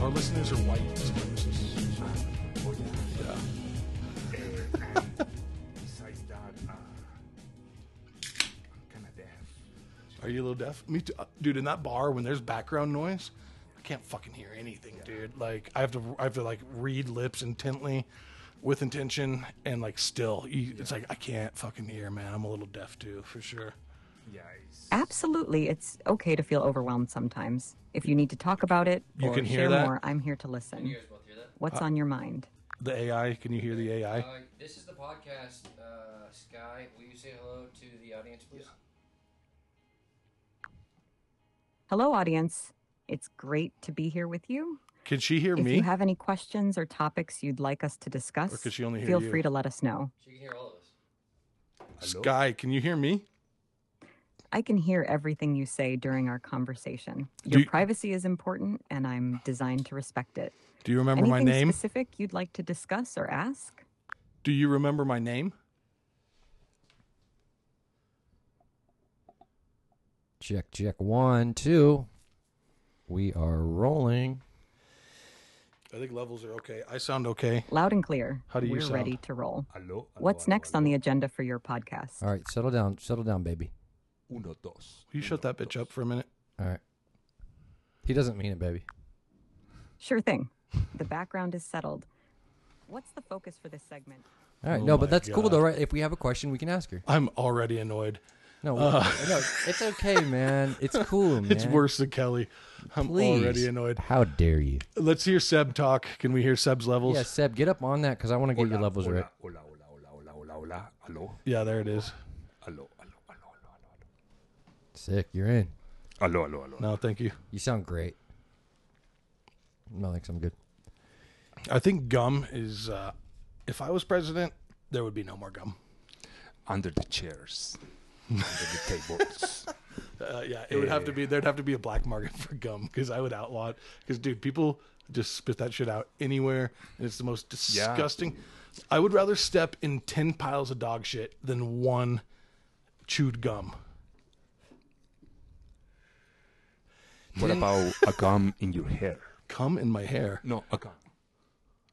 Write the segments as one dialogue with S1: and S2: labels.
S1: Our listeners are white supremacists. Yeah.
S2: Besides that, uh, I'm kind of deaf.
S1: Are you a little deaf? Me too, Uh, dude. In that bar, when there's background noise, I can't fucking hear anything, dude. Like I have to, I have to like read lips intently, with intention, and like still. You, It's like I can't fucking hear, man. I'm a little deaf too, for sure.
S2: Yeah, it's,
S3: Absolutely. It's okay to feel overwhelmed sometimes. If you need to talk about it
S1: You
S3: or
S1: can hear
S3: share
S1: that? Uh,
S3: more, I'm here to listen.
S4: guys both hear that?
S3: What's on your mind?
S1: The AI, can you hear the AI?
S4: Uh, this is the podcast. Uh, Sky, will you say hello to the audience, please?
S3: Hello, audience. It's great to be here with you.
S1: Can she hear
S3: if
S1: me?
S3: you have any questions or topics you'd like us to discuss,
S1: could she only hear
S3: feel
S1: you?
S3: free to let us know.
S4: She can hear all of us.
S1: Sky, can you hear me?
S3: I can hear everything you say during our conversation.
S1: Do
S3: Your
S1: you-
S3: privacy is important, and I'm designed to respect it.
S1: Do you remember
S3: Anything
S1: my name?
S3: specific you'd like to discuss or ask?
S1: Do you remember my name?
S4: Check, check. One, two. We are rolling.
S1: I think levels are okay. I sound okay.
S3: Loud and clear.
S1: How do you
S3: We're
S1: sound?
S3: ready to roll.
S2: hello,
S3: What's next on the agenda for your podcast?
S4: All right, settle down. Settle down, baby.
S2: Uno, dos.
S1: Will you shut that bitch up for a minute?
S4: All right. He doesn't mean it, baby.
S3: Sure thing. The background is settled. What's the focus for this segment?
S4: All right.
S1: Oh
S4: no, but
S1: my
S4: that's cool,
S1: God.
S4: though, right? If we have a question, we can ask her.
S1: I'm already annoyed.
S4: No, no it's okay, man. It's cool, man.
S1: Uh. It's worse than Kelly. I'm
S4: Please.
S1: already annoyed.
S4: How dare you?
S1: Let's hear Seb talk. Can we hear Seb's levels?
S4: Yeah, Seb, get up on that because I want to get your levels right.
S2: Hola, hola, hola, hola, hola, hola. Hello,
S1: Yeah, there it is.
S2: hello, hello, hello, hello, hello.
S4: Sick. You're in.
S2: Hello, hello, hello.
S1: No, thank you.
S4: You sound great. No, thanks. I'm good.
S1: I think gum is. Uh, if I was president, there would be no more gum.
S2: Under the chairs, under the tables.
S1: Uh, yeah, it would have to be. There'd have to be a black market for gum because I would outlaw it. Because dude, people just spit that shit out anywhere, and it's the most
S2: Yeah.
S1: disgusting. I would rather step in ten piles of dog shit than one chewed gum.
S2: What about a gum in your hair?
S1: Cum in my hair.
S2: No, a gum.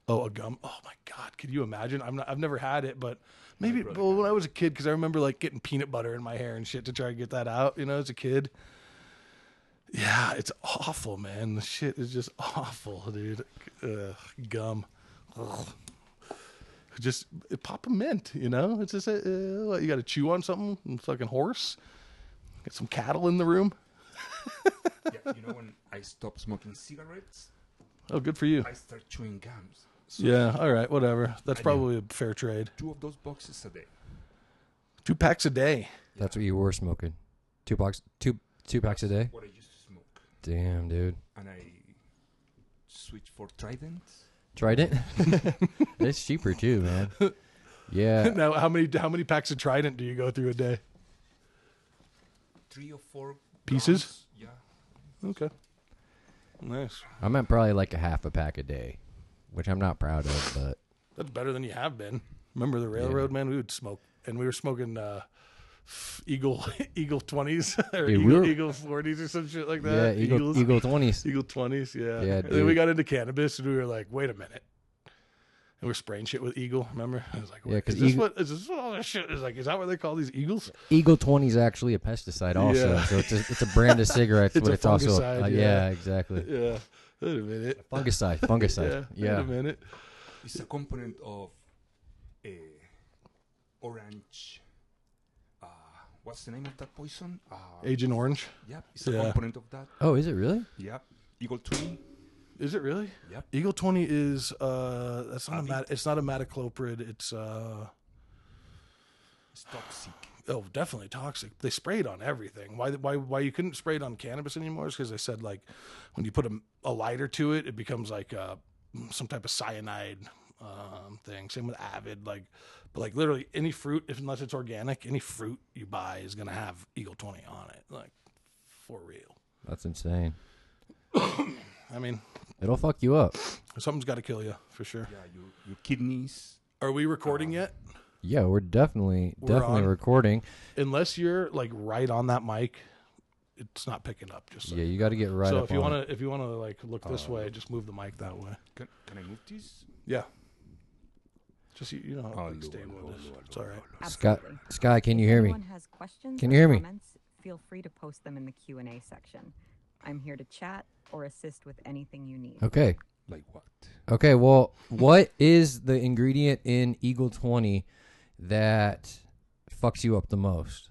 S1: Oh, a gum. Oh my god, could you imagine? I'm not. I've never had it, but maybe. Well, when I was a kid, because I remember like getting peanut butter in my hair and shit to try to get that out. You know, as a kid. Yeah, it's awful, man. The shit is just awful, dude. Ugh, gum. Ugh. Just pop a mint, you know. It's just a, uh, what, you got to chew on something. Fucking horse. Get some cattle in the room.
S2: Yeah, you know when I stopped smoking cigarettes,
S1: Oh, good for you.
S2: I start chewing gums. So
S1: Yeah. All right. Whatever. That's probably a fair trade.
S2: two of those boxes a day.
S1: Two packs a day.
S4: That's what you were smoking. Two packs, two two packs a day.
S2: What I used to smoke,
S4: Damn, dude.
S2: and I switched for Trident.
S4: Trident. it's cheaper too, man. Yeah.
S1: Now, how many how many packs of Trident do you go through a day?
S2: Three or four
S1: Pieces?
S2: gums, Yeah.
S1: Okay. Nice.
S4: I'm at probably like a half a pack a day, which I'm not proud of, but
S1: That's better than you have been. Remember the railroad man? We would smoke, and we were smoking uh, f- Eagle Eagle twenties or
S4: Dude, we
S1: Eagle
S4: were-
S1: Eagle forties or some shit like
S4: yeah,
S1: that.
S4: Eagle
S1: Eagles.
S4: Eagle twenties.
S1: Eagle twenties. Yeah.
S4: Yeah,
S1: and then we
S4: dude.
S1: got into cannabis, and we were like, wait a minute. And we're spraying shit with Eagle. Remember? I was like,
S4: Yeah,
S1: wait,
S4: 'cause
S1: is this
S4: Eagle-
S1: what is this what all this shit is like? Is that what they call these Eagles?
S4: Eagle twenty is actually a pesticide, also.
S1: Yeah.
S4: So it's a, it's a brand of cigarettes,
S1: It's
S4: but
S1: a
S4: it's also a,
S1: fungicide,
S4: uh,
S1: yeah.
S4: yeah. exactly.
S1: Yeah. Wait a minute.
S4: Fungicide,
S1: Yeah.
S4: fungicide.
S1: Wait
S4: Yeah.
S1: a minute.
S2: It's a component of uh, orange. Uh, what's the name of that poison? Uh,
S1: Agent Orange.
S2: yep, it's
S1: yeah.
S2: a component of that.
S4: Oh, is it really?
S2: Yep, Eagle 20.
S1: Is it really?
S2: Yep.
S1: Eagle twenty is uh that's not a
S2: Avi-
S1: mat- it's not a matacloprid, it's uh
S2: It's toxic.
S1: oh definitely toxic. They spray it on everything. Why why why you couldn't spray it on cannabis anymore is because they said like when you put a, a lighter to it, it becomes like uh some type of cyanide um thing. Same with avid, like but like literally any fruit, if unless it's organic, any fruit you buy is gonna have Eagle twenty on it. Like for real.
S4: That's insane.
S1: I mean,
S4: It'll fuck you up.
S1: something's gotta kill you for sure.
S2: Yeah, Um, your, your kidneys.
S1: Are we recording yet?
S4: Yeah, we're definitely
S1: We're
S4: definitely
S1: on.
S4: recording.
S1: unless you're like right on that mic, it's not picking up. Just so.
S4: Yeah, you got to get right
S1: so
S4: up
S1: if you
S4: on Uh,
S1: want to, if you want to like look this way, just move the mic that way.
S2: Can, can I move this?
S1: Yeah. Just you, you know how
S2: Oh,
S1: like,
S2: Lord,
S1: stable
S2: Lord,
S1: it is.
S2: Lord,
S4: oh,
S1: It's all right.
S4: Sky,
S3: Absolutely.
S4: Sky, can you
S3: If
S4: hear me?
S3: anyone has questions
S4: Can
S3: or
S4: you hear me?
S3: comments, Feel free to post them in the Q and A section. I'm here to chat or assist with anything you need.
S4: Okay.
S2: Like what?
S4: Okay. Well, what is the ingredient in Eagle 20 that fucks you up the most?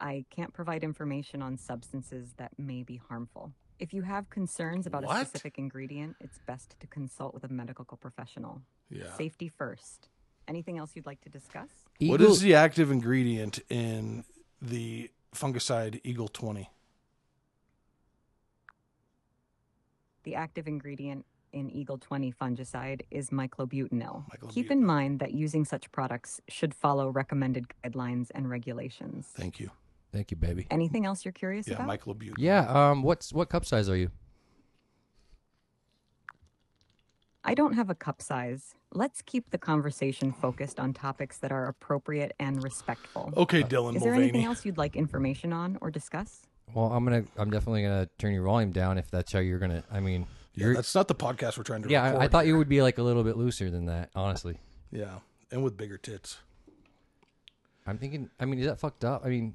S3: I can't provide information on substances that may be harmful. If you have concerns about a
S1: What?
S3: specific ingredient, it's best to consult with a medical professional.
S1: Yeah.
S3: Safety first. Anything else you'd like to discuss?
S4: Eagle,
S1: What is the active ingredient in the fungicide Eagle 20?
S3: The active ingredient in Eagle 20 fungicide is miclobutanil. Keep
S1: Miclobutanil.
S3: in mind that using such products should follow recommended guidelines and regulations.
S1: Thank you.
S4: Thank you, baby.
S3: Anything else you're curious
S1: Yeah,
S3: about?
S1: Michael Butte.
S4: Yeah. Um. What's what cup size are you?
S3: I don't have a cup size. Let's keep the conversation focused on topics that are appropriate and respectful.
S4: Uh,
S1: Okay, Dylan
S3: Is there anything
S1: Mulvaney.
S3: else you'd like information on or discuss?
S4: Well, I'm gonna. I'm definitely gonna turn your volume down if that's how you're gonna. I mean,
S1: Yeah,
S4: you're.
S1: that's not the podcast we're trying to
S4: yeah. I, I
S1: record.
S4: thought you would be like a little bit looser than that. Honestly,
S1: Yeah, and with bigger tits.
S4: I'm thinking. I mean, is that fucked up? I mean,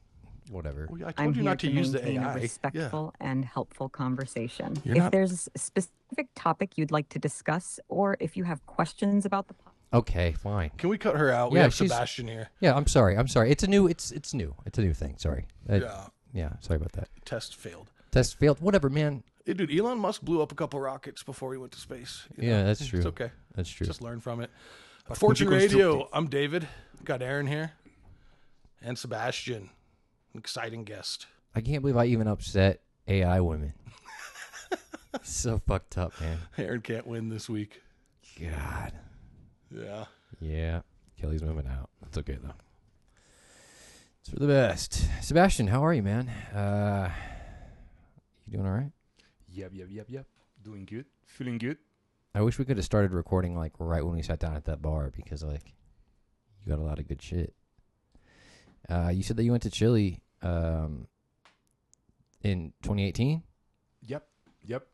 S4: whatever.
S1: Well, yeah, I told
S3: I'm
S1: you
S3: here
S1: not to,
S3: to,
S1: use the
S3: maintain
S1: AI.
S3: a
S1: Yeah.
S3: respectful and helpful conversation.
S1: You're
S3: if
S1: not-
S3: there's a specific topic you'd like to discuss, or if you have questions about the, po-
S4: Okay. Fine.
S1: Can we cut her out? We
S4: Yeah,
S1: have
S4: she's-
S1: Sebastian here.
S4: Yeah. I'm sorry. I'm sorry. It's a new. It's it's new. It's a new thing. Sorry. Uh,
S1: Yeah,
S4: Yeah. Sorry about that.
S1: test failed.
S4: Test failed. Whatever, man.
S1: Hey, dude, Elon Musk blew up a couple rockets before he went to space. you
S4: Yeah,
S1: know?
S4: that's true.
S1: It's okay.
S4: That's true.
S1: Just learn from it. Fortune
S2: constructive.
S1: Radio. I'm David. Got Aaron here, and Sebastian. Exciting guest.
S4: I can't believe I even upset AI women. so fucked up, man.
S1: Aaron can't win this week.
S4: God.
S1: Yeah.
S4: Yeah. Kelly's moving out. That's okay though. It's for the best. Sebastian, how are you, man? Uh you doing all right?
S2: Yep, yep, yep, yep. Doing good. Feeling good.
S4: I wish we could have started recording like right when we sat down at that bar because like you got a lot of good shit. Uh you said that you went to Chile um in 2018?
S2: Yep, yep.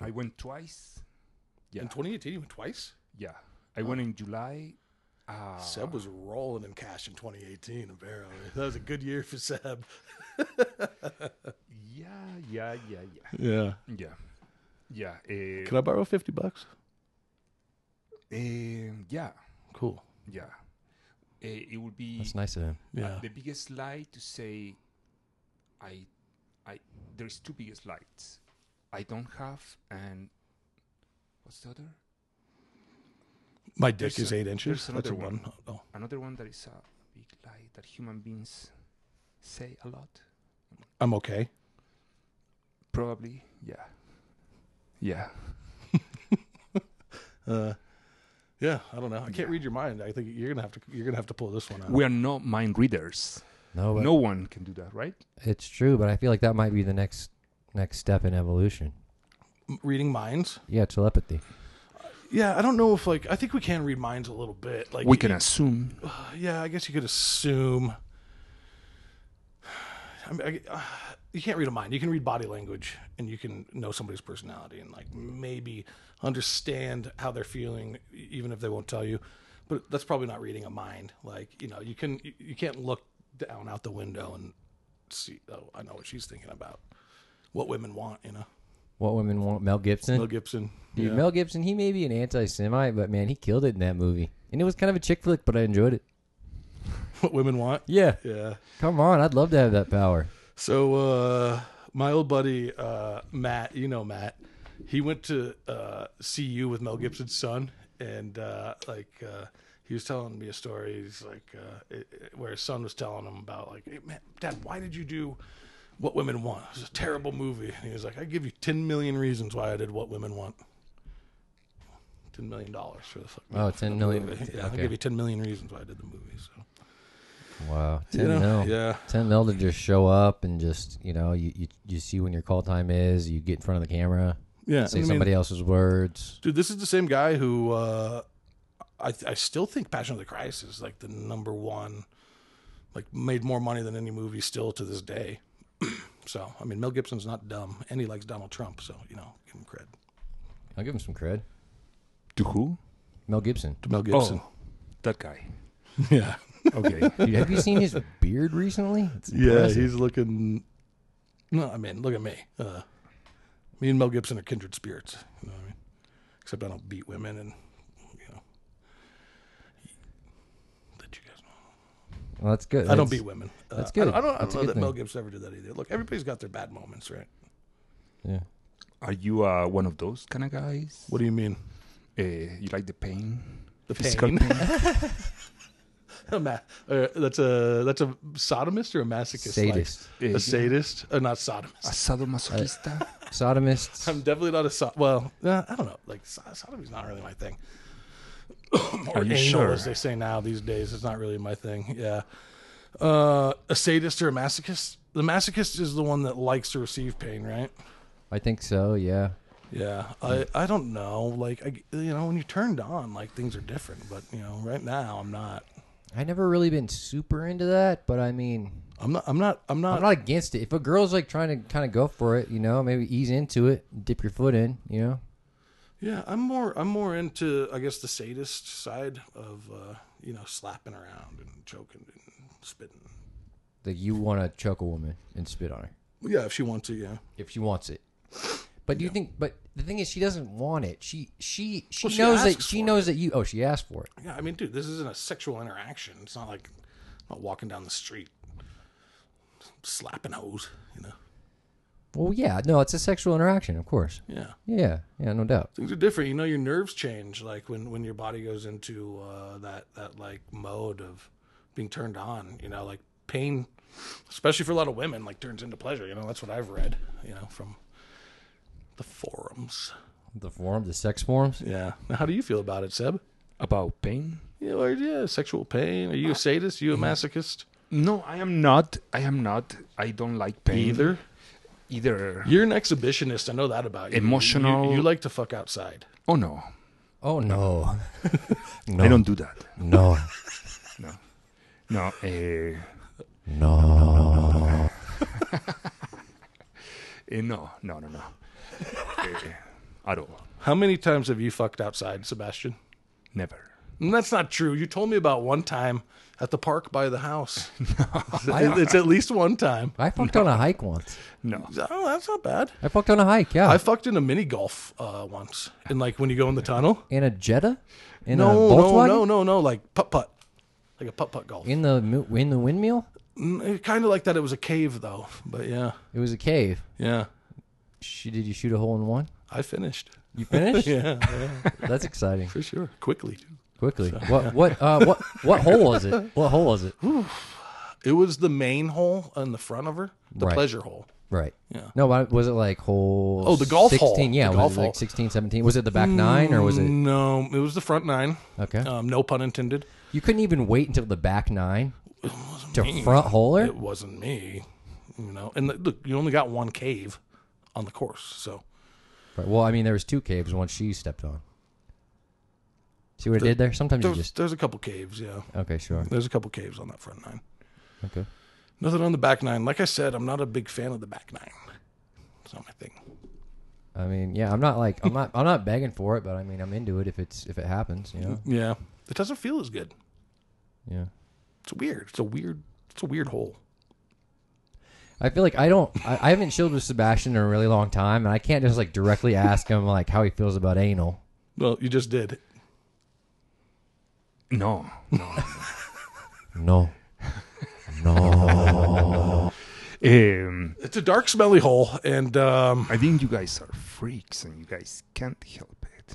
S2: I went twice. Yeah,
S1: In 2018, you went twice.
S2: yeah. I went in July. Uh,
S1: Seb was rolling in cash in 2018. Apparently, that was a good year for Seb.
S2: yeah, yeah, yeah, yeah,
S1: Yeah.
S2: yeah, yeah. Uh,
S1: Can I borrow 50 bucks?
S2: um, yeah,
S1: Cool.
S2: yeah. Uh, it would be
S4: That's nice of him.
S1: Yeah.
S2: uh, the biggest lie to say. I, I. There's two biggest lies. I don't have and. What's the other?
S1: My dick
S2: There's
S1: is
S2: a-
S1: eight inches.
S2: there's
S1: That's
S2: another
S1: a
S2: one.
S1: one. Oh,
S2: Another one that is a big lie that human beings say a lot.
S1: I'm okay.
S2: Probably, yeah. Yeah.
S1: Uh, yeah, I don't know. I can't read your mind. I think you're gonna have to. You're gonna have to pull this one out.
S2: We are not mind readers.
S4: No, Oh, but
S2: No one can do that, right?
S4: It's true, but I feel like that might be the next next step in evolution.
S1: M- reading minds.
S4: Yeah, telepathy.
S1: Yeah, I don't know if like I think we can read minds a little bit. Like
S2: We can assume.
S1: Yeah, I guess you could assume. I mean, I, uh, you can't read a mind. You can read body language, and you can know somebody's personality, and like maybe understand how they're feeling, e- even if they won't tell you. But that's probably not reading a mind. Like you know, you can you, you can't look down out the window and see. Oh, I know what she's thinking about. What women want, you know.
S4: What women want? Mel Gibson.
S1: Mel Gibson.
S4: Dude,
S1: yeah.
S4: Mel Gibson. He may be an anti-Semite, but man, he killed it in that movie, and it was kind of a chick flick, but I enjoyed it.
S1: what women want.
S4: Yeah,
S1: Yeah.
S4: come on, I'd love to have that power.
S1: So uh, my old buddy uh, Matt, you know Matt, he went to uh, see you with Mel Gibson's son, and uh, like uh, he was telling me a story. He's like uh, it, it- where his son was telling him about like, hey, man, Dad, why did you do What Women Want? It was a terrible movie. And he was like, I give you ten million reasons why I did What Women Want. Ten million dollars for the fucking
S4: Oh, 10 million.
S1: movie. Yeah, I'll
S4: Okay.
S1: give you ten million reasons why I did the movie. So
S4: Wow, ten oh.
S1: you know,
S4: mil.
S1: yeah.
S4: Ten mil to just show up and just you know you, you you see when your call time is. You get in front of the camera,
S1: Yeah,
S4: say
S1: I mean-
S4: somebody else's words.
S1: Dude, this is the same guy who uh, I I still think Passion of the Christ is like the number one like made more money than any movie still to this day. so I mean, Mel Gibson's not dumb, and he likes Donald Trump, so you know, give him credit
S4: I'll give him some cred.
S2: To who?
S4: Mel Gibson.
S1: to Mel Gibson.
S2: Oh, that guy.
S1: Yeah,
S2: Okay.
S4: Dude, have you seen his beard recently? It's
S1: yeah,
S4: impressive.
S1: he's looking. No, I mean, look at me. Uh, me and Mel Gibson are kindred spirits. You know what I mean? Except I don't beat women, and you know, let you guys know.
S4: Well, that's good.
S1: I don't
S4: That's-
S1: beat women. Uh,
S4: that's
S1: I don't-
S4: good.
S1: I don't, I don't
S4: That's a
S1: know
S4: good
S1: that Mel
S4: thing.
S1: Gibson ever did that either. Look, everybody's got their bad moments, right?
S4: Yeah.
S2: Are you uh, one of those kind of guys?
S1: What do you mean?
S2: Uh, you like the pain?
S1: The
S2: Physical
S1: pain. A ma- uh, that's a that's a sodomist or a masochist?
S4: Sadist.
S1: Like,
S2: Yeah.
S1: a sadist? Uh, not sodomist.
S2: A sadomasochista?
S4: Sodomists.
S1: I'm definitely not a so- well. Uh, I don't know. Like so- sodomy's not really my thing. or
S2: Are you
S1: anal,
S2: sure?
S1: as they say now these days, it's not really my thing. Yeah. Uh, a sadist or a masochist? The masochist is the one that likes to receive pain, right?
S4: I think so. Yeah.
S1: Yeah, I, I don't know. Like, I, you know, when you're turned on, like things are different. But you know, right now I'm not.
S4: I never really been super into that, but I mean,
S1: I'm not. I'm not. I'm not.
S4: I'm not against it. If a girl's like trying to kind of go for it, you know, maybe ease into it, dip your foot in, you know.
S1: yeah, I'm more. I'm more into. I guess the sadist side of uh, you know slapping around and choking and spitting.
S4: Like you want to choke a woman and spit on her
S1: Yeah, if she wants to. Yeah.
S4: if she wants it. But do you think? But the thing is, she doesn't want it. She she she
S1: Well, she
S4: knows that
S1: asks
S4: she
S1: for
S4: knows that you. Oh, she asked for it.
S1: Yeah. I mean, dude, this isn't a sexual interaction. It's not like I'm not walking down the street slapping hoes. You know.
S4: Well, yeah, no, it's a sexual interaction, of course.
S1: Yeah.
S4: Yeah, yeah, no doubt.
S1: things are different. You know, your nerves change, like when when your body goes into uh, that that like mode of being turned on. You know, like pain, especially for a lot of women, like turns into pleasure. You know, that's what I've read. You know, from the forums.
S4: The form, the sex forms.
S1: Yeah. Now, how do you feel about it, Seb?
S2: About pain?
S1: Yeah, or, yeah, sexual pain. Are you a sadist? You a masochist?
S2: No, I am not. I am not. I don't like pain.
S1: Either.
S2: Either.
S1: Mm-hmm. You're an exhibitionist. I know that about you. You-
S2: Emotional-
S1: You, you like to fuck outside.
S2: Oh, no.
S4: Oh no, no,
S2: I don't do that.
S4: no,
S2: No. No. Uh,
S4: no.
S2: Eh, no, no, no, no. Eh, at all.
S1: How many times have you fucked outside, Sebastian?
S2: Never.
S1: And that's not true. You told me about one time at the park by the house. It's- it's at least one time.
S4: I fucked on a hike once.
S2: No.
S1: Oh, that's not bad.
S4: I fucked on a hike. Yeah,
S1: I fucked in a mini golf uh, once, and like when you go in the tunnel.
S4: in a Jetta, in a
S1: No, no,
S4: Volkswagen,
S1: no, no, no. Like putt putt, like a putt putt golf.
S4: in the mi- in the windmill.
S1: Kind of like that. It was a cave though, but yeah,
S4: It was a cave.
S1: yeah.
S4: She, did you shoot a hole in one?
S1: I finished.
S4: You finished?
S1: Yeah,
S4: That's exciting.
S1: for sure. Quickly.
S4: Quickly. What what uh what what hole was it? What hole was it?
S1: It was the main hole in the front of her, the
S4: Right.
S1: pleasure hole.
S4: Right.
S1: Yeah.
S4: No, but was it like hole
S1: Oh, the golf hole.
S4: 16? Yeah,
S1: The
S4: was
S1: golf
S4: it like
S1: hole. Mm,
S4: 16, 17? Was it the back nine or was it
S1: No, it was the front nine.
S4: Okay.
S1: Um, no pun intended.
S4: You couldn't even wait until the back nine to front holer?
S1: It wasn't me, you know. And look, you only got one cave on the course, so
S4: Right. Well, I mean there was two caves one she stepped on. See what I did there? Sometimes you
S1: there's,
S4: just
S1: there's a couple caves. Yeah,
S4: Okay, sure.
S1: there's a couple caves on that front nine.
S4: Okay.
S1: Nothing on the back nine. Like I said, I'm not a big fan of the back nine. It's not my thing.
S4: I mean, yeah, I'm not like I'm not I'm not begging for it, but I mean I'm into it if it's if it happens, you know.
S1: Yeah, it doesn't feel as good.
S4: Yeah.
S1: It's weird. It's a weird. It's a weird hole.
S4: I feel like I don't. I, I haven't chilled with Sebastian in a really long time, and I can't just like directly ask him like how he feels about anal.
S1: Well, you just did.
S2: No.
S4: No, no.
S2: Um,
S1: It's a dark, smelly hole, and um,
S2: I think you guys are freaks and you guys can't help it.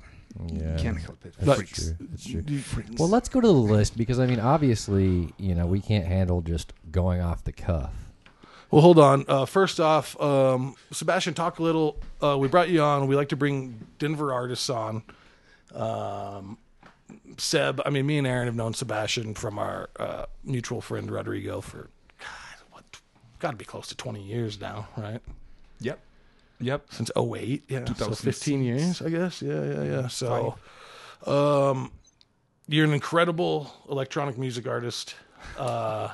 S4: Yeah,
S2: Can't help it.
S1: That's
S2: freaks.
S4: true. That's true.
S2: Freaks.
S4: Well, let's go to the list because I mean, obviously, you know, we can't handle just going off the cuff.
S1: Well, hold on. Uh, first off, um, Sebastian, talk a little. Uh, we brought you on. We like to bring Denver artists on. Um, Seb, I mean, me and Aaron have known Sebastian from our uh, mutual friend Rodrigo for God, what? Got to be close to twenty years now, right?
S2: Yep. Yep.
S1: Since 08, yeah, so
S2: 2006.
S1: 15 years, I guess. Yeah, yeah, yeah.
S4: Mm,
S1: So, um, you're an incredible electronic music artist. Uh,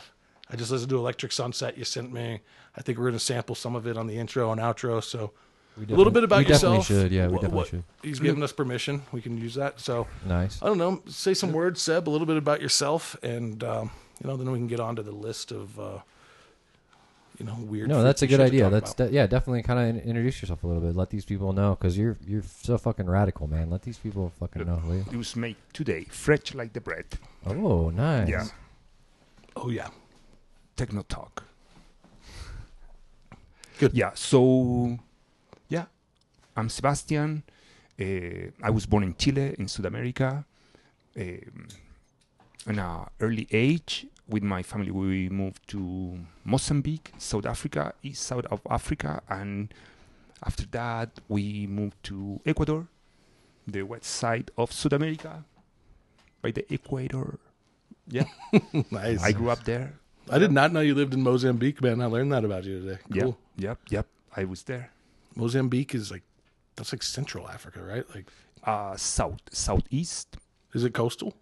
S1: I just listened to Electric Sunset you sent me. I think we're gonna sample some of it on the intro and outro. So a little bit about
S4: we definitely
S1: yourself.
S4: should, yeah, we
S1: What-
S4: definitely
S1: what-
S4: should.
S1: He's given us permission. We can use that. So
S4: Nice.
S1: I don't know. Say some words, Seb. A little bit about yourself, and um, you know, then we can get on to the list of uh, you know weird.
S4: No, that's a
S1: freaky
S4: good
S1: shit to
S4: idea.
S1: talk
S4: That's
S1: about.
S4: de- yeah, definitely kind of introduce yourself a little bit. Let these people know because you're you're so fucking radical, man. Let these people fucking know who you.
S2: It was made today, fresh like the bread.
S4: Oh, nice.
S2: Yeah.
S1: oh yeah.
S2: Techno talk.
S1: Good.
S2: Yeah. So,
S1: Yeah.
S2: I'm Sebastian. Uh, I was born in Chile, in South America. Um, in an early age, with my family, we moved to Mozambique, South Africa, east south of Africa. And after that, we moved to Ecuador, the west side of South America, by the equator.
S1: Nice.
S2: I grew up there.
S1: I did not know you lived in Mozambique, man. I learned that about you today. Cool.
S2: Yep, yep, yep. I was there.
S1: Mozambique is like that's like Central Africa, right? Like,
S2: Uh, south, southeast.
S1: is it coastal?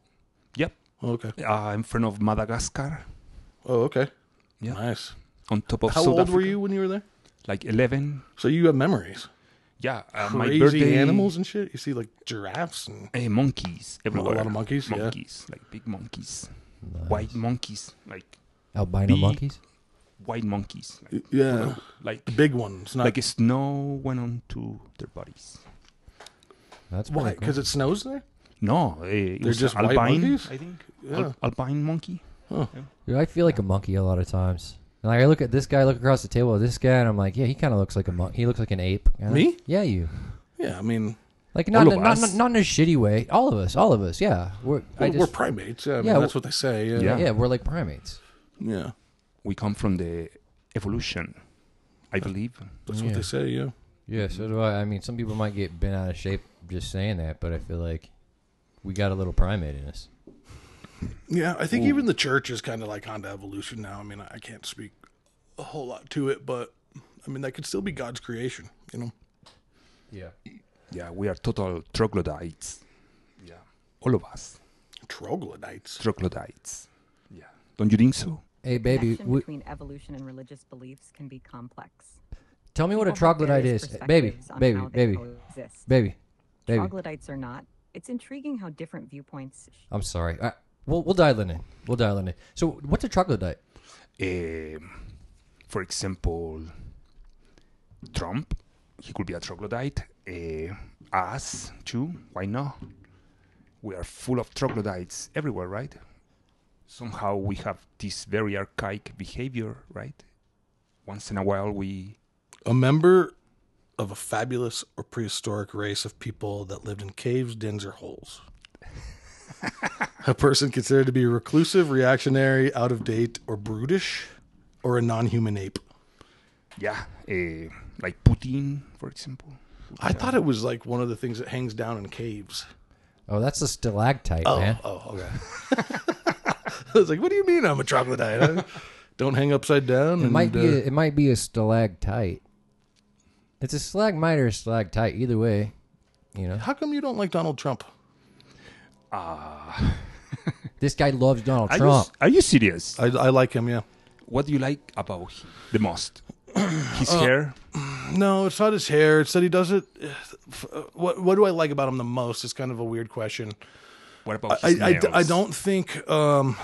S2: Yep.
S1: Oh, okay.
S2: Uh, in front of Madagascar,
S1: Oh, okay.
S2: Yeah.
S1: Nice.
S2: on top of
S1: How old
S2: South
S1: were
S2: Africa.
S1: you when you were there?
S2: Like 11.
S1: So you have memories,
S2: Yeah. Uh, my
S1: crazy
S2: birthday,
S1: animals and shit. You see like giraffes and
S2: Uh, monkeys everywhere.
S1: of monkeys, yeah.
S2: Monkeys, like big monkeys.
S4: Nice.
S2: White monkeys, like
S4: albino
S2: Bee.
S4: monkeys.
S2: white monkeys. Like,
S1: yeah,
S2: like,
S1: big ones. Not
S2: like snow went onto their bodies.
S4: That's
S1: why
S4: pretty cool.
S1: because it snows there.
S2: No, uh, it
S1: They're
S2: was
S1: just white
S2: albine,
S1: monkeys?
S2: I think.
S1: Yeah.
S2: Al- alpine monkey.
S4: Dude, I feel like a monkey a lot of times. And, Like I look at this guy, look across the table at this guy, and I'm like, yeah, he kind of looks like a monkey. He looks like an ape. And I'm
S1: Me?
S4: like, yeah, you.
S1: Yeah, I mean,
S4: Like not
S2: All of
S4: not,
S2: us.
S4: not not in a shitty way. All of us, all of us. Yeah, we're I
S1: we're,
S4: just,
S1: we're primates. Yeah, I mean,
S4: Yeah,
S1: that's what they say. Yeah, yeah.
S4: yeah.
S2: Yeah.
S4: we're like primates.
S2: We come from the evolution, I believe.
S1: that's what
S4: Yeah.
S1: they say. Yeah,
S4: Yeah, so do I. I mean, some people might get bent out of shape just saying that, but I feel like we got a little primate in us.
S1: yeah. I think even the church is kind of like onto evolution now. I mean, I can't speak a whole lot to it, but I mean, that could still be God's creation. You know.
S4: Yeah.
S2: Yeah, we are total troglodytes. Yeah. All of us,
S1: troglodytes.
S2: troglodytes. Yeah. Don't you think so?
S4: Hey, baby,
S3: connection
S4: we,
S3: between evolution and religious beliefs can be complex.
S4: tell me what a
S3: People have
S4: troglodyte
S3: various
S4: is, baby,
S3: perspectives on
S4: baby,
S3: how they
S4: baby,
S3: coexist.
S4: baby, baby.
S3: Troglodytes or not, it's intriguing how different viewpoints. sh-
S4: I'm sorry. I, we'll we'll dial in. We'll dial in. So, what's a troglodyte?
S2: Um, for example, Trump, he could be a troglodyte. Uh, us too, why not? We are full of troglodytes everywhere, right? Somehow we have this very archaic behavior, right? Once in a while we.
S1: A member of a fabulous or prehistoric race of people that lived in caves, dens, or holes. a person considered to be reclusive, reactionary, out of date, or brutish, or a non human ape.
S2: Yeah, uh, like Putin, for example.
S1: I thought it was like one of the things that hangs down in caves.
S4: Oh, that's a stalactite,
S1: Oh,
S4: man.
S1: oh, okay. I was like, what do you mean I'm a troglodyte? I don't hang upside down.
S4: It
S1: and,
S4: might be
S1: uh,
S4: a, it might be a stalactite. It's a stalagmite or a stalactite. Either way, you know.
S1: how come you don't like Donald Trump?
S4: This guy loves Donald
S2: Ah, Are you,
S4: Trump.
S2: s- are you serious?
S1: I, I like him, yeah.
S2: What do you like about him the most? His hair?
S1: No, it's not his hair. It's that he does it. uh, What What do I like about him the most? Is kind of a weird question.
S2: What about
S1: I
S2: his
S1: I,
S2: nails?
S1: I don't think. Um,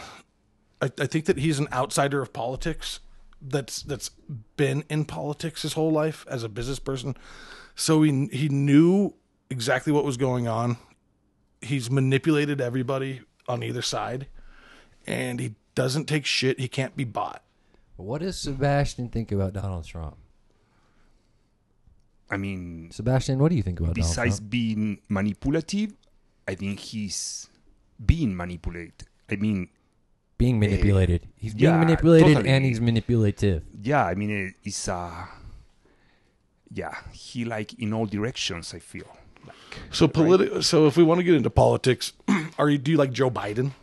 S1: I, I think that he's an outsider of politics. That's that's been in politics his whole life as a business person. So he he knew exactly what was going on. He's manipulated everybody on either side, and he doesn't take shit. He can't be bought.
S4: What does Sebastian think about Donald Trump?
S2: I mean,
S4: Sebastian, what do you think about Donald
S2: besides
S4: Trump?
S2: being manipulative, I think he's being manipulated. I mean,
S4: Being manipulated. He's being
S2: yeah,
S4: manipulated
S2: totally.
S4: and he's manipulative.
S2: yeah, I mean, it- it's uh, yeah, he like in all directions. I feel like
S1: So politi- So if we want to get into politics, are you do you like Joe Biden?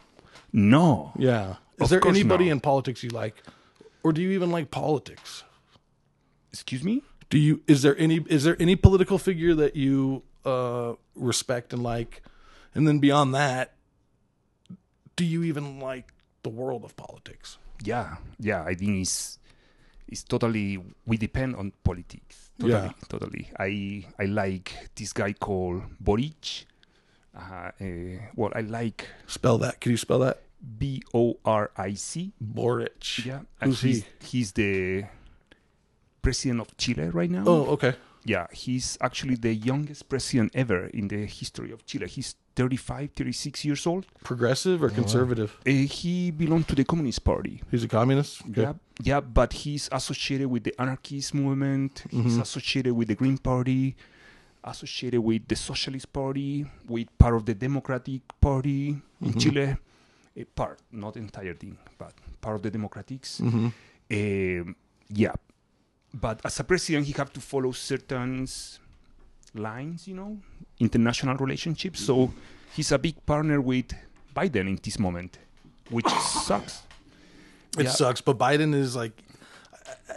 S2: no,
S1: Yeah. Is
S2: Of
S1: there
S2: course
S1: anybody
S2: not.
S1: in politics you like, or do you even like politics?
S2: excuse me.
S1: Do you? Is there any? Is there any political figure that you uh, respect and like? And then beyond that, do you even like the world of politics?
S2: yeah, yeah. I think it's it's totally we depend on politics. Totally,
S1: Yeah.
S2: totally. I I like this guy called Boric. Uh, eh, well, I like
S1: Spell that. Can you spell that?
S2: B O R I C.
S1: Boric.
S2: Yeah, and
S1: Who's
S2: he's
S1: he?
S2: he's the president of Chile right now.
S1: Oh, okay.
S2: Yeah, he's actually the youngest president ever in the history of Chile. He's 35, 36 years old.
S1: Progressive or conservative?
S2: Uh, he belonged to the Communist Party.
S1: He's a communist. Okay.
S2: Yeah, yeah, but he's associated with the anarchist movement. He's associated with the Green Party, associated with the Socialist Party, with part of the Democratic Party in Chile. A part, not entire thing, but part of the Democratics. Um, yeah, but as a president, he have to follow certain s- lines, you know, international relationships. So he's a big partner with Biden in this moment, which sucks.
S1: It
S2: Yeah.
S1: sucks, but Biden is like,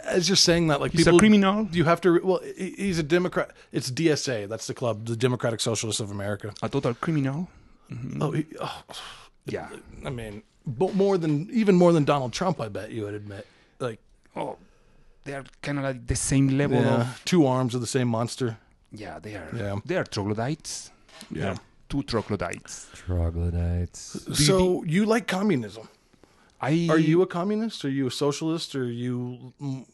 S1: as you're saying that, like
S2: He's
S1: people,
S2: a criminal.
S1: You have to. Well, he- he's a Democrat. It's DSA. That's the club, the Democratic Socialists of America.
S2: a total criminal. Mm.
S1: Oh, he, oh,
S2: Yeah.
S1: I mean, but more than even more than Donald Trump, I bet you would admit. Like,
S2: Oh, they are kind of like the same level
S1: yeah,
S2: of.
S1: two arms of the same monster.
S2: Yeah, they are.
S1: Yeah.
S2: They are troglodytes.
S1: Yeah.
S2: Two troglodytes.
S4: Troglodytes.
S1: So you like communism?
S2: I
S1: Are you a communist? Are you a socialist? Are you m-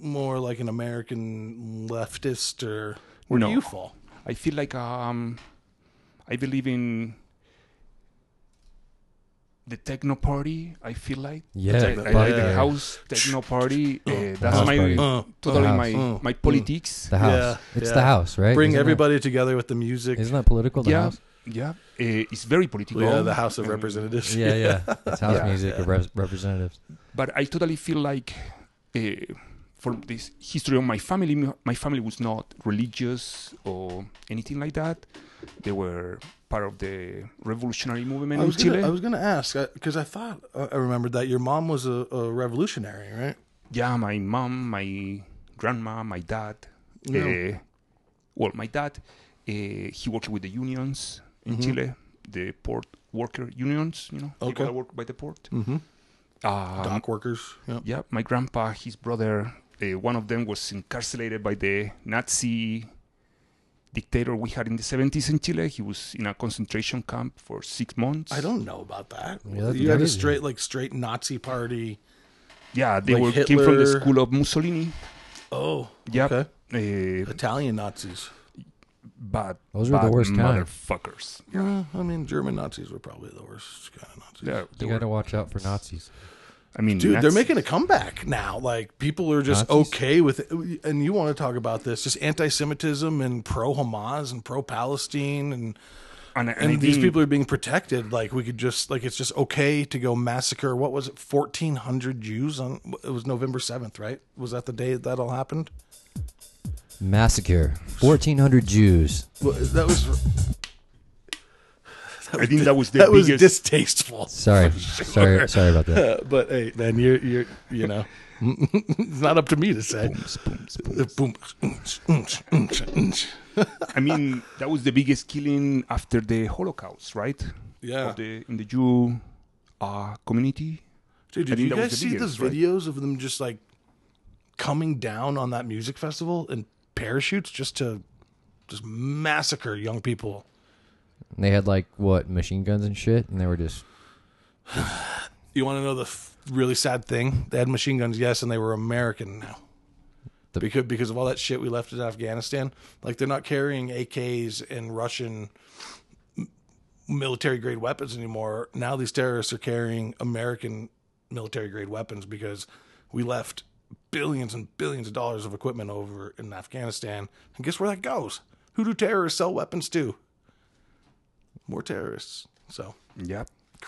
S1: more like an American leftist? Or where
S2: No.
S1: do you fall?
S2: I feel like um, I believe in the techno party. I feel like
S4: Yeah,
S2: I, I
S1: techno-
S2: like the
S1: yeah.
S2: house techno party. Uh, that's
S4: house
S2: my
S4: party. Mm.
S1: Uh,
S2: totally
S4: house.
S2: my
S1: Uh,
S2: my
S1: uh.
S2: politics.
S4: The house.
S1: Yeah,
S4: it's
S1: yeah.
S4: the house,
S1: Bring
S4: right? Isn't that-
S1: everybody together with the music.
S4: isn't that political? The
S2: yeah,
S4: house.
S2: yeah. Uh, it's very political.
S1: yeah, the House of
S2: and-
S1: Representatives.
S4: Yeah, yeah. It's house
S2: Yeah.
S4: music of rep- representatives.
S2: but I totally feel like uh, for this history of my family, m- my family was not religious or anything like that. They were part of the revolutionary movement
S1: I
S2: in
S1: was
S2: Chile.
S1: gonna, I was gonna ask because I, thought uh, I I remembered that your mom was a, a revolutionary, right?
S2: yeah, my mom, my grandma, my dad.
S1: Yeah.
S2: Uh, well, my dad, uh, he worked with the unions
S1: Mm-hmm.
S2: in Chile, the port worker unions, you know, people
S1: Okay.
S2: that work by the port.
S1: Mm-hmm.
S2: Um,
S1: Dock workers. Yep.
S2: Yeah, my grandpa, his brother, uh, one of them was incarcerated by the Nazi dictator we had in the 70s in Chile. He was in a concentration camp for six months.
S1: I don't know about that.
S4: Yeah, that's
S1: you had a
S4: crazy.
S1: straight like straight Nazi party.
S2: Yeah, they
S1: Like
S2: were came from the
S1: Hitler.
S2: school of Mussolini.
S1: Oh,
S2: Yeah,
S1: okay.
S2: uh,
S1: Italian Nazis.
S2: but
S4: Those were the
S2: but
S4: worst kind.
S2: motherfuckers.
S1: Yeah, I mean German Nazis were probably the worst kind of Nazis.
S2: Yeah, they
S4: You
S2: were,
S4: got to watch out for Nazis.
S2: I mean,
S1: Dude,
S2: Nazis.
S1: they're making a comeback now. Like people are just
S4: Nazis?
S1: okay with it. And you want to talk about this? Just anti-Semitism and pro-Hamas and pro-Palestine and
S2: and, and I
S1: and, these
S2: think-
S1: people are being protected. Like we could just like it's just okay to go massacre. What was it? Fourteen hundred Jews on it was November seventh, right? Was that the day that all happened?
S4: Massacre. 1,400 Jews.
S1: Well, that was
S2: I think that was the
S1: that was
S2: biggest.
S1: distasteful.
S4: Sorry. Sorry sorry about that.
S1: Uh, but hey, man, you're you're you know, it's not up to me to say. Uh, boom, oonch, oonch, oonch, oonch.
S2: I mean, that was the biggest killing after the Holocaust, right?
S1: Yeah.
S2: Of the, in the Jew uh, community.
S1: Dude,
S2: I
S1: did
S2: think
S1: you
S2: that was
S1: guys
S2: the
S1: see
S2: biggest,
S1: the
S2: right?
S1: videos of them just like coming down on that music festival in parachutes just to just massacre young people?
S4: And They had like what machine guns and shit, and they were just
S1: You want to know the f- really sad thing? They had machine guns, yes, and they were American now.
S4: The-
S1: because because of all that shit we left in Afghanistan, like they're not carrying AKs and Russian military grade weapons anymore. Now these terrorists are carrying American military grade weapons because we left billions and billions of dollars of equipment over in Afghanistan. And guess where that goes? Who do terrorists sell weapons to? More terrorists. So
S2: Yeah,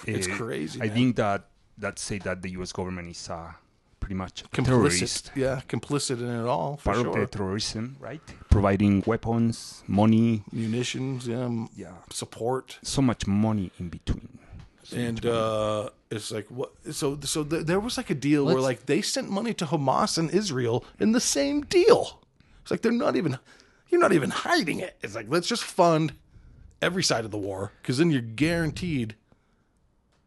S1: It's crazy,
S2: Eh, I
S1: man.
S2: think that that say that the U.S. government is uh, pretty much a
S1: complicit,
S2: terrorist,
S1: yeah, complicit in it all for
S2: part
S1: sure.
S2: of the terrorism, right? Providing weapons, money,
S1: munitions, yeah, m-
S2: yeah,
S1: support,
S2: so much money in between.
S1: and uh, it's like what? So, so th- there was like a deal where
S4: Let's-
S1: like they sent money to Hamas and Israel in the same deal. It's like they're not even, you're not even hiding it. It's like let's just fund every side of the war because then you're guaranteed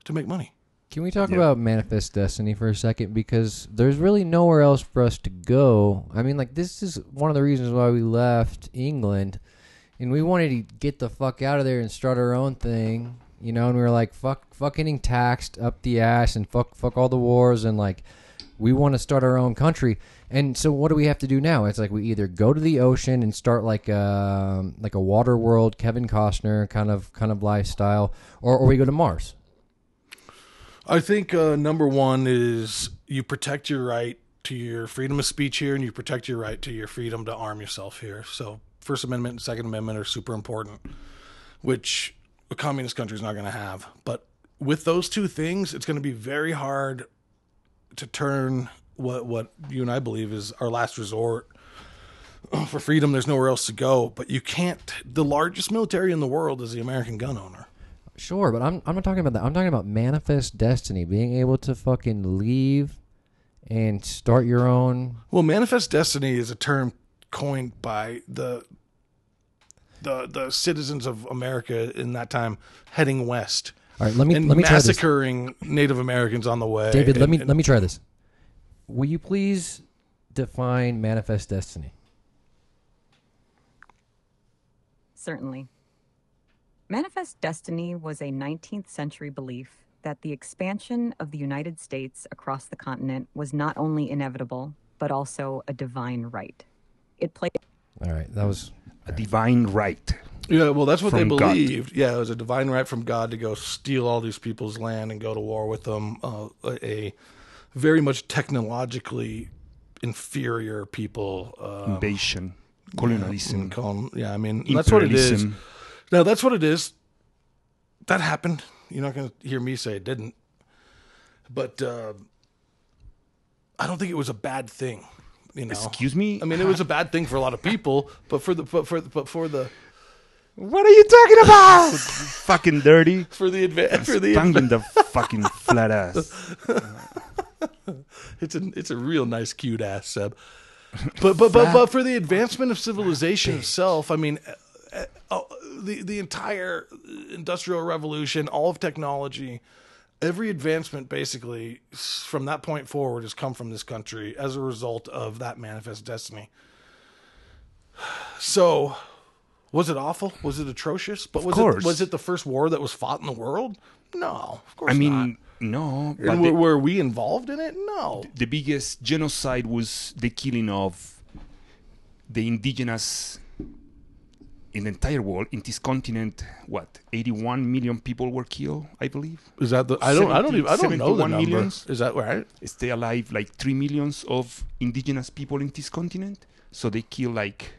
S1: to make money.
S4: Can we talk
S2: Yeah.
S4: about Manifest Destiny for a second? Because there's really nowhere else for us to go. I mean, like, this is one of the reasons why we left England. And we wanted to get the fuck out of there and start our own thing, you know? And we were like, fuck, fuck getting taxed up the ass and fuck, fuck all the wars. And, like, we want to start our own country. And so what do we have to do now? It's like we either go to the ocean and start like a, like a water world, Kevin Costner kind of, kind of lifestyle, or, or we go to Mars.
S1: I think uh, number one is you protect your right to your freedom of speech here, and you protect your right to your freedom to arm yourself here. So First Amendment and Second Amendment are super important, which a communist country is not going to have. But with those two things, it's going to be very hard to turn what what you and I believe is our last resort for freedom. There's nowhere else to go, but you can't. The largest military in the world is the American gun owner.
S4: Sure, but I'm I'm not talking about that. I'm talking about manifest destiny, being able to fucking leave and start your own.
S1: Well, manifest destiny is a term coined by the the the citizens of America in that time heading west
S4: All right, let me
S1: and
S4: let me try this.
S1: massacring Native Americans on the way.
S4: David, let
S1: And-
S4: me
S1: and
S4: let me try this. Will you please define manifest destiny?
S3: Certainly. Manifest destiny was a 19th century belief that the expansion of the United States across the continent was not only inevitable, but also a divine right. It played
S4: All right, that was
S2: A divine right.
S1: Yeah, well, that's what they
S2: From God.
S1: believed. Yeah, it was a divine right from God to go steal all these people's land and go to war with them. Uh, a, a very much technologically imperior people.
S2: Hmm.
S1: Uh,
S2: Invasion, colonialism,
S1: and colon- yeah, I mean Mm. that's what it is.
S2: Hmm. imperialism.
S1: No, that's what it is. That happened. You're not going to hear me say it didn't. But uh, I don't think it was a bad thing. You know,
S2: Excuse me?
S1: Oh. I mean, it was a bad thing for a lot of people, but for the but for the, but for the
S2: What are you talking about? fucking dirty.
S1: for the advan for the
S2: Banging the fucking flat ass.
S1: it's a it's a real nice cute ass Seb. But but but but for the advancement of civilization itself, I mean, uh, uh, the the entire industrial revolution, all of technology, every advancement basically s- from that point forward has come from this country as a result of that manifest destiny. So. Was it awful? Was it atrocious? But was
S2: course.
S1: it was it the first war that was fought in the world? No, of course
S2: I mean,
S1: not.
S2: no. But
S1: And were,
S2: the,
S1: were we involved in it? No.
S2: the biggest genocide was the killing of the indigenous in the entire world, in this continent, what, 81 million people were killed, I believe?
S1: Is that the? I don't. I don't
S2: 70
S1: even. I don't know the
S2: 71
S1: number.
S2: millions?
S1: Is that right?
S2: stay alive like 3 millions of indigenous people in this continent so they kill like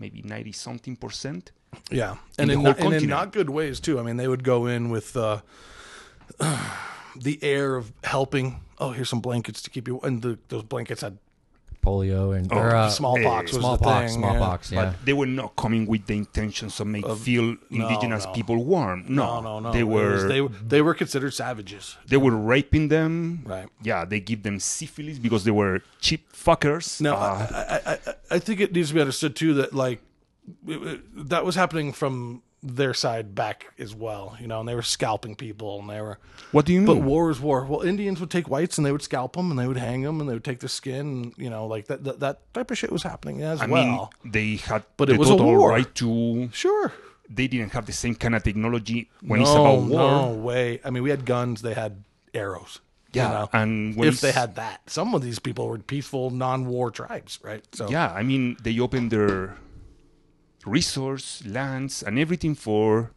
S2: maybe 90 something percent
S1: Yeah, and
S2: the
S1: in,
S2: whole
S1: not, and in
S2: continent.
S1: not good ways too. I mean, they would go in with uh, the air of helping. Oh, here's some blankets to keep you. And the, those blankets had
S4: polio and
S2: Oh,
S4: or, uh,
S1: smallpox.
S2: eh,
S1: was the
S4: smallpox.
S1: thing,
S4: smallpox. Yeah.
S2: they were not coming with the intentions of make feel indigenous
S1: no.
S2: people warm
S1: Yeah. No,
S2: no
S1: no, no.
S2: they
S1: It
S2: were
S1: was-
S2: they,
S1: they were they were considered savages.
S2: were raping them
S1: Right.
S2: yeah they give them syphilis because they were cheap fuckers
S1: No,
S2: Ah,
S1: I, I, I, I think it needs to be understood too that like it- it- that was happening from their side back as well. You know, and they were scalping people, and they were.
S2: what do you
S1: But
S2: mean
S1: war is war. Well, Indians would take whites and they would scalp them and they would hang them and they would take their skin. And, you know, like that, that that type of shit was happening as
S2: i
S1: well.
S2: mean they had
S1: But
S2: the
S1: it was a
S2: total
S1: war.
S2: right to
S1: sure.
S2: they didn't have the same kind of technology when
S1: no,
S2: it's about war
S1: no way. I mean, we had guns. They had arrows. you
S2: yeah
S1: know?
S2: and when
S1: if they
S2: it's-
S1: had that, some of these people were peaceful, non-war tribes, right? So
S2: Yeah, I mean, they opened their resource, lands, and everything for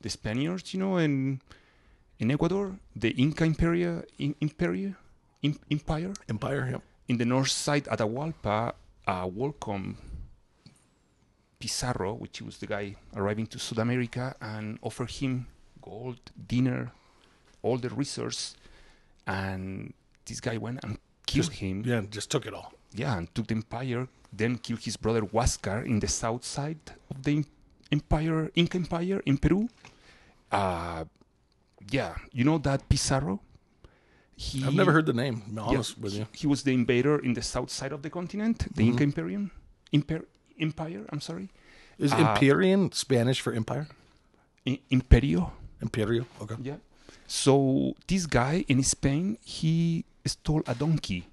S2: the Spaniards, you know, and in Ecuador, the Inca Imperia, in, Imperia, Im, Empire,
S1: empire. Yep.
S2: in the north side, Atahualpa, uh, welcomed Pizarro, which was the guy arriving to South America, and offered him gold, dinner, all the resource, and this guy went and killed him
S1: Yeah, just took it all.
S2: yeah, and took the empire, then killed his brother Huascar in the south side of the im- empire, Inca Empire in Peru. Uh, yeah, you know that Pizarro? He,
S1: I've never heard the name. to be honest with
S2: he,
S1: you.
S2: he was the invader in the south side of the continent, the Inca Imperium, Imper- Empire, I'm sorry. Uh,
S1: Is Empyrean Spanish for empire?
S2: I- Imperio,
S1: Imperial. Okay.
S2: yeah. So this guy in Spain, he stole a donkey.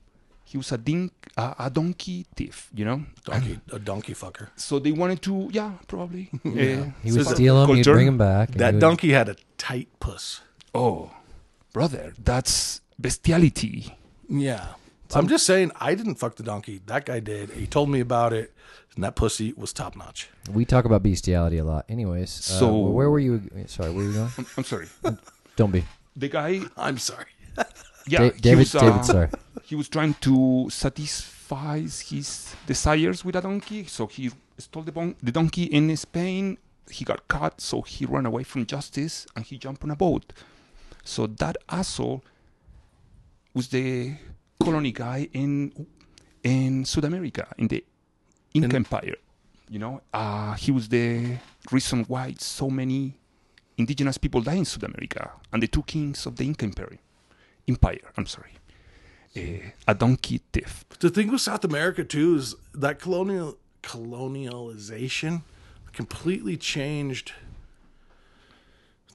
S2: He was a, dink, a, a donkey thief, you know.
S1: Donkey, a donkey fucker.
S2: So they wanted to, yeah, probably. Uh, yeah.
S4: He would steal them, he'd bring them back. and he
S1: That
S4: would-
S1: donkey had a tight puss.
S2: Oh, brother, that's bestiality.
S1: Yeah. I'm just saying, I didn't fuck the donkey. That guy did. He told me about it, and that pussy was top notch.
S4: We talk about bestiality a lot, anyways. So
S2: So-
S4: where were you? Sorry, where were you going?
S2: I'm, I'm sorry.
S4: Don't be.
S2: The guy,
S1: I'm sorry.
S2: yeah,
S4: Da-
S2: he
S4: David,
S2: was, uh,
S4: David, sorry.
S2: he was trying to satisfy his desires with a donkey. So he stole the, bon- the donkey in Spain. He got caught, so he ran away from justice and he jumped on a boat. So that asshole was the colony guy in in South America in the Inca Empire. You know, uh, he was the reason why so many indigenous people died in South America and the two kings of the Inca Empire. Empire, I'm sorry a, Eh, a donkey thief.
S1: The thing with South America too is that colonial colonialization completely changed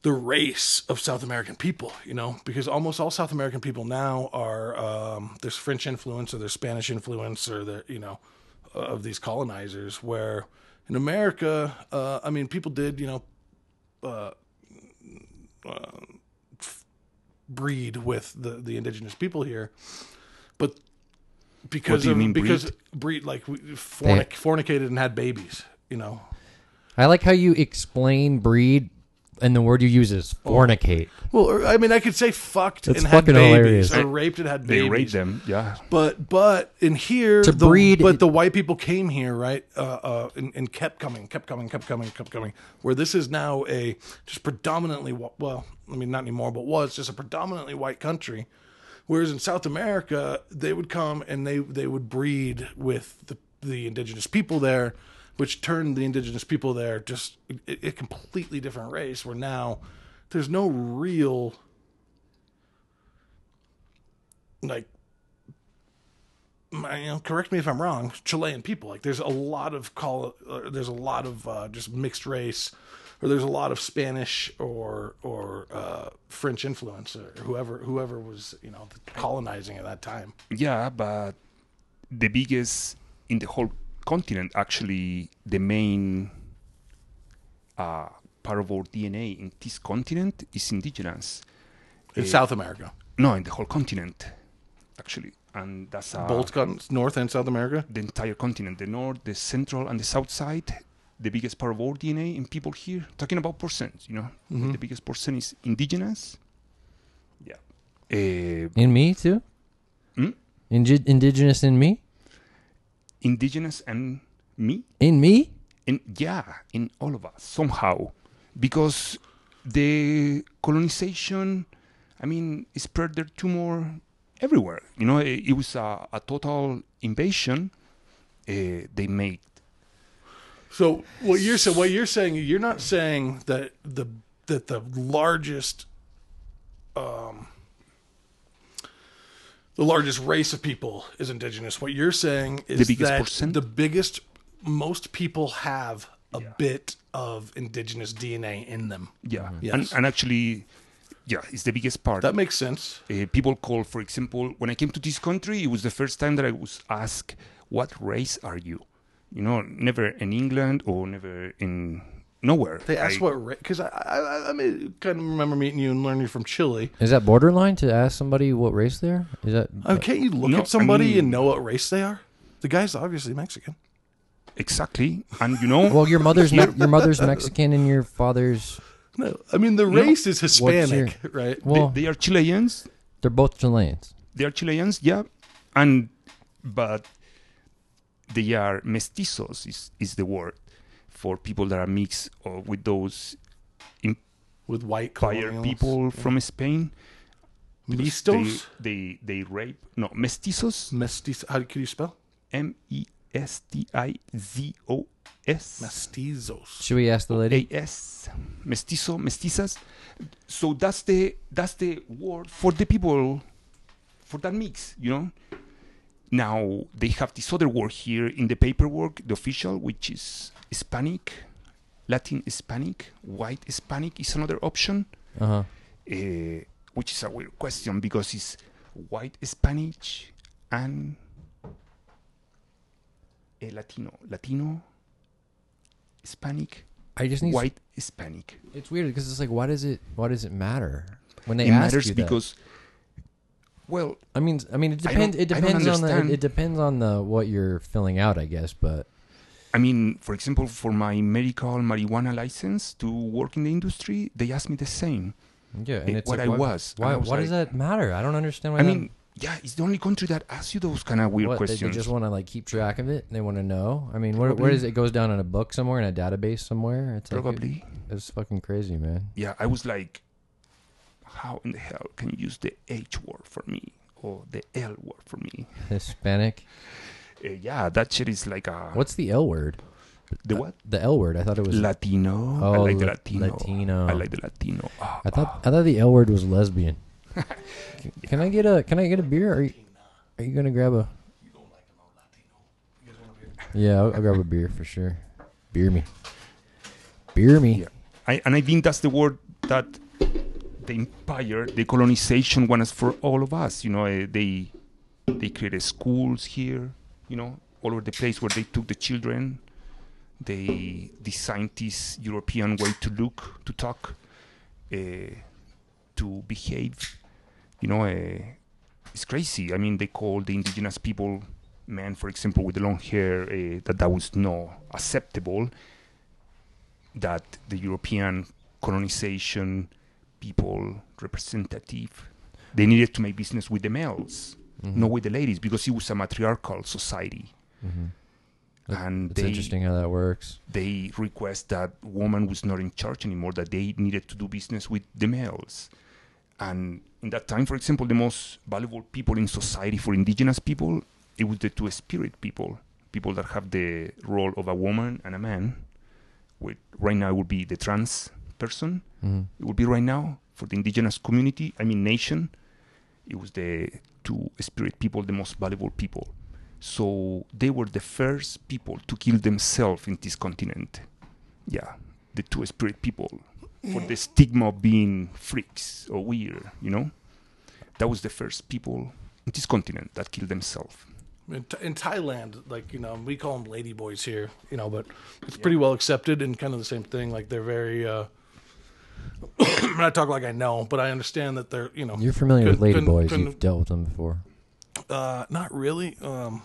S1: the race of South American people, you know, because almost all South American people now are um, there's French influence or there's Spanish influence or the you know uh, of these colonizers. Where in America, uh, I mean, people did you know uh, breed with the the indigenous people here, but because
S2: do you
S1: of,
S2: mean
S1: because
S2: breed?
S1: breed like we- fornic, fornicated and had babies, you know.
S4: I like how you explain breed, and the word you use is fornicate.
S1: Well, or, I mean, I could say fucked
S4: That's
S1: and had
S4: fucking
S1: babies,
S4: hilarious.
S1: or raped and had
S2: They
S1: babies.
S2: raid them. Yeah.
S1: But but in here,
S4: To
S1: the,
S4: breed-
S1: But the white people came here, right? Uh, uh, and, and kept coming, kept coming, kept coming, kept coming. Where this is now a just predominantly wh- well, I mean, not anymore, but was just a predominantly white country. Whereas in South America, they would come and they they would breed with the the indigenous people there, which turned the indigenous people there just a, a completely different race. Where now there's no real like my- you know, correct me if I'm wrong, Chilean people. Like there's a lot of call, uh, there's a lot of uh, just mixed race, or there's a lot of Spanish or or uh, French influence or whoever whoever was you know colonizing at that time.
S2: Yeah, but the biggest in the whole continent, actually, the main uh, part of our DNA in this continent is indigenous.
S1: In South America,
S2: No, in the whole continent, actually. And that's uh,
S1: both con- North and South America.
S2: the entire continent the north, the central, and the south side. The biggest part of our DNA in people here, talking about percent, you know, the biggest percent is indigenous. Yeah. Uh,
S4: In me too.
S2: Hmm?
S4: Ingi- indigenous in me.
S2: indigenous and me
S4: In me.
S2: and yeah in all of us somehow because the colonization i mean it spread their tumor everywhere you know it, it was a, a total invasion uh, they made
S1: So what you're saying, what you're saying, you're not saying that the that the largest, um, the largest race of people is indigenous. What you're saying is
S2: biggest
S1: that
S2: percent?
S1: the biggest, most people have a bit of indigenous DNA in them.
S2: yeah and,
S1: Mm-hmm. Yes.
S2: and actually yeah it's the biggest part
S1: That makes sense.
S2: uh, people call, for example, when I came to this country, it was the first time that I was asked, "What race are you?" You know, never in England or never in nowhere.
S1: They asked
S2: I-
S1: what because I I, I I mean, kind of remember meeting you and learning you're from Chile.
S4: Is that borderline to ask somebody what race they're? Is that
S1: Uh, can't you look
S2: No, I
S1: at somebody
S2: mean-
S1: and know what race they are? The guy's obviously Mexican.
S2: exactly, and you know,
S4: well? Your mother's me- your mother's Mexican and your father's
S1: No, I mean the race is Hispanic, right?
S4: well.
S2: they, they are Chileans.
S4: They're both Chileans.
S2: They are Chileans, yeah, and but they are mestizos is is the word for people that are mixed or with those
S1: with white
S2: prior
S1: colonials.
S2: people from Spain. They,
S1: Mistos,
S2: they they rape no mestizos
S1: mestizo. How can you spell
S2: M E S T I Z O S
S1: mestizos?
S4: Should we ask the lady?
S2: A S Eh, mestizo mestizas. So that's the that's the word for the people for that mix, you know. Now they have this other word here in the paperwork, the official, which is Hispanic, Latin Hispanic, white Hispanic is another option.
S4: Uh huh.
S2: eh, which is a weird question because it's white Spanish and eh, Latino, Latino, Hispanic,
S4: I just need.
S2: white Hispanic.
S4: It's weird because it's like, why does it? Why does it matter when they
S2: it
S4: ask
S2: matters
S4: you that?
S2: because, well,
S4: I mean, I mean, it
S2: I
S4: depends.
S2: don't-
S4: It
S2: I don't
S4: depends on the. It,
S2: understand.
S4: it depends on the what you're filling out, I guess. But
S2: I mean, for example, for my medical marijuana license to work in the industry, they asked me the same.
S4: yeah, and
S2: It-
S4: it's
S2: what
S4: like,
S2: I
S4: why,
S2: was, and
S4: Why?
S2: I was
S4: why does that matter? I don't understand. Why
S2: I
S4: that-
S2: mean, yeah, it's the only country that asks you those kind of weird
S4: what, they,
S2: questions.
S4: they just want to like keep track of it. They want to know. I mean, where, where
S2: Probably.
S4: does it goes down in a book somewhere in a database somewhere? It's like,
S2: Probably.
S4: it's fucking crazy, man.
S2: yeah, I was like, how in the hell can you use the H word for me or the L word for me?
S4: Hispanic.
S2: Uh, yeah, that shit is like a
S4: What's the L word?
S2: the what?
S4: The L word. I thought it was.
S2: Latino. I
S4: Oh,
S2: like the
S4: la-
S2: Latino.
S4: Latino.
S2: I like the Latino. Ah,
S4: I
S2: ah.
S4: thought I thought the L word was lesbian. C- can I get a Can I get a beer? Are you Are you gonna grab a? Yeah, I'll, I'll grab a beer for sure. Beer me. Beer me.
S2: Yeah. I, and I think that's the word that the empire, the colonization, wants for all of us. You know, eh, they they created schools here. You know, all over the place where they took the children. They designed this European way to look, to talk, uh, to behave. You know, uh, it's crazy. I mean, they call the indigenous people, men, for example, with the long hair, uh, that that was not acceptable that the European colonization people representative they needed to make business with the males, not with the ladies, because it was a matriarchal society. And
S4: Mm-hmm. It's
S2: they,
S4: interesting how that works.
S2: they request that woman was not in charge anymore, that they needed to do business with the males. And in that time, for example, the most valuable people in society for indigenous people, it was the two spirit people, people that have the role of a woman and a man. With right now it would be the trans person.
S4: Mm-hmm.
S2: It would be right now for the indigenous community, I mean nation. It was the two spirit people, the most valuable people. So they were the first people to kill themselves in this continent. Yeah, the two spirit people for the stigma of being freaks or weird, you know? That was the first people in this continent that killed themselves.
S1: In, Th- in Thailand, like you know, we call them lady boys here, you know, but it's pretty well accepted and kind of the same thing. Like they're very. uh I'm not talking like I know, but I understand that they're you know.
S4: You're familiar with
S1: couldn't-
S4: lady boys.
S1: couldn't-
S4: You've dealt with them before.
S1: uh, not really. Um,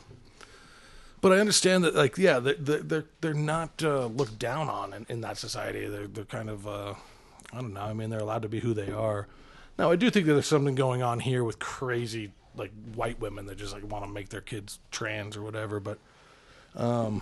S1: but I understand that, like, yeah, they're they're they're, they're not uh, looked down on in, in that society. They're they're kind of, uh, I don't know. I mean, they're allowed to be who they are. Now, I do think that there's something going on here with crazy like white women that just like want to make their kids trans or whatever. But um,
S4: Well,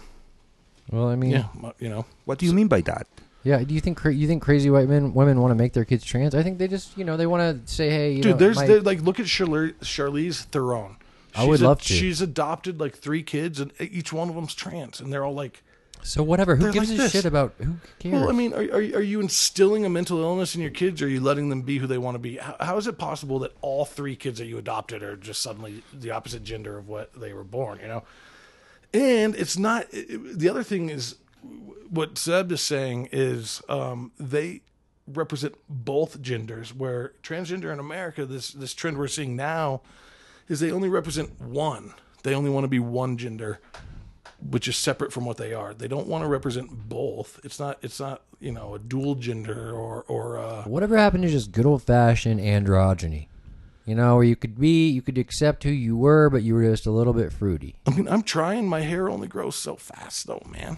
S4: I mean,
S1: yeah,
S4: yeah.
S1: mu- you know,
S2: What do you mean by that?
S4: do you think cra- you think crazy white men women want to make their kids trans? I think they just you know they want to say, hey, you
S1: dude,
S4: know,
S1: there's
S4: my-
S1: there, like look at Charlize, Charlize Theron.
S4: I would
S1: She's a-
S4: love to.
S1: She's adopted like three kids, and e, each one of them's trans, and they're all like
S4: so whatever. Who
S1: they're
S4: gives
S1: like
S4: a
S1: this.
S4: shit about who cares?
S1: Well, I mean, are, are, are you instilling a mental illness in your kids? Or are you letting them be who they want to be? How, how is it possible that all three kids that you adopted are just suddenly the opposite gender of what they were born? You know, and it's not. it- it- the other thing is what Zeb is saying is um, they represent both genders. Where transgender in America, this this trend we're seeing now, is they only represent one. They only want to be one gender which is separate from what they are. They don't want to represent both. It's not it's not, you know, a dual gender or or uh
S4: Whatever happened to just good old fashioned androgyny? You know, where you could be, you could accept who you were, but you were just a little bit fruity,
S1: I mean, I'm trying my hair only grows so fast though, man.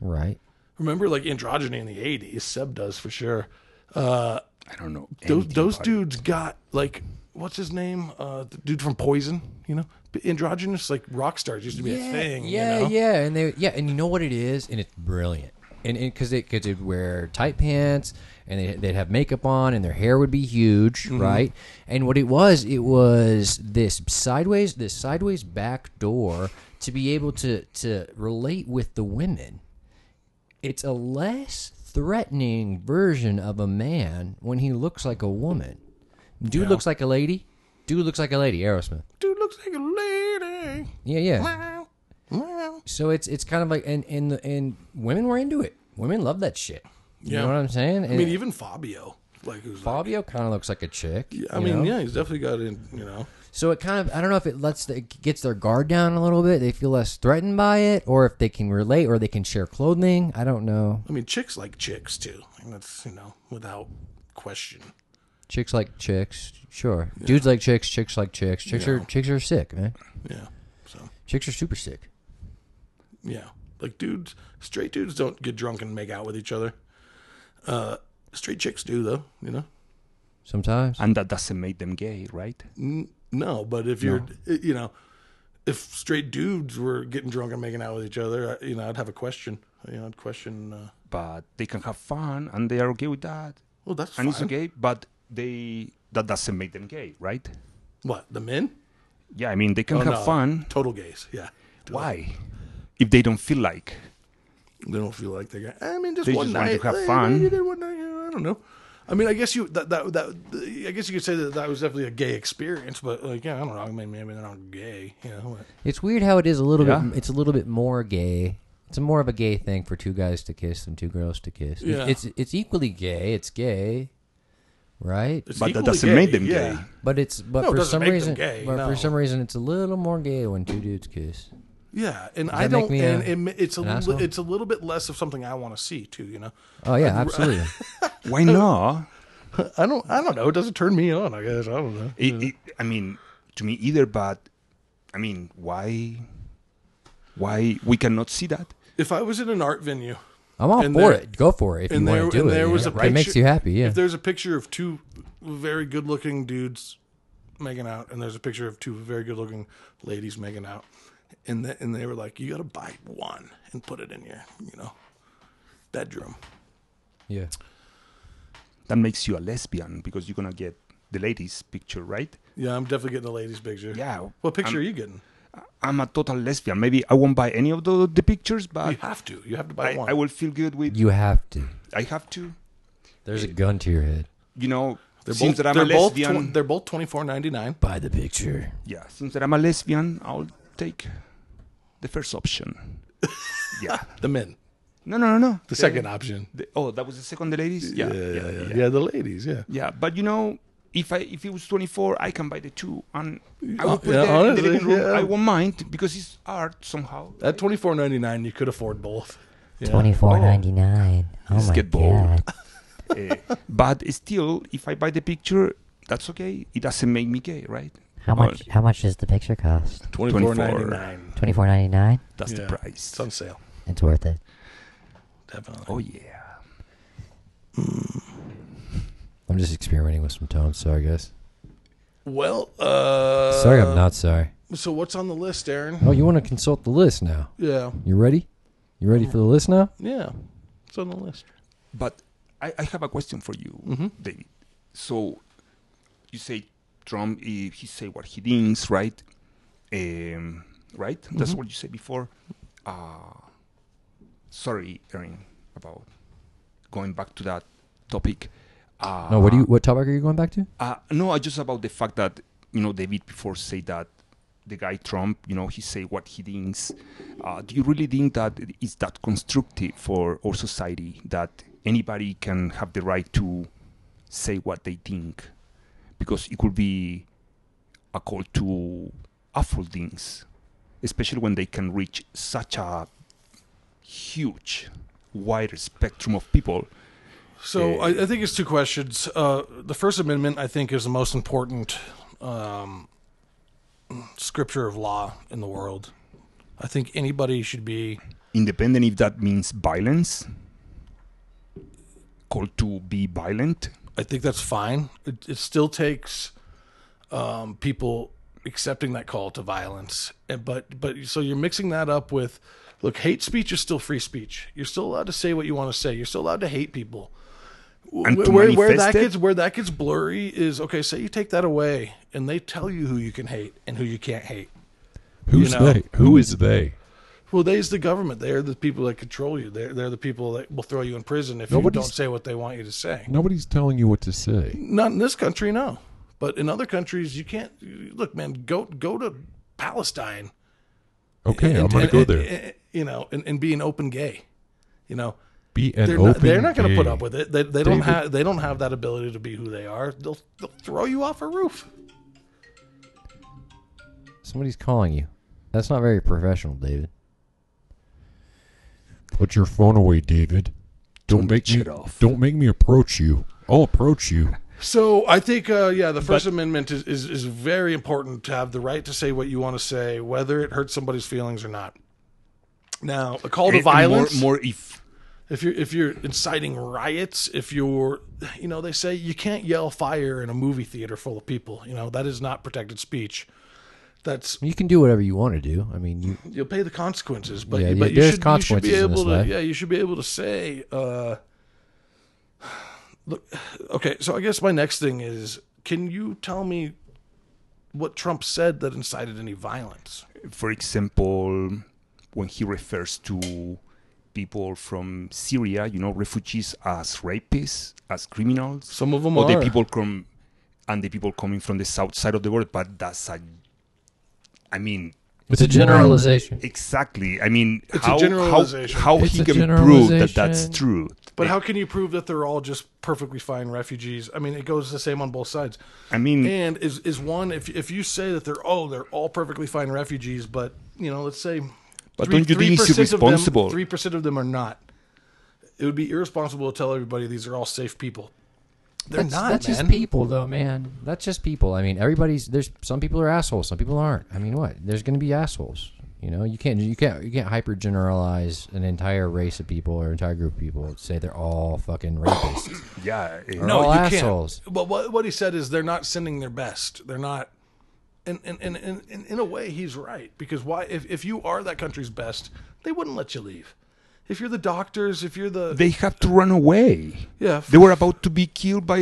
S4: right?
S1: Remember like androgyny in the 80s, Seb does for sure. Uh
S2: I don't know.
S1: those
S2: anything
S1: those
S2: about it.
S1: dudes got like what's his name? Uh the dude from Poison, you know? Androgynous like rock stars used to be a thing,
S4: yeah,
S1: you know?
S4: yeah, and they, yeah, and you know what it is, and it's brilliant, and because they could they'd wear tight pants, and they, they'd have makeup on, and their hair would be huge,
S1: Mm-hmm.
S4: right? And what it was, it was this sideways, this sideways back door to be able to to relate with the women. It's a less threatening version of a man when he looks like a woman. Dude looks like a lady. Dude looks like a lady. Aerosmith.
S1: Dude looks like a lady.
S4: Yeah, yeah.
S1: Wow. Wow.
S4: So it's it's kind of like and and and women were into it. Women love that shit. You
S1: Yeah.
S4: know what I'm saying?
S1: I mean, even Fabio. Like who's like,
S4: Fabio kind of looks like a chick.
S1: Yeah, I
S4: you
S1: mean,
S4: know?
S1: yeah, he's definitely got in. You know,
S4: So it kind of I don't know if it lets the, it gets their guard down a little bit. They feel less threatened by it, or if they can relate, or they can share clothing. I don't know.
S1: I mean, chicks like chicks too. Like, that's you know without question.
S4: Chicks like chicks, sure. Dudes like chicks. Chicks like chicks. Chicks are
S1: Yeah.
S4: chicks are sick, man.
S1: Yeah. So
S4: Chicks are super sick.
S1: yeah, like dudes, straight dudes don't get drunk and make out with each other. Uh, straight chicks do though. You know.
S4: Sometimes
S2: And that doesn't make them gay, right?
S1: N- no, but if you're, you know, if straight dudes were getting drunk and making out with each other, I, you know, I'd have a question. You know, I'd question. Uh,
S2: But they can have fun and they are okay with that.
S1: well, that's
S2: And
S1: fine.
S2: it's okay, but they that doesn't make them gay, right?
S1: What the men?
S2: Yeah, I mean they can
S1: Oh,
S2: have
S1: no.
S2: fun.
S1: Total gays. Yeah.
S2: Why? If they don't feel like
S1: They don't feel like they got. I mean, just
S2: They
S1: one
S2: just wanted
S1: night.
S2: to have
S1: eh,
S2: fun.
S1: you did one night, you know, I don't know. I mean, I guess you that that that I guess you could say that that was definitely a gay experience, but like, yeah, I don't know. I mean, maybe they're not gay. You know, but-
S4: it's weird how it is a little
S2: Yeah.
S4: bit. It's a little bit more gay. It's more of a gay thing for two guys to kiss than two girls to kiss. It's-
S1: Yeah.
S4: It's it's equally gay. It's gay, right?
S1: it's
S2: But that
S1: equally
S2: doesn't
S1: gay,
S2: make them
S1: yeah.
S2: gay.
S4: But it's but
S1: No, it
S4: for
S1: doesn't
S4: some
S1: make them
S4: reason,
S1: gay,
S4: but
S1: no.
S4: for some reason, it's a little more gay when two dudes kiss.
S1: Yeah, and
S4: Does
S1: I
S4: that make
S1: don't.
S4: me a-
S1: and it, it's a
S4: an
S1: li-
S4: asshole?
S1: it's a little bit less of something I want to see too. You know,
S4: Oh yeah, absolutely.
S2: why
S1: Oh.
S2: not?
S1: I don't. I don't know. It doesn't turn me on. I guess I don't know.
S2: It, it, I mean, to me either, but I mean, why? Why we cannot see that?
S1: If I was in an art venue
S4: I'm all
S1: And
S4: for
S1: there-
S4: it. Go for it if you
S1: and there
S4: want to do
S1: and
S4: it.
S1: there
S4: you
S1: was
S4: know?
S1: a
S4: If
S1: picture,
S4: it makes you happy, yeah.
S1: If there's a picture of two very good looking dudes making out, and there's a picture of two very good looking ladies making out, and the, and they were like, you got to buy one and put it in your you know bedroom.
S4: Yeah.
S2: That makes you a lesbian because you're gonna get the ladies' picture, right?
S1: Yeah, I'm definitely getting the ladies' picture.
S2: Yeah.
S1: What picture
S2: I'm-
S1: are you getting?
S2: I'm a total lesbian. Maybe I won't buy any of the, the pictures,
S1: You
S2: but
S1: have to. You have to buy
S2: I,
S1: one.
S2: I will feel good with.
S4: You have to.
S2: I have to,
S4: There's a gun to your head.
S2: you know.
S1: They're
S2: since
S1: both,
S2: that I'm
S1: they're
S2: a
S1: both
S2: lesbian,
S1: twen- they're both twenty four ninety nine.
S4: Buy the picture.
S2: yeah. Since that I'm a lesbian, I'll take the first option. yeah.
S1: The men.
S2: No, no, no, no.
S1: The second option.
S2: The- oh, that was the second, the ladies. Yeah, yeah, yeah. yeah,
S1: yeah, the ladies. Yeah.
S2: but you know, if I if it was 24, I can buy the two, and I
S1: Uh,
S2: would put
S1: yeah,
S2: that in
S1: honestly,
S2: the living room.
S1: yeah.
S2: I won't mind because it's art somehow.
S1: At twenty four ninety nine, you could afford both. Yeah.
S5: Twenty four ninety nine. Oh
S2: Let's
S5: my
S2: get bold.
S5: god.
S2: Eh, but still, if I buy the picture, that's okay. It doesn't make me gay, right?
S5: How much? How much does the picture cost?
S1: Twenty four ninety nine.
S5: Twenty four ninety nine.
S2: That's the
S1: Yeah.
S2: price.
S1: It's on sale.
S5: It's worth it.
S1: Definitely.
S2: Oh yeah.
S4: I'm just experimenting with some tones. Sorry, guys.
S1: Well, uh,
S4: Sorry, I'm not sorry.
S1: So what's on the list, Aaron?
S4: Oh, you want to consult the list now?
S1: Yeah,
S4: You ready? You ready for the list now?
S1: yeah. It's on the list.
S2: But I, I have a question for you, David. So you say Trump, he, he say what he thinks, right? Um, right? That's what you said before. Uh, sorry, Erin, about going back to that topic. Uh,
S4: No. What do you? What topic are you going back to?
S2: uh, no, I just about the fact that you know David before say that the guy Trump, you know, he say what he thinks. Uh, do you really think that it is that constructive for our society that anybody can have the right to say what they think? Because it could be a call to awful things, especially when they can reach such a huge, wider spectrum of people.
S1: So I, I think it's two questions. Uh, the First Amendment, I think, is the most important um, scripture of law in the world. I think anybody should be
S2: independent if that means violence called to be violent
S1: I think that's fine. It, it still takes um, people accepting that call to violence, and but but so you're mixing that up with, look, hate speech is still free speech. You're still allowed to say what you want to say. You're still allowed to hate people.
S2: And
S1: Wh-
S2: to
S1: where, where that
S2: manifest it?
S1: gets where that gets blurry is okay. Say you take that away, and they tell you who you can hate and who you can't hate.
S6: Who's
S1: know.
S6: they? Who is they?
S1: Well, they's the government. They're the people that control you. They're they're the people that will throw you in prison if you
S6: Nobody's-
S1: don't say what they want you to say.
S6: Nobody's telling you what to say.
S1: Not in this country, no. But in other countries, you can't. Look, man, go go to Palestine.
S6: Okay,
S1: and-
S6: I'm going to
S1: and-
S6: go
S1: and-
S6: there.
S1: and- you know, and, and be an open gay. You know,
S6: Be an
S1: they're
S6: open.
S1: not, they're not going to put
S6: gate.
S1: up with it. They, they don't
S6: David.
S1: have they don't have that ability to be who they are. They'll, they'll throw you off a roof.
S4: Somebody's calling you. That's not very professional, David.
S6: Put your phone away, David. Don't make me.
S2: shit off.
S6: Don't make me approach you. I'll approach you.
S1: So I think uh, yeah, the First Amendment is, is is very important to have the right to say what you want to say, whether it hurts somebody's feelings or not. Now, a
S4: Oh,
S1: call to
S2: Eh, And- and more-
S1: violence.
S2: More, if
S1: if you're if you're inciting riots, if you're you know, they say you can't yell fire in a movie theater full of people. You know, that is not protected speech. That's
S4: You can do whatever you want to do. I mean, you
S1: you'll pay the consequences, but,
S4: Yeah,
S1: you,
S4: yeah,
S1: but you,
S4: there's
S1: should, you should
S4: consequences
S1: be
S4: in
S1: able
S4: this
S1: to
S4: life.
S1: yeah, you should be able to say uh look okay, so I guess my next thing is can you tell me what Trump said that incited any violence?
S2: for example, when he refers to people from Syria, you know, refugees as rapists, as criminals.
S1: Some of them
S2: or
S1: are.
S2: the people from and the people coming from the south side of the world, but that's a I mean
S4: it's a generalization.
S2: exactly. I mean
S1: It's a
S2: how
S1: generalization.
S2: how, how
S4: It's
S2: he
S4: a
S2: can prove that that's
S4: generalization.
S2: true.
S1: But how can you prove that they're all just perfectly fine refugees? I mean, it goes the same on both sides.
S2: I mean
S4: eh,
S1: And is is one if if you say that they're oh they're all perfectly fine refugees, but you know let's say
S2: But don't you think it's irresponsible?
S1: Three percent of them are not. It would be irresponsible to tell everybody these are all safe people. They're
S4: that's,
S1: not,
S4: that's
S1: man.
S4: just people, though, man. That's just people. I mean, everybody's there's some people are assholes, some people aren't. I mean, what? There's going to be assholes. You know, you can't you can't you can't hyper generalize an entire race of people or entire group of people. and Say they're all fucking rapists.
S2: yeah eh,
S4: They're all
S1: you
S4: assholes.
S1: can't. But what what he said is they're not sending their best. They're not. And and, and, and, and in a way, he's right because why? If if you are that country's best, they wouldn't let you leave. If you're the doctors, if you're the
S2: they have to run away.
S1: yeah,
S2: They were about to be killed by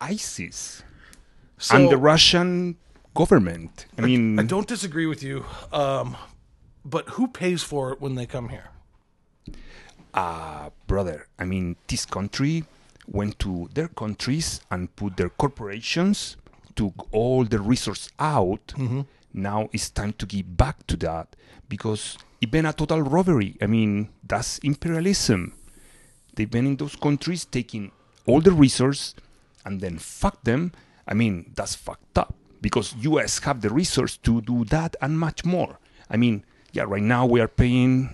S2: ISIS
S1: so,
S2: and the Russian government. I mean
S1: I don't disagree with you, um, but who pays for it when they come here?
S2: uh, brother, I mean, this country went to their countries and put their corporations, took all the resource out.
S1: Mm-hmm.
S2: Now it's time to give back to that because it's been a total robbery. I mean, that's imperialism. They've been in those countries taking all the resource and then fuck them. I mean, that's fucked up because US have the resource to do that and much more. I mean, yeah, right now we are paying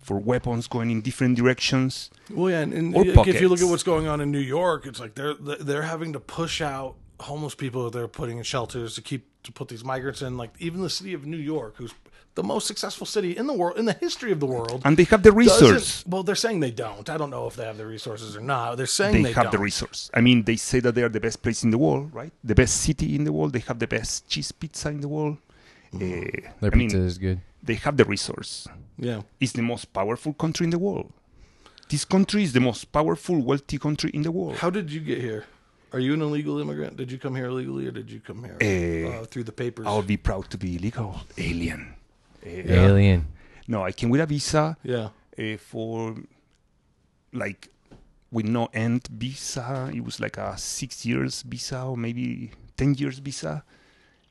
S2: for weapons going in different directions.
S1: Well, yeah, and, and
S2: Or
S1: if you look
S2: pockets.
S1: at what's going on in New York, it's like they're they're having to push out homeless people that they're putting in shelters to keep to put these migrants in. Like even the city of New York, who's the most successful city in the world in the history of the world,
S2: And they have the
S1: doesn't-
S2: resource.
S1: Well, they're saying they don't. I don't know if they have the resources or not. They're saying
S2: They,
S1: they,
S2: have the
S1: don't.
S2: resource. I mean, they say that they are the best place in the world, right? The best city in the world. They have the best cheese pizza in the world. Eh,
S4: Their
S2: I mean,
S4: pizza is good.
S2: they have the resource.
S1: yeah.
S2: It's the most powerful country in the world. This country is the most powerful, wealthy country in the world.
S1: How did you get here? Are you an illegal immigrant? Did you come here illegally, or did you come here
S2: Eh,
S1: uh, through the papers?
S2: I'll be proud to be legal alien.
S4: Alien.
S2: No, I came with a visa
S1: yeah.
S2: eh, for like with no end visa. It was like a six years visa or maybe ten years visa.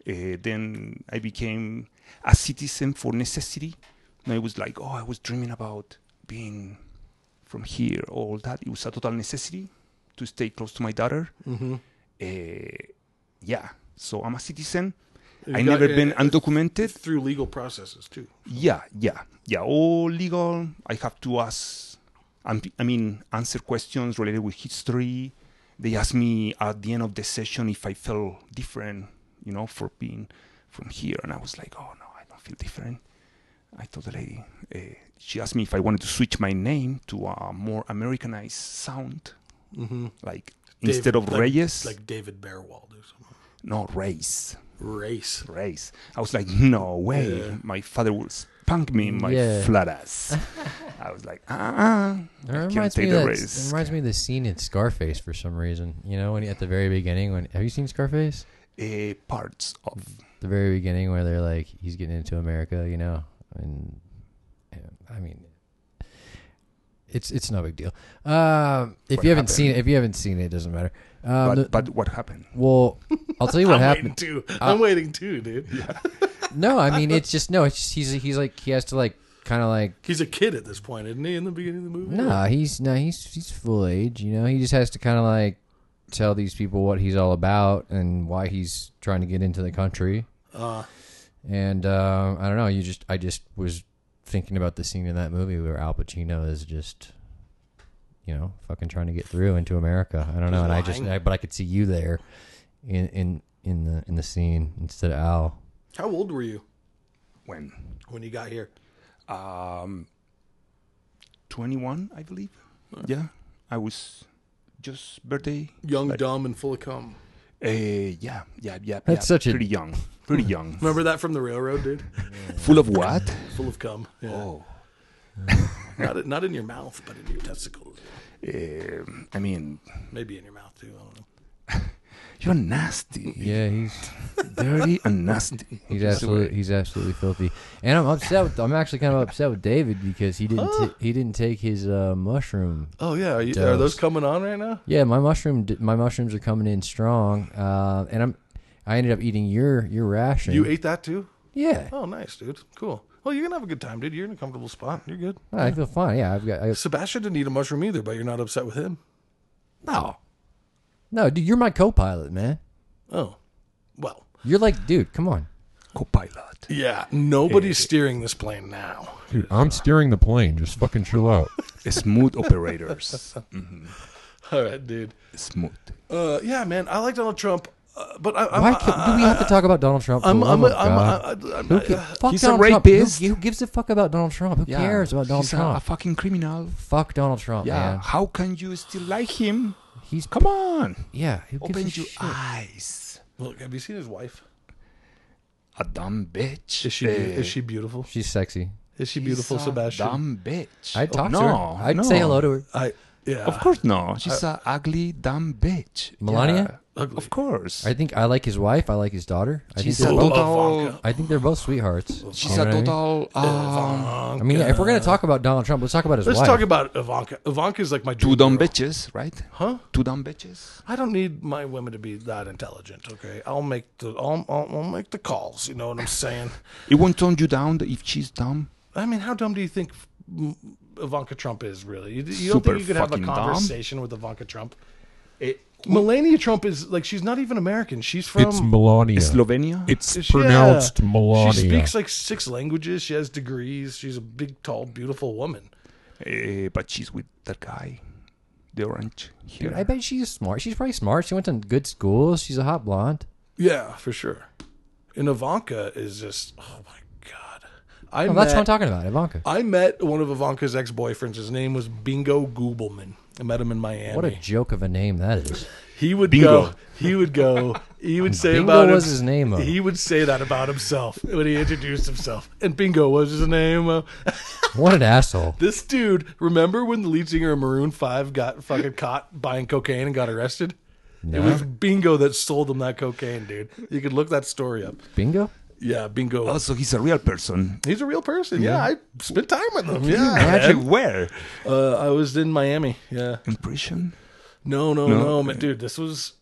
S2: Eh, then I became a citizen for necessity. And I was like, oh, I was dreaming about being from here, all that. It was a total necessity to stay close to my daughter.
S1: Mm-hmm.
S2: Eh, yeah, so I'm a citizen. I
S1: got-
S2: never
S1: eh,
S2: been
S1: eh,
S2: undocumented.
S1: through legal processes too.
S2: Yeah, yeah, yeah. All legal. I have to ask. um, I mean, answer questions related with history. They ask me at the end of the session if I felt different, you know, for being from here, and I was like, oh no, I don't feel different. I told the lady. Uh, she asked me if I wanted to switch my name to a more Americanized sound,
S1: Mm-hmm.
S2: like instead of
S1: like,
S2: Reyes,
S1: like David Bearwald or something.
S2: no Reyes,
S1: Race.
S2: Reyes. I was like, no way,
S1: Yeah.
S2: my father will spank me in my
S4: Yeah.
S2: flat ass. I was like, ah, I
S4: It
S2: can't
S4: reminds me
S2: take
S4: of
S2: the
S4: that, it
S2: risk.
S4: reminds me of the scene in Scarface for some reason. You know, when at the very beginning, when have you seen Scarface?
S2: Eh, parts of
S4: the very beginning where they're like he's getting into America, you know, and, and I mean, it's it's no big deal. Um, if
S2: What
S4: you haven't
S2: happened?
S4: seen it, if you haven't seen it, it doesn't matter. Um,
S2: but,
S4: the-
S2: but what happened?
S4: well, I'll tell you
S1: I'm
S4: what happened.
S1: Uh, waiting too. I'm waiting too, dude.
S4: No, I mean it's just no. It's just, he's he's like he has to like kind of like
S1: He's a kid at this point, isn't he? In the beginning of the movie.
S4: nah, he's no, he's he's full age. You know, he just has to kind of like tell these people what he's all about and why he's trying to get into the country.
S1: Uh,
S4: And um, I don't know. You just, I just was thinking about the scene in that movie where Al Pacino is just, you know, fucking trying to get through into America. I don't know. And I just,
S1: lying.
S4: I, but I could see you there, in in in the in the scene instead of Al.
S1: how old were you
S2: When?
S1: when you got here?
S2: Um, 21, I believe. Yeah, I was just birthday.
S1: Young, dumb, and full of cum.
S2: Uh, yeah, yeah, yeah.
S4: That's
S2: yeah.
S4: such a-
S2: pretty young, pretty young.
S1: Remember that from the railroad, dude?
S2: Full of what?
S1: Full of cum. Yeah.
S2: Oh,
S1: Not not in your mouth, but in your testicles.
S2: um, I mean,
S1: Maybe in your mouth too. I don't know.
S2: you're nasty.
S4: Yeah, he's
S2: dirty and nasty. That's
S4: he's
S2: the
S4: absolutely
S2: way-
S4: he's absolutely filthy. And I'm upset. With, I'm actually kind of upset with David because he didn't ta- he didn't take his uh, mushroom
S1: Oh yeah, are, you,
S4: Dose.
S1: are those coming on right now?
S4: Yeah, my mushroom, di- my mushrooms are coming in strong, uh, and I'm, I ended up eating your your ration.
S1: You ate that too?
S4: Yeah,
S1: Oh, nice, dude. Cool. Well, you're gonna have a good time, dude. You're in a comfortable spot. You're good.
S4: I feel fine. Yeah, I've got I,
S1: Sebastian didn't eat a mushroom either, but you're not upset with him.
S4: no, no, dude, you're my co-pilot, man.
S1: Oh, well.
S4: You're like, dude, come on.
S2: Copilot.
S1: Yeah, nobody's steering this plane now.
S6: Dude, I'm steering the plane. Just fucking chill out.
S2: Smooth operators.
S1: All right, dude.
S2: Smooth.
S1: Uh, yeah, man. I like Donald Trump, uh, but I, I'm,
S4: Why can't,
S2: uh,
S4: do we have to talk about Donald Trump? for
S1: I'm,
S4: the
S1: I'm,
S4: love of
S1: I'm,
S4: God?
S1: I'm, I'm,
S4: Who ca- fuck
S2: He's a
S4: Donald Trump.
S2: rapist.
S4: Who, who gives a fuck about Donald Trump? Who cares about Donald
S2: he's a- A,
S4: Trump?
S2: fucking criminal.
S4: fuck Donald Trump,
S2: Yeah.
S4: man.
S2: How can you still like him?
S4: He's
S2: Come on.
S4: yeah. Who gives
S2: Open
S4: a
S2: your
S4: shit?
S2: eyes.
S1: look, have you seen his wife?
S2: A dumb bitch.
S1: Is she
S2: Eh,
S1: is she beautiful?
S4: She's sexy.
S1: Is she
S2: he's
S1: beautiful,
S2: a
S1: Sebastian?
S2: Dumb bitch. Oh,
S4: I'd talk
S2: no,
S4: to her. I'd
S2: no.
S4: say hello to her. Uh,
S1: I yeah.
S2: Of course no. She's a ugly dumb bitch.
S4: Melania?
S2: Yeah. Of course.
S4: I think I like his wife. I like his daughter. I think
S2: she's
S4: they're
S2: a
S1: both-
S2: total.
S1: Ivanka.
S4: I think they're both sweethearts.
S2: She's
S4: You know
S2: a
S4: what I mean?
S2: total. Um,
S4: I mean, yeah, if we're gonna talk about Donald Trump, let's talk about his
S1: Let's
S4: wife.
S1: talk about Ivanka. Ivanka is like my
S2: two
S1: dream
S2: dumb
S1: girl.
S2: bitches, right?
S1: Huh?
S2: Two dumb bitches.
S1: I don't need my women to be that intelligent. Okay, I'll make the I'll, I'll, I'll make the calls. You know what I'm saying?
S2: It won't tone you down if she's dumb.
S1: I mean, how dumb do you think mm, Ivanka Trump is? Really, you, you don't
S2: Super
S1: think you could have a
S2: fucking dumb.
S1: conversation with Ivanka Trump? Melania Trump is like she's not even American. She's from
S6: It's Melania.
S2: Slovenia.
S6: It's
S1: Yeah.
S6: pronounced Melania.
S1: She speaks like six languages. She has degrees. She's a big, tall, beautiful woman.
S2: Eh, but she's with that guy, the orange here.
S4: Dude, I bet she's smart. She's probably smart. She went to good schools. She's a hot blonde.
S1: Yeah, for sure. And Ivanka is just oh my god. I
S4: No,
S1: met,
S4: Oh, that's what I'm talking about, Ivanka.
S1: I met one of Ivanka's ex boyfriends. His name was Bingo Goobleman. I met him in Miami.
S4: What a joke of a name that is.
S1: he would
S2: Bingo.
S1: go. He would go. He would say
S4: Bingo
S1: about
S4: was
S1: him-
S4: his name, though.
S1: He would say that about himself when he introduced himself. And Bingo was his name. uh,
S4: What an asshole.
S1: This dude, remember when the lead singer of Maroon 5 got fucking caught buying cocaine and got arrested? It was Bingo that sold him that cocaine, dude. You could look that story up.
S4: Bingo.
S1: Yeah, Bingo.
S2: Also, he's a real person.
S1: He's a real person. Yeah, I spent time with him. Yeah.
S2: Imagine where?
S1: Uh, I was in Miami. Yeah.
S2: In prison?
S1: No, no, no, man, dude. This was.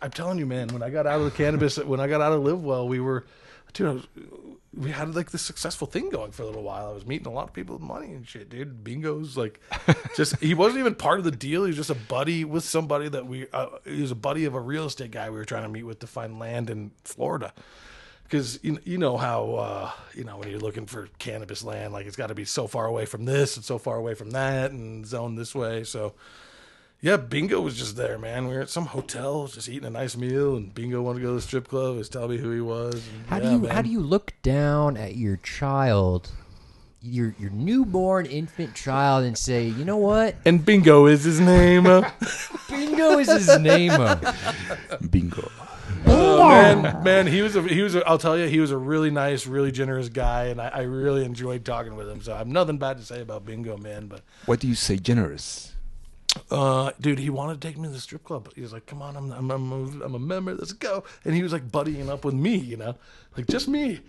S1: I'm telling you, man. When I got out of the cannabis, when I got out of Live Well, we were, dude. I was, we had like this successful thing going for a little while. I was meeting a lot of people with money and shit, dude. Bingo's like, just he wasn't even part of the deal. He was just a buddy with somebody that we. Uh, he was a buddy of a real estate guy we were trying to meet with to find land in Florida. Because you, you know how uh, you know when you're looking for cannabis land, like it's got to be so far away from this and so far away from that and zoned this way. So yeah, Bingo was just there, man. We were at some hotel, just eating a nice meal, and Bingo wanted to go to the strip club. He was telling me who he was. and
S4: How
S1: yeah,
S4: do you
S1: man.
S4: how do you look down at your child, your your newborn infant child, and say, you know what?
S1: And Bingo is his name. uh,
S4: Bingo is his name.
S2: Bingo.
S4: Oh.
S1: man, man, he was a, he was. A, I'll tell you, he was a really nice, really generous guy, and I, I really enjoyed talking with him. So I have nothing bad to say about Bingo, man. But
S2: What do you say? Generous.
S1: uh, dude, he wanted to take me to the strip club. He was like, "Come on, I'm I'm I'm a, I'm a member. Let's go." And he was like buddying up with me, you know, like just me.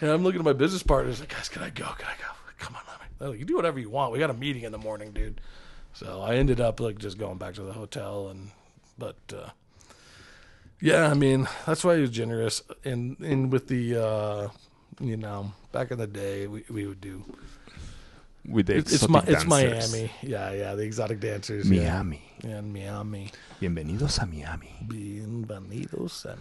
S1: And I'm looking at my business partners, like, "Guys, can I go? Can I go? Come on, let me." They're like, "You do whatever you want. We got a meeting in the morning, dude." So I ended up like just going back to the hotel, and but uh, yeah, I mean that's why he was generous. And and with the uh, you know back in the day, we we would do
S2: with the
S1: It's, it's,
S2: exotic
S1: Mi- it's
S2: dancers.
S1: Miami. Yeah, yeah. The exotic dancers. Yeah.
S2: Miami.
S1: And Miami.
S2: Bienvenidos a Miami.
S1: Bienvenidos a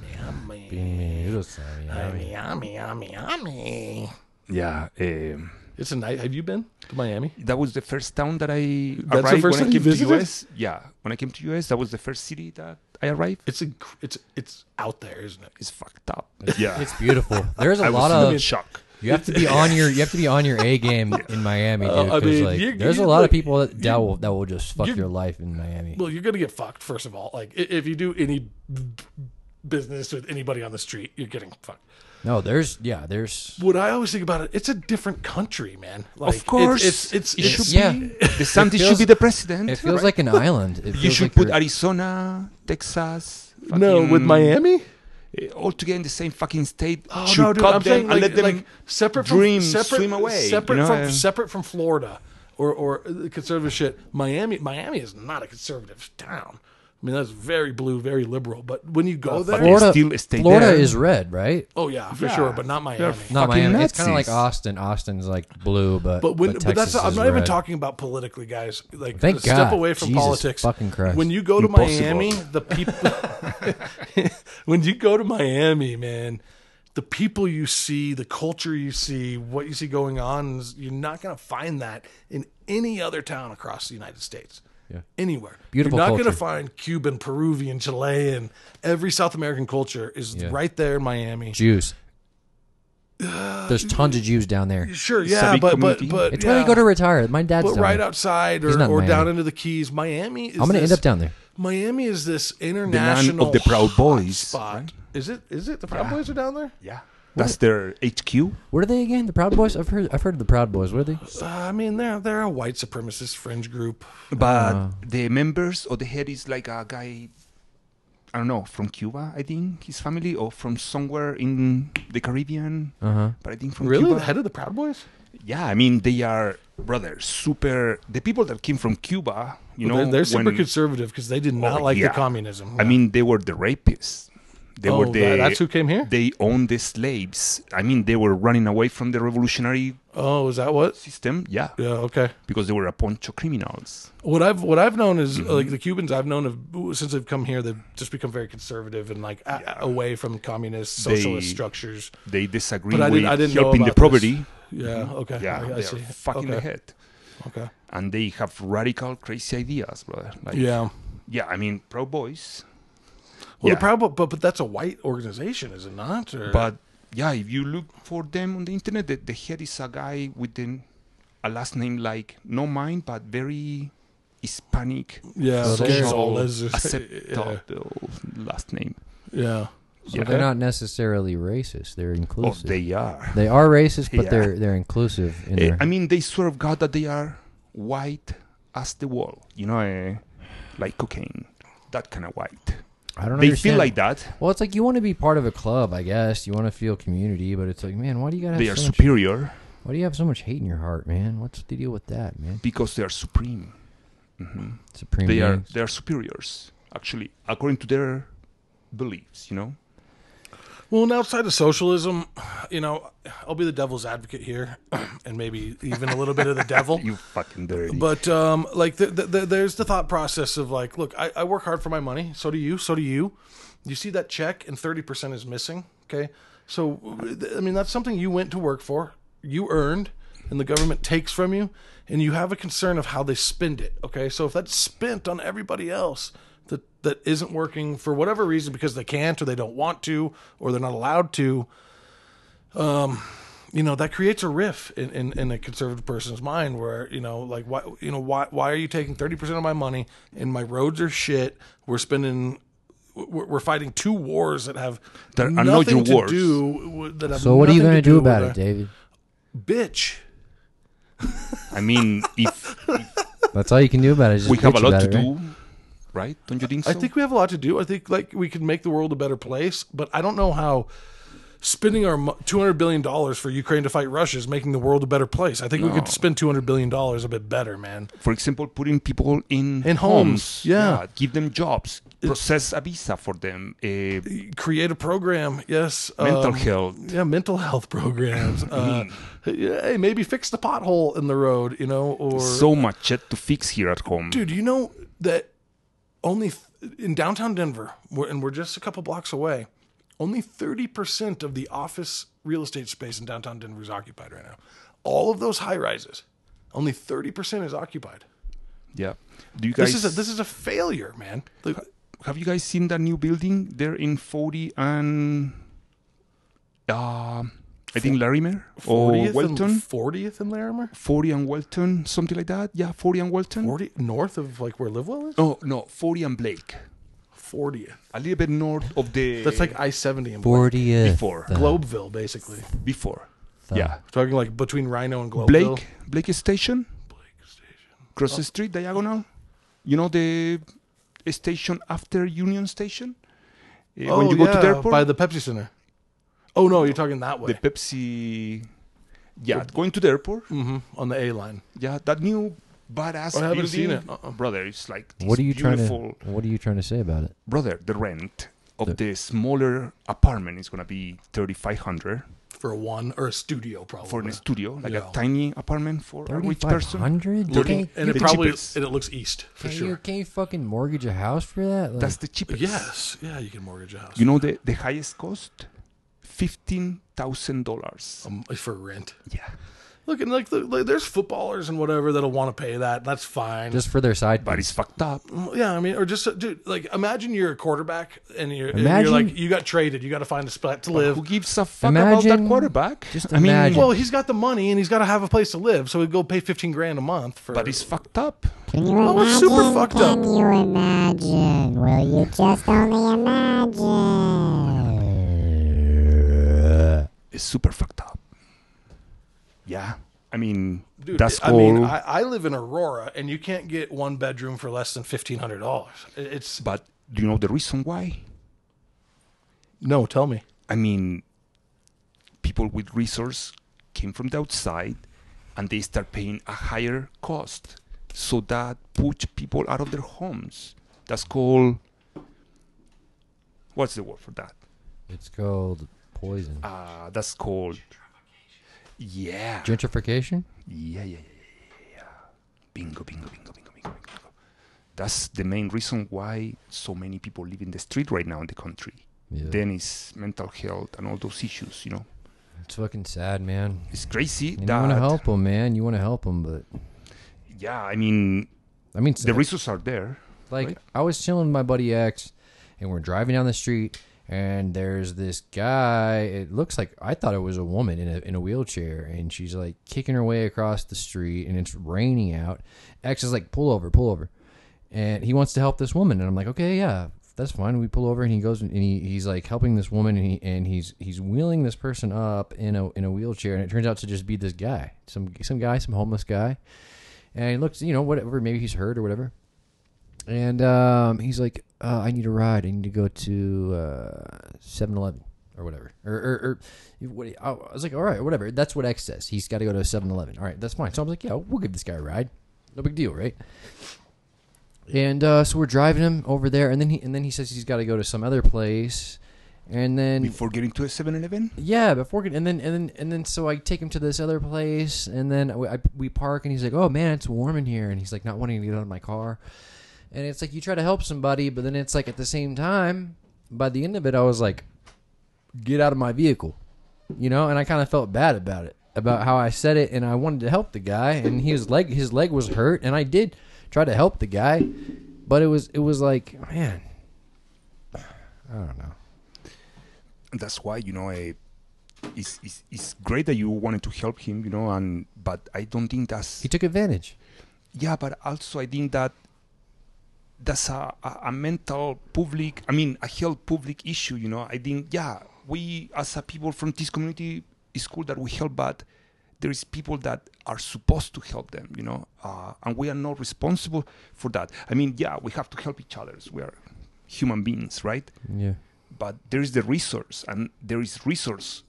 S1: Miami.
S4: Bienvenidos a Miami.
S1: Miami, Miami, Miami.
S2: Yeah, um,
S1: It's a night. Have you been to Miami?
S2: that was the first town that I
S1: the
S2: arrived
S1: first time
S2: when I
S1: you
S2: came to
S1: visited?
S2: US. Yeah, when I came to US, that was the first city that I arrived.
S1: It's a, it's it's out there, isn't it?
S2: It's fucked up. Yeah,
S4: It's beautiful. There's a
S2: I
S4: lot
S2: was in
S4: of
S2: shock.
S4: you have to be on your you have to be on your A game in Miami, dude.
S1: Uh, I
S4: 'cause,
S1: mean,
S4: like,
S1: you-
S4: there's
S1: you-
S4: a lot
S1: look,
S4: of people that, that will that will just fuck
S1: you-
S4: your life in Miami.
S1: Well, you're gonna get fucked first of all. Like i- if you do any b- business with anybody on the street, you're getting fucked.
S4: No, there's yeah, there's
S1: What I always think about it, it's a different country, man. Like,
S2: of course,
S1: it's it's, it's,
S2: it should
S4: yeah.
S2: be. The Santi
S4: feels-
S2: should be the president.
S4: it feels like an island. It
S2: you
S4: feels
S2: should
S4: like
S2: put
S4: you're-
S2: Arizona, Texas.
S1: no with
S2: fucking-
S1: Miami.
S2: eh, all together in the same fucking state.
S1: Oh,
S2: should
S1: no, dude,
S2: cut
S1: I'm
S2: them
S1: saying
S2: and
S1: like,
S2: let them
S1: like separate
S2: dream
S1: from separate,
S2: swim away.
S1: separate
S2: you know?
S1: from
S2: Uh,
S1: separate from Florida or or uh, the conservative shit. Miami, Miami is not a conservative town. I mean, that's very blue, very liberal. But when you go there,
S2: Florida- still
S4: Florida,
S2: stay
S4: Florida
S2: there.
S4: is red, right?
S1: oh yeah, for
S2: Oh, Yeah.
S1: sure, but not Miami.
S4: Not
S2: Fucking
S4: Miami. It's kind of like
S2: Nazis.
S4: Austin. Austin's like blue, but
S1: But when,
S4: but,
S1: but,
S4: Texas
S1: that's not, I'm
S4: is
S1: not even
S4: red.
S1: talking about politically, guys. Like,
S4: Thank
S1: step
S4: God.
S1: away from
S4: Jesus
S1: politics.
S4: fucking Christ.
S1: When you go to
S2: Impossible.
S1: Miami, the people. when you go to Miami, man, the people you see, the culture you see, what you see going on, is- you're not going to find that in any other town across the United States.
S4: Yeah.
S1: Anywhere.
S4: Beautiful
S1: You're not to
S4: culture.
S1: find Cuban, Peruvian, Chilean. Every South American culture is
S4: Yeah.
S1: right there in Miami.
S4: Jews. There's tons of Jews down there.
S1: Sure,
S2: a
S1: yeah,
S2: big
S1: but, but
S2: community.
S1: but
S4: It's where they
S1: yeah.
S4: go to retire. My dad's
S1: but
S4: down
S1: right
S4: there.
S1: outside
S4: He's
S1: or,
S4: not in
S1: or
S4: Miami.
S1: down into the Keys. Miami is
S4: I'm gonna
S1: this,
S4: end up down there.
S1: Miami is this
S2: the land
S1: international
S2: of the Proud Boys.
S1: spot.
S2: right?
S1: Is it is it the Proud Boys are down there?
S2: Yeah, that's their HQ.
S4: What are they again? The Proud Boys. I've heard. I've heard of the Proud Boys. What are they?
S1: Uh, I mean they're they're a white supremacist fringe group.
S2: But
S1: Uh-huh.
S2: the members or the head is like a guy, I don't know, from Cuba, I think, his family, or from somewhere in the Caribbean.
S4: Uh huh.
S2: But I think from
S1: Uh-huh. really?
S2: Cuba.
S1: The head of the Proud Boys?
S2: yeah, I mean, they are brothers, super. The people that came from Cuba, you know,
S1: they're, they're super
S2: when-
S1: conservative because they did not
S2: Oh,
S1: like
S2: yeah.
S1: the communism.
S2: I
S1: Yeah.
S2: mean, they were the rapists. They
S1: Oh,
S2: were
S1: that-
S2: the.
S1: that's who came here?
S2: They owned the slaves. I mean, they were running away from the revolutionary
S1: Oh, is that what?
S2: system. Yeah,
S1: Yeah, okay.
S2: because they were a bunch of criminals.
S1: What I've what I've known is
S2: Mm-hmm.
S1: like the Cubans I've known of since they've come here they've just become very conservative and like a- away from communist socialist
S2: They-
S1: structures.
S2: They disagree
S1: But I
S2: with
S1: didn't- I didn't know
S2: helping the
S1: about this.
S2: poverty.
S1: Mm-hmm. Yeah, okay.
S2: Yeah,
S1: I, I
S2: they're
S1: see.
S2: fucking
S1: okay.
S2: ahead,
S1: Okay.
S2: and they have radical, crazy ideas, brother. Like,
S1: Yeah.
S2: yeah. I mean, pro boys,
S1: Well,
S2: Yeah.
S1: the problem, but but that's a white organization, is it not? Or-
S2: but yeah, if you look for them on the internet, the, the head is a guy with an, a last name like no mine, but very Hispanic,
S1: yeah,
S4: So
S1: they're-
S4: there's
S2: so
S1: there's- yeah,
S2: acceptable last name.
S1: yeah.
S4: So
S2: Yeah.
S4: they're not necessarily racist. They're
S2: Oh,
S4: inclusive.
S2: they are.
S4: They are racist, but
S2: Yeah.
S4: they're they're inclusive in
S2: Eh,
S4: their.
S2: I mean, they serve God that they are white as the wall. You know, eh, like cocaine, that kind of white.
S4: I don't
S2: They
S4: understand.
S2: feel like that.
S4: Well, it's like you want to be part of a club, I guess. You want to feel community, but it's like, man, why do you gotta?
S2: They
S4: have
S2: are
S4: so much-
S2: superior
S4: Why do you have so much hate in your heart, man? What's the deal with that, man?
S2: because they are supreme. hmm
S4: Supreme.
S2: They are
S4: beings.
S2: they are superiors actually according to their beliefs. You know.
S1: Well, and outside of socialism, you know, I'll be the devil's advocate here, and maybe even a little bit of the devil.
S2: You fucking dirty.
S1: But um, like, the, the, the, there's the thought process of like, look, I, I work hard for my money. So do you. So do you. You see that check, and thirty percent is missing. Okay, so I mean, that's something you went to work for, you earned, and the government takes from you, and you have a concern of how they spend it. Okay, so if that's spent on everybody else. That, that isn't working for whatever reason because they can't or they don't want to or they're not allowed to you know that creates a riff in, in, in a conservative person's mind where you know like why you know why why are you taking 30% of my money and my roads are shit we're spending we're, we're fighting two wars that have
S2: That are not
S1: nothing
S2: your
S1: to
S2: wars.
S1: do w- that have
S4: So what are you
S1: nothing to
S4: gonna do,
S1: with
S4: about
S1: a-
S4: it, David?
S1: bitch
S2: I mean, if
S4: That's all you can do about it. is Just
S2: we have a
S4: bitch
S2: lot to
S4: about it, right?
S2: do, right? Don't you think so?
S1: I think we have a lot to do. I think like we can make the world a better place, but I don't know how spending our mo- 200 billion dollars for Ukraine to fight Russia is making the world a better place. I think we could spend 200 billion dollars a bit better, man.
S2: For example, putting people in
S1: In homes, yeah.
S2: give them jobs, process a visa for them, uh,
S1: Create a program, yes.
S2: mental
S1: um,
S2: health.
S1: Yeah, mental health programs. Uh, hey, maybe fix the pothole in the road, you know, or
S2: So much yet to fix here at home.
S1: Dude, you know that only th- in downtown Denver, we're, and we're just a couple blocks away, only 30% of the office real estate space in downtown Denver is occupied right now. All of those high rises, only 30% is occupied.
S2: Yeah. Do you guys? Oh,
S1: This is a, this is a failure, man. The-
S2: have you guys seen that new building there in 40 and uh, I think Larimer or
S1: 40th
S2: Welton?
S1: and 40th in Larimer?
S2: 40 and Welton, something like that. Yeah, 40 and Welton.
S1: 40 north of like where Livewell is?
S2: No, no, 40 and Blake.
S1: 40th.
S2: A little bit north of the
S1: That's like I-70 and
S4: Fortieth.
S2: Before.
S4: the-
S1: Globeville basically.
S2: before.
S4: the-
S2: Yeah.
S1: Talking like between Rhino and Globeville.
S2: Blake, Blake Station. Cross
S1: Oh.
S2: the street, diagonal. You know the station after Union Station? Eh,
S1: Oh,
S2: when you go to the
S1: yeah,
S2: airport?
S1: by the Pepsi Center. Oh no, you're talking that way.
S2: the Pepsi. Yeah, going to the airport.
S1: hmm on the A line.
S2: Yeah, that new badass.
S1: I haven't seen
S2: building, Uh,
S1: it. Uh-uh.
S2: brother. It's like this
S4: What are you
S2: beautiful,
S4: trying to? What are you trying to say about it?
S2: brother? The rent of the smaller apartment is gonna be thirty five hundred
S1: for a one or a studio probably.
S2: for a studio, like
S1: Oh, Yeah.
S2: a tiny apartment for a rich
S4: Thirty-five
S2: person.
S4: hundred.
S2: Looking-
S4: Can
S1: and
S2: the
S1: it probably
S2: cheapest.
S1: and it looks east for
S4: you
S1: sure.
S4: can you fucking mortgage a house for that? Like,
S2: That's the cheapest.
S1: Yes, yeah, you can mortgage a house
S2: You know the the highest cost, fifteen thousand dollars.
S1: um, for rent.
S2: Yeah,
S1: Look, and like, the, like there's footballers and whatever that'll want to pay that. That's fine. Mm,
S4: just for their side.
S2: but it's fucked up.
S1: yeah, I mean, or just uh, dude, like imagine you're a quarterback and you're, and
S4: Imagine-
S1: you're like you got traded, you got to find a spot to live.
S2: Who gives a fuck about
S4: Imagine-
S2: that quarterback?
S4: just
S2: I mean,
S4: imagine.
S1: Well, he's got the money and he's got to have a place to live, so he'd go pay fifteen grand a month for.
S2: but it's fucked up.
S5: Can you
S1: Oh, it's
S5: imagine?
S1: super fucked up.
S5: Can you imagine? Will you just only imagine?
S2: It's super fucked up. Yeah, I mean,
S1: Dude,
S2: that's
S1: I mean,
S2: all-
S1: I, I live in Aurora, and you can't get one bedroom for less than fifteen hundred dollars. It's
S2: But do you know the reason why?
S1: no, tell me.
S2: I mean, people with resource came from the outside and they start paying a higher cost. So that puts people out of their homes. That's called. What's the word for that?
S4: It's called poison.
S2: Uh, that's called. Yeah. Yeah,
S4: Gentrification.
S2: yeah, yeah, yeah, yeah, yeah. Bingo, bingo, bingo, bingo, bingo, bingo. bingo. That's the main reason why so many people live in the street right now in the country.
S4: Yeah.
S2: Then it's mental health and all those issues, you know.
S4: It's fucking sad, man.
S2: It's crazy
S4: And you
S2: that
S4: want to help them, man. You want to help them, but
S2: yeah, I mean
S4: I mean,
S2: the resources are there.
S4: Like
S2: Right.
S4: I was chilling with my buddy X, and we're driving down the street, and there's this guy. It looks like I thought it was a woman in a in a wheelchair, and she's like kicking her way across the street, and it's raining out. X is like, "Pull over, pull over," and he wants to help this woman, and I'm like, "Okay, yeah." That's fine. We pull over, and he goes, and he, he's like helping this woman, and, he, and he's he's wheeling this person up in a in a wheelchair, and it turns out to just be this guy, some some guy, some homeless guy, and he looks, you know, whatever, maybe he's hurt or whatever, and um, he's like, uh, I need a ride. I need to go to uh, Seven Eleven or whatever. Or, or, or what, I was like, all right, whatever. That's what X says. He's got to go to Seven Eleven. All right, that's fine. So I was like, yeah, we'll give this guy a ride. No big deal, right? And uh, so we're driving him over there, and then he and then he says he's got to go to some other place, and then
S2: Before getting to a 7-Eleven,
S4: yeah, before and then and then and then so I take him to this other place, and then we, I, we park, and he's like, "Oh man, it's warm in here," and he's like, not wanting to get out of my car, and it's like you try to help somebody, but then it's like at the same time, by the end of it, I was like, "Get out of my vehicle," you know, and I kind of felt bad about it, about how I said it, and I wanted to help the guy, and his leg his leg was hurt, and I did try to help the guy, but it was it was like, man, I don't know.
S2: and that's why you know eh, it's, it's it's great that you wanted to help him, you know, and but I don't think that's
S4: He took advantage.
S2: yeah, but also I think that that's a, a, a mental public, I mean, a health public issue, you know. I think yeah, we as a people from this community, it's cool that we help, but there is people that are supposed to help them, you know, uh, and we are not responsible for that. I mean, yeah, we have to help each other. We are human beings, right?
S4: Yeah.
S2: but there is the resource and there is resource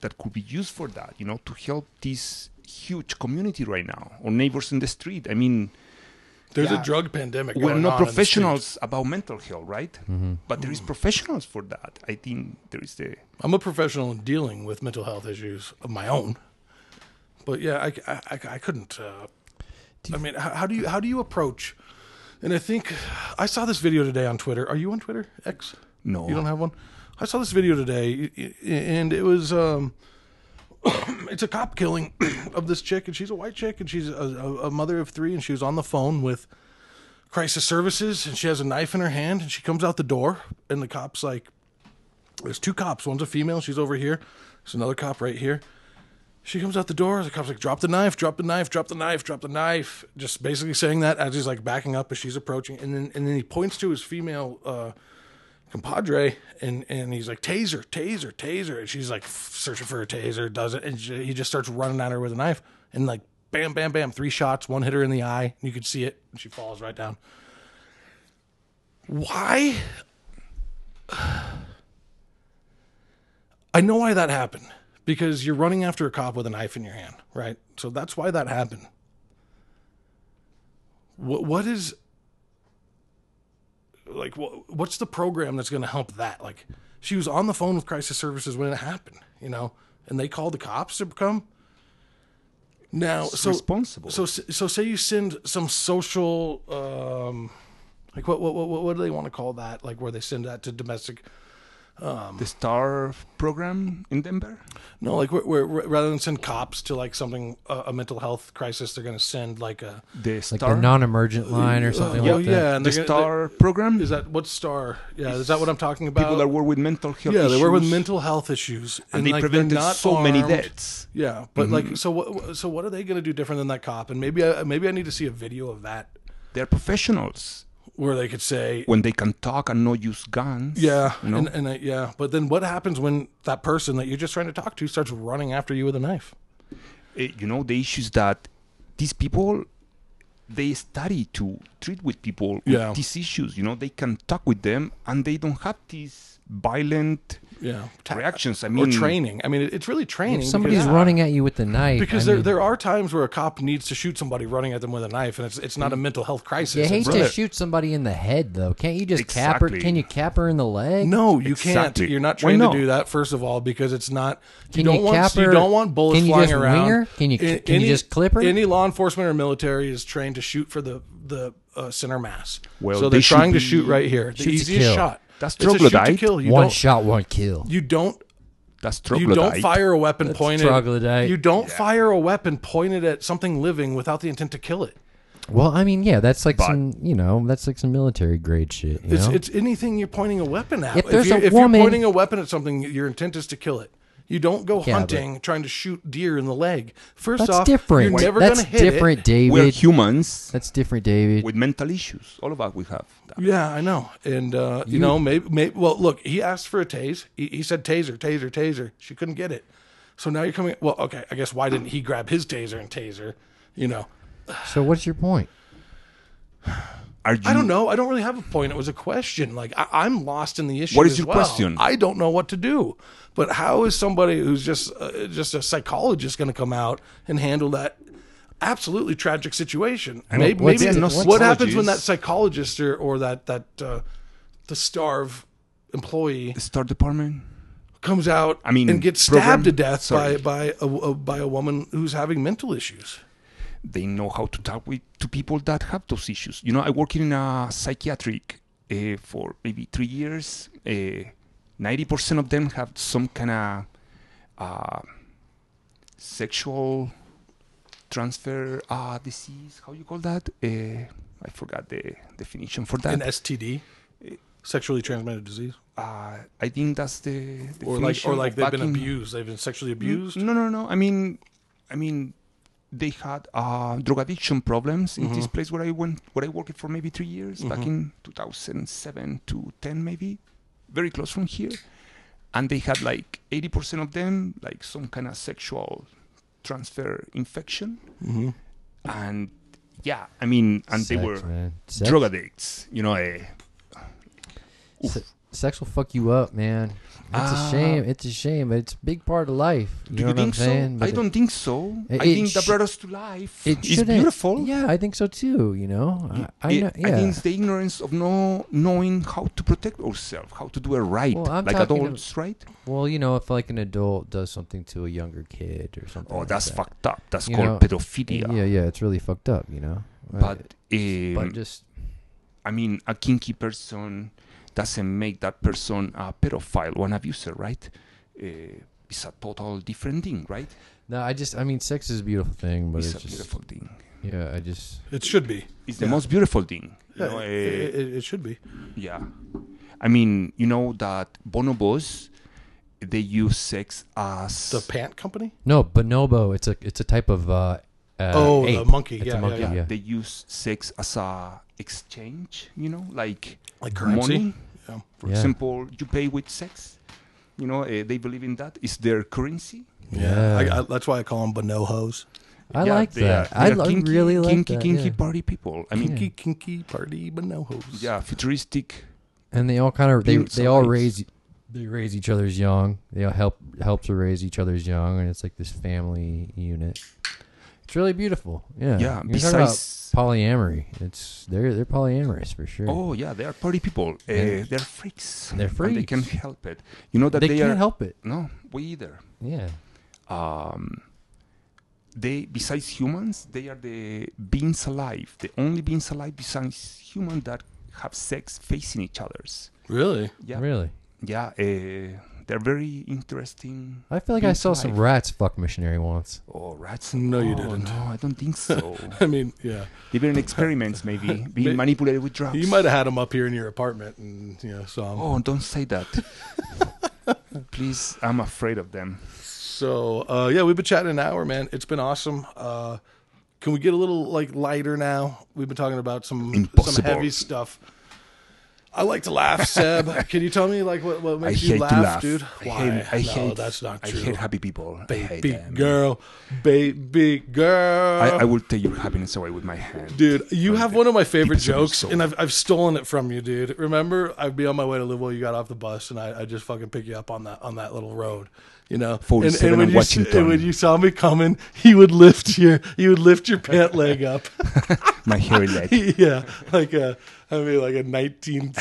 S2: that could be used for that you know to help this huge community right now or neighbors in the street i mean
S1: There's
S2: Yeah.
S1: a drug pandemic.
S2: we're
S1: going
S2: not
S1: on in the
S2: professionals about mental health right but there is professionals for that i think there is the
S1: States. I'm a professional in dealing with mental health issues of my own, but yeah, I, I, I, I couldn't. Uh, I mean, how, how do you how do you approach? And I think I saw this video today on Twitter. Are you on Twitter? X?
S2: no
S1: You don't have one? I saw this video today, y- y- and it was um, it's a cop killing of this chick, and she's a white chick, and she's a, a, a mother of three, and she was on the phone with crisis services, and she has a knife in her hand, and she comes out the door, and the cop's like, "There's two cops. One's a female. She's over here. There's another cop right here." She comes out the door. The cop's like, "Drop the knife! Drop the knife! Drop the knife! Drop the knife!" Just basically saying that as he's like backing up as she's approaching, and then and then he points to his female. Uh, compadre and and he's like taser taser taser and she's like f- searching for a taser does it and she, he just starts running at her with a knife and like bam bam bam three shots one hit her in the eye and you could see it and she falls right down why i know why that happened because you're running after a cop with a knife in your hand right so that's why that happened what what is like what, what's the program that's going to help that like she was on the phone with crisis services when it happened you know and they called the cops to come now
S2: It's
S1: Oh, so
S2: responsible
S1: so so say you send some social um like what what what, what do they want to call that like where they send that to domestic
S2: the star program in denver
S1: no like where, where rather than send cops to like something uh, a mental health crisis they're going to send like a
S2: the
S4: Like
S2: star
S4: the non-emergent line or something
S1: oh
S4: like that.
S1: yeah and
S2: the
S1: they're gonna-
S2: star program
S1: is that what star yeah is that what i'm talking about
S2: people that work with mental health
S1: yeah they work with
S2: issues,
S1: mental health issues
S2: and, they
S1: like, they're
S2: prevented
S1: not
S2: so many
S1: armed.
S2: deaths Mm-hmm.
S1: Yeah, but like, so what? So what are they going to do different than that cop? And maybe, I, maybe I need to see a video of that
S2: they're professionals
S1: where they could say,
S2: when they can talk and not use guns.
S1: yeah,
S2: you know?
S1: and, and I, yeah. But then what happens when that person that you're just trying to talk to starts running after you with a knife?
S2: Eh, you know the issues that these people they study to treat with people with
S1: Yeah.
S2: these issues. You know they can talk with them and they don't have these violent
S1: Yeah,
S2: reactions. I
S1: or
S2: mean,
S1: training. I mean, it, it's really training.
S4: If somebody's
S1: because,
S4: running at you with the knife,
S1: because
S4: I
S1: there
S4: mean,
S1: there are times where a cop needs to shoot somebody running at them with a knife, and it's it's not a mental health crisis.
S4: you
S1: It's-
S4: hate
S2: brother.
S4: to shoot somebody in the head though. Can't you just cap her?
S2: Exactly.
S4: Can you cap her in the leg?
S1: No, you
S2: Exactly.
S1: can't. You're not
S2: Why
S1: trained
S2: not?
S1: to do that. First of all, because it's not. You
S4: Can
S1: don't
S4: you
S1: want.
S4: cap
S1: You
S4: her?
S1: don't want bullets
S4: Can you
S1: flying
S4: just
S1: around.
S4: wing her? Can you-
S1: A-
S4: can you just clip her?
S1: Any law enforcement or military is trained to shoot for the the uh, center mass.
S2: Well,
S1: so
S2: they
S1: they're
S2: should
S1: trying to
S2: be-
S1: shoot right here. The
S4: Shoot to
S1: easiest
S4: kill.
S1: shot.
S2: That's
S1: It's a shoot to
S2: troglodyte.
S1: kill. You
S4: one
S1: don't.
S4: shot, one kill.
S1: You don't.
S2: That's
S1: You
S2: troglodyte.
S1: don't fire a weapon
S4: That's
S1: pointed.
S4: troglodyte.
S1: You don't fire a weapon pointed at something living without the intent to kill it.
S4: well, I mean, yeah, that's like
S2: But-
S4: some, you know, that's like some military grade shit. You
S1: It's,
S4: know?
S1: it's anything you're pointing a weapon at.
S4: If there's
S1: you're,
S4: a
S1: if
S4: woman-
S1: you're pointing a weapon at something, your intent is to kill it. You don't go
S4: Yeah,
S1: hunting trying to shoot deer in the leg. First
S4: that's
S1: off,
S4: different.
S1: You're never
S4: that's
S1: gonna hit
S4: different,
S1: It.
S2: We're
S4: David.
S2: humans
S4: That's different, David.
S2: with mental issues. All of us we have. That.
S1: Yeah, I know. And uh, you, know, maybe, maybe. Well, look, he asked for a tase. He, he said taser, taser, taser. She couldn't get it. So now you're coming. Well, okay. I guess why didn't he grab his taser and taser? You know,
S4: So what's your point?
S2: Are you?
S1: I don't know. I don't really have a point. It was a question. Like I, I'm lost in the issue.
S2: What is
S1: as
S2: your
S1: well.
S2: question?
S1: I don't know what to do. But how is somebody who's just uh, just a psychologist going to come out and handle that absolutely tragic situation? Maybe,
S4: what's-
S1: maybe
S4: yeah, no
S1: what happens when
S2: psychologists.
S1: that psychologist or, or that that uh, the starve employee
S2: The star department.
S1: comes out
S2: I mean,
S1: and gets
S2: program?
S1: stabbed to death
S2: Sorry.
S1: by by a, a by a woman who's having mental issues.
S2: they know how to talk with to people that have those issues. You know, I worked in a psychiatric uh, for maybe three years. uh, Ninety percent of them have some kind of uh, sexual transfer uh, disease. How you call that? Uh, I forgot the definition for
S1: An
S2: that.
S1: STD, sexually transmitted disease.
S2: Uh, I think that's the definition.
S1: or like or like
S2: of
S1: they've
S2: back
S1: been
S2: in-
S1: abused they've been sexually abused
S2: No, no, no. I mean, I mean, they had uh, drug addiction problems in this place where I went, where I worked for maybe three years back in 2007 to 10, maybe, very close from here. And they had like 80% of them like some kind of sexual transfer infection,
S1: Mm-hmm.
S2: and yeah, I mean, and they
S4: Sex,
S2: were
S4: man. Sex?
S2: drug addicts. You know, eh,
S4: Se- sex will fuck you up, man. It's
S2: Ah.
S4: a shame. It's a shame, but it's a big part of life. You
S2: Do
S4: know
S2: you
S4: what I'm
S2: think
S4: saying?
S2: so?
S4: But
S2: I
S4: it-
S2: don't think so.
S4: it-
S2: I
S4: it
S2: think that
S4: sh-
S2: brought us to life.
S4: It
S2: it's
S4: shouldn't-
S2: beautiful.
S4: Yeah, I think so too. You know, I, I
S2: It-
S4: know. Yeah.
S2: think it's the ignorance of no knowing how to protect ourselves, how to do it right,
S4: Well, I'm
S2: like
S4: talking
S2: adults, right?
S4: well, you know, if like an adult does something to a younger kid or something.
S2: Oh,
S4: like
S2: that's
S4: that.
S2: fucked up. That's
S4: You
S2: called
S4: know,
S2: pedophilia.
S4: Yeah, yeah, it's really fucked up. You know,
S2: But,
S4: Uh,
S2: um,
S4: but just
S2: I mean, a kinky person doesn't make that person a pedophile or an abuser, right? Uh, it's a total different thing, right?
S4: no, I just I mean, sex is a beautiful thing, but
S2: it's
S4: it's,
S2: a
S4: just
S2: beautiful thing.
S4: yeah, I just
S1: It should be.
S2: It's the
S1: Yeah.
S2: most beautiful thing. you
S1: Yeah,
S2: know,
S1: it,
S2: eh,
S1: it- it should be.
S2: Yeah. I mean, you know that bonobos, they use sex as.
S1: The pant company.
S4: no bonobo. It's a it's a type of uh, uh
S1: oh, the
S4: ape.
S1: monkey.
S4: It's
S1: Yeah,
S4: a monkey.
S1: yeah,
S4: Yeah,
S1: yeah.
S2: They use sex as a exchange, you know, like
S1: Like currency.
S2: money.
S1: Yeah.
S2: For
S4: Yeah.
S2: example, you pay with sex. You know, eh, they believe in that. It's their currency.
S1: Yeah,
S4: Yeah.
S1: I, I, that's why I call them bonohos.
S4: I
S2: Yeah,
S4: like
S2: they are-
S4: that. I
S2: they are
S4: lo-
S2: kinky-
S4: really like
S2: kinky,
S4: that.
S2: kinky
S4: yeah.
S2: party people. I mean,
S1: Kinky, kinky party bonohos.
S2: yeah, futuristic.
S4: and they all kind of they
S2: Beautiful
S4: they all
S2: sights.
S4: raise they raise each other's young. They all help help to raise each other's young, and it's like this family unit. It's really beautiful.
S2: Yeah,
S4: Yeah. You're talking about
S2: besides-
S4: polyamory, it's they're they're polyamorous for sure.
S2: Oh yeah, they are party people. Eh,
S4: Yeah.
S2: they're freaks.
S4: They're
S2: And they can
S4: freaks.
S2: help it. You know that
S4: they,
S2: they,
S4: can't
S2: are.
S4: help it.
S2: No, we either.
S4: Yeah.
S2: um, they besides humans they are the beings alive the only beings alive besides humans that have sex facing each others
S1: Really?
S2: yeah
S4: Really.
S2: yeah uh, they're very interesting
S4: I feel like I
S2: Beats
S4: saw some
S2: life.
S4: rats fuck missionary once.
S2: oh rats
S1: No, you
S2: Oh,
S1: didn't.
S2: no i don't think so
S1: I mean, yeah.
S2: they've been in experiments maybe being manipulated with drugs
S1: You might have had them up here in your apartment, and you know, so I'm,
S2: oh don't say that please i'm afraid of them
S1: So uh, yeah, we've been chatting an hour, man. It's been awesome. Uh, can we get a little like lighter now? We've been talking about some some
S2: Impossible.
S1: heavy stuff. I like to laugh, Seb. can you tell me like what, what
S2: i
S1: makes you
S2: hate
S1: laugh,
S2: to laugh
S1: dude?
S2: i
S1: Why?
S2: hate, I
S1: no,
S2: hate
S1: that's not
S2: i
S1: true.
S2: hate happy people I hate
S1: baby
S2: them.
S1: girl, baby girl.
S2: I, I will take your happiness away with my hand.
S1: Um, Dude, you have one of my favorite
S2: deepest of your
S1: jokes,
S2: soul.
S1: and I've, I've stolen it from you, dude. Remember, I'd be on my way to Louisville. You got off the bus, and I, I just fucking pick you up on that on that little road, you know. And,
S2: 47
S1: when
S2: on
S1: you, s- and
S2: Washington.
S1: when you saw me coming, he would lift your you would lift your pant leg up.
S2: My hairy leg.
S1: yeah, like a I mean like a nineteen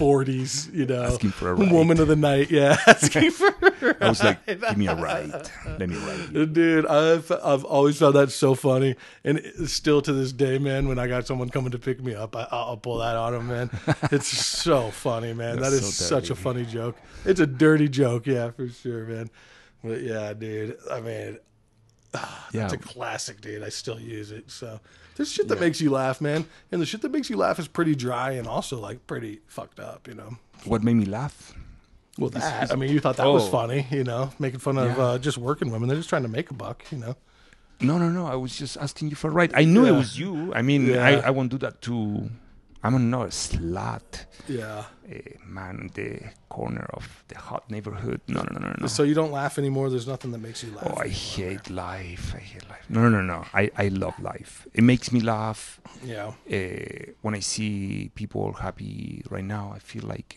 S1: forties, you know,
S2: Asking for a ride.
S1: woman of the night. Yeah, asking for a
S2: I was like, give me a ride. Let me ride you.
S1: Dude, I've I've always found that so funny, and it- still to this day, man. When I got someone coming to pick me up, I, I'll I'll pull that on them, man. It's so funny, man. That's
S2: That's so
S1: such a
S2: dirty.
S1: funny joke. It's a dirty joke, yeah, for sure, man. But yeah, dude. I mean,
S2: Yeah.
S1: it's a classic, dude. I still use it. So there's shit that makes you laugh, man, and the shit that makes you laugh is pretty dry and also like pretty fucked up, you know.
S2: What made me laugh?
S1: Well, that I mean, you thought that was
S2: Oh.
S1: funny, you know, making fun of uh, just working women. They're just trying to make a buck, you know.
S2: No, no, no. I was just asking you for a ride. I knew it
S1: Yeah.
S2: was you. I mean, I,
S1: Yeah.
S2: I won't do that to. I'm not a slut,
S1: Yeah.
S2: a man in the corner of the hot neighborhood. No, no, no, no, no.
S1: So you don't laugh anymore. There's nothing that makes you laugh.
S2: Oh, I hate life. I hate life. No, no, no, no. I, I love life. It makes me laugh.
S1: yeah.
S2: uh, when I see people happy right now, I feel like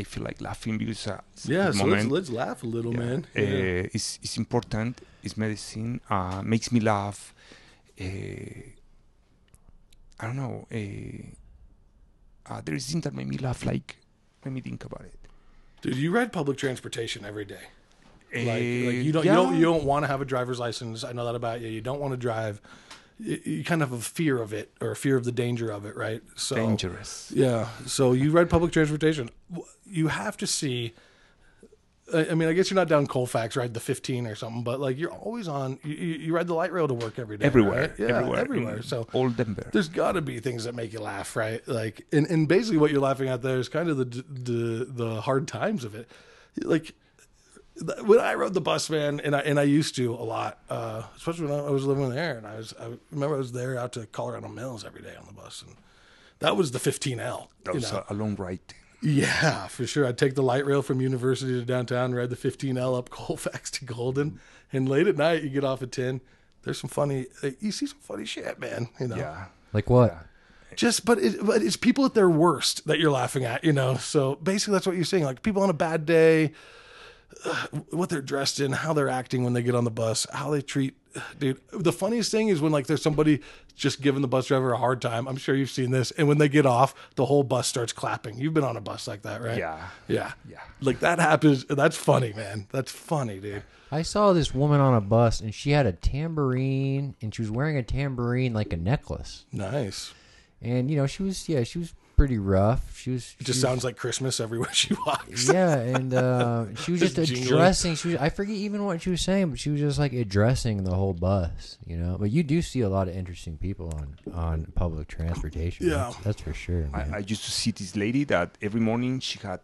S2: I feel like laughing because uh, it's a
S1: Yeah.
S2: good
S1: So let's,
S2: moment.
S1: let's laugh a little,
S2: Yeah.
S1: man.
S2: Uh, it's it's important. It's medicine. Uh, makes me laugh. Uh, I don't know. Uh, uh, there is things that make me laugh. Like let me think about it.
S1: Dude, you ride public transportation every day. Like, like
S2: Uh,
S1: you don't you
S2: yeah.
S1: don't you don't want to have a driver's license. I know that about you. You don't want to drive. You, you kind of have a fear of it or a fear of the danger of it, right? So
S2: dangerous.
S1: Yeah. So you ride public transportation. W- You have to see. I I mean, I guess you're not down Colfax, ride the 15 or something, but like you're always on. You, you you ride the light rail to work every day,
S2: Everywhere,
S1: right? Yeah,
S2: everywhere, Mm.
S1: everywhere.
S2: in
S1: So
S2: all Denver.
S1: there's got to be things that make you laugh, right? Like, and, and basically what you're laughing at there is kind of the the the hard times of it. Like th- when I rode the bus, man, and I and I used to a lot, uh, especially when I was living there, and I was I remember I was there out to Colorado Mills every day on the bus, and that was the 15L. you
S2: That was
S1: know?
S2: a, a long ride.
S1: Yeah, for sure. I'd take the light rail from University to downtown, ride the 15L up Colfax to Golden, and late at night you get off at 10. There's some funny, you see some funny shit, man. You know,
S2: Yeah.
S4: Like what?
S1: just but, it, but it's people at their worst that you're laughing at you know so basically that's what you're saying like people on a bad day uh, what they're dressed in how they're acting when they get on the bus how they treat uh, dude the funniest thing is when like there's somebody just giving the bus driver a hard time i'm sure you've seen this and when they get off the whole bus starts clapping you've been on a bus like that right
S2: Yeah.
S1: yeah
S2: Yeah.
S1: like that happens that's funny man that's funny dude
S4: I saw this woman on a bus and she had a tambourine and she was wearing a tambourine like a necklace.
S1: nice
S4: And you know, she was yeah, she was pretty rough. She was
S1: it just
S4: she was-
S1: sounds like christmas everywhere she walks
S4: yeah, and uh, she was just
S1: Just jingling.
S4: addressing. She was, I forget even what she was saying, but she was just like addressing the whole bus, you know. But you do see a lot of interesting people on on public transportation.
S1: Yeah.
S4: that's, that's for sure. Man.
S2: I, I used to see this lady that every morning she had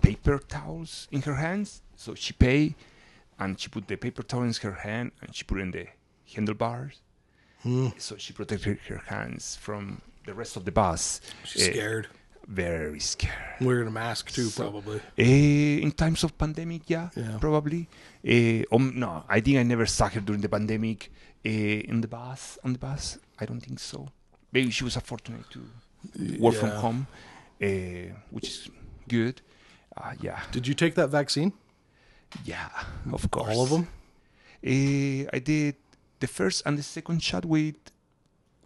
S2: paper towels in her hands. So she pay and she put the paper towel in her hand and she put in the handlebars.
S1: Hmm.
S2: So she protected her hands from the rest of the bus.
S1: she's
S2: Eh,
S1: scared Hmm.
S2: Very scared.
S1: wearing a mask too probably
S2: Eh, in times of pandemic, yeah,
S1: Yeah.
S2: probably. Eh, um, no, I think I never saw her during the pandemic eh, in the bus. On the bus, I don't think so. Maybe she was fortunate to work from
S1: Yeah.
S2: home, eh, which is good. Uh, yeah,
S1: Did you take that vaccine?
S2: yeah, of course.
S1: All of them?
S2: Eh, I did the first and the second shot with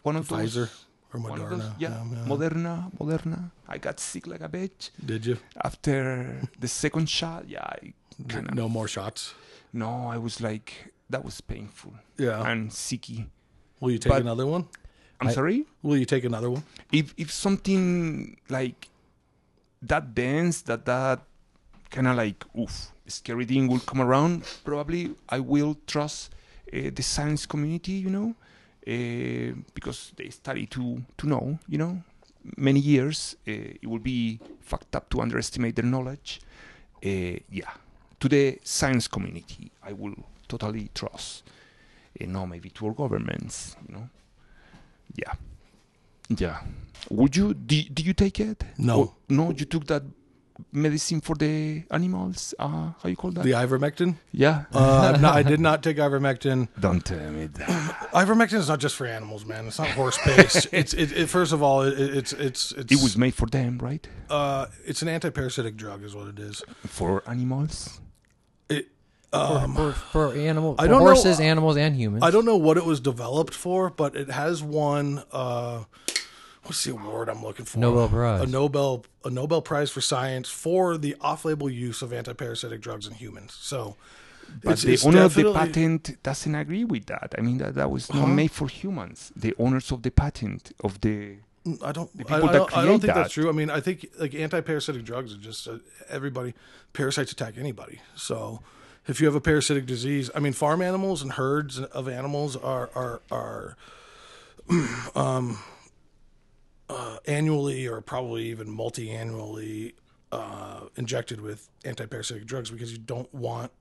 S2: one of those.
S1: Pfizer or
S2: One of those,
S1: Moderna? um,
S2: yeah, Moderna, Moderna. I got sick like a bitch
S1: Did you?
S2: after the second shot. Yeah, I kind of
S1: No more shots.
S2: No, I was like, that was painful
S1: Yeah.
S2: and sicky.
S1: Will you take
S2: but-
S1: another one?
S2: I'm sorry.
S1: Will you take another one?
S2: If if something like that dance, that that kind of like oof, scary thing will come around, probably I will trust uh, the science community, you know, uh, because they study to to know, you know, many years. Uh, it will be fucked up to underestimate their knowledge. Uh, yeah, to the science community, I will totally trust. You know, maybe to our governments, you know. Yeah. Yeah. Would you? Did, did you take it?
S1: No.
S2: Or- no, you took that medicine for the animals. Uh, how you call that?
S1: The ivermectin?
S2: yeah.
S1: Uh, no, I did not take ivermectin.
S2: Don't tell me that.
S1: Ivermectin is not just for animals, man. It's not horse paste. it's it, it. First of all, it, it's it's it's
S2: It was made for them, right?
S1: uh, it's an anti-parasitic drug, is what it is.
S2: For animals.
S1: It
S4: for, for animal,
S1: Um, I
S4: for
S1: don't know,
S4: horses,
S1: uh,
S4: animals, and humans.
S1: I don't know what it was developed for, but it has won. Uh, what's the award I'm looking for?
S4: Nobel Prize.
S1: A Nobel a Nobel Prize for science for the off-label use of antiparasitic drugs in humans. So,
S2: But
S1: it's-
S2: the
S1: it's
S2: owner of the
S1: definitely- Uh-huh.
S2: patent doesn't agree with that. I mean, that, that was not made for humans. The owners of the patent of the
S1: I don't. I,
S2: people
S1: I
S2: that
S1: don't, I don't
S2: create
S1: think that's
S2: that.
S1: true. I mean, I think like anti-parasitic drugs are just uh, everybody. Parasites attack anybody. So if you have a parasitic disease, I mean, farm animals and herds of animals are are are um, uh, annually or probably even multi-annually uh, injected with anti-parasitic drugs because you don't want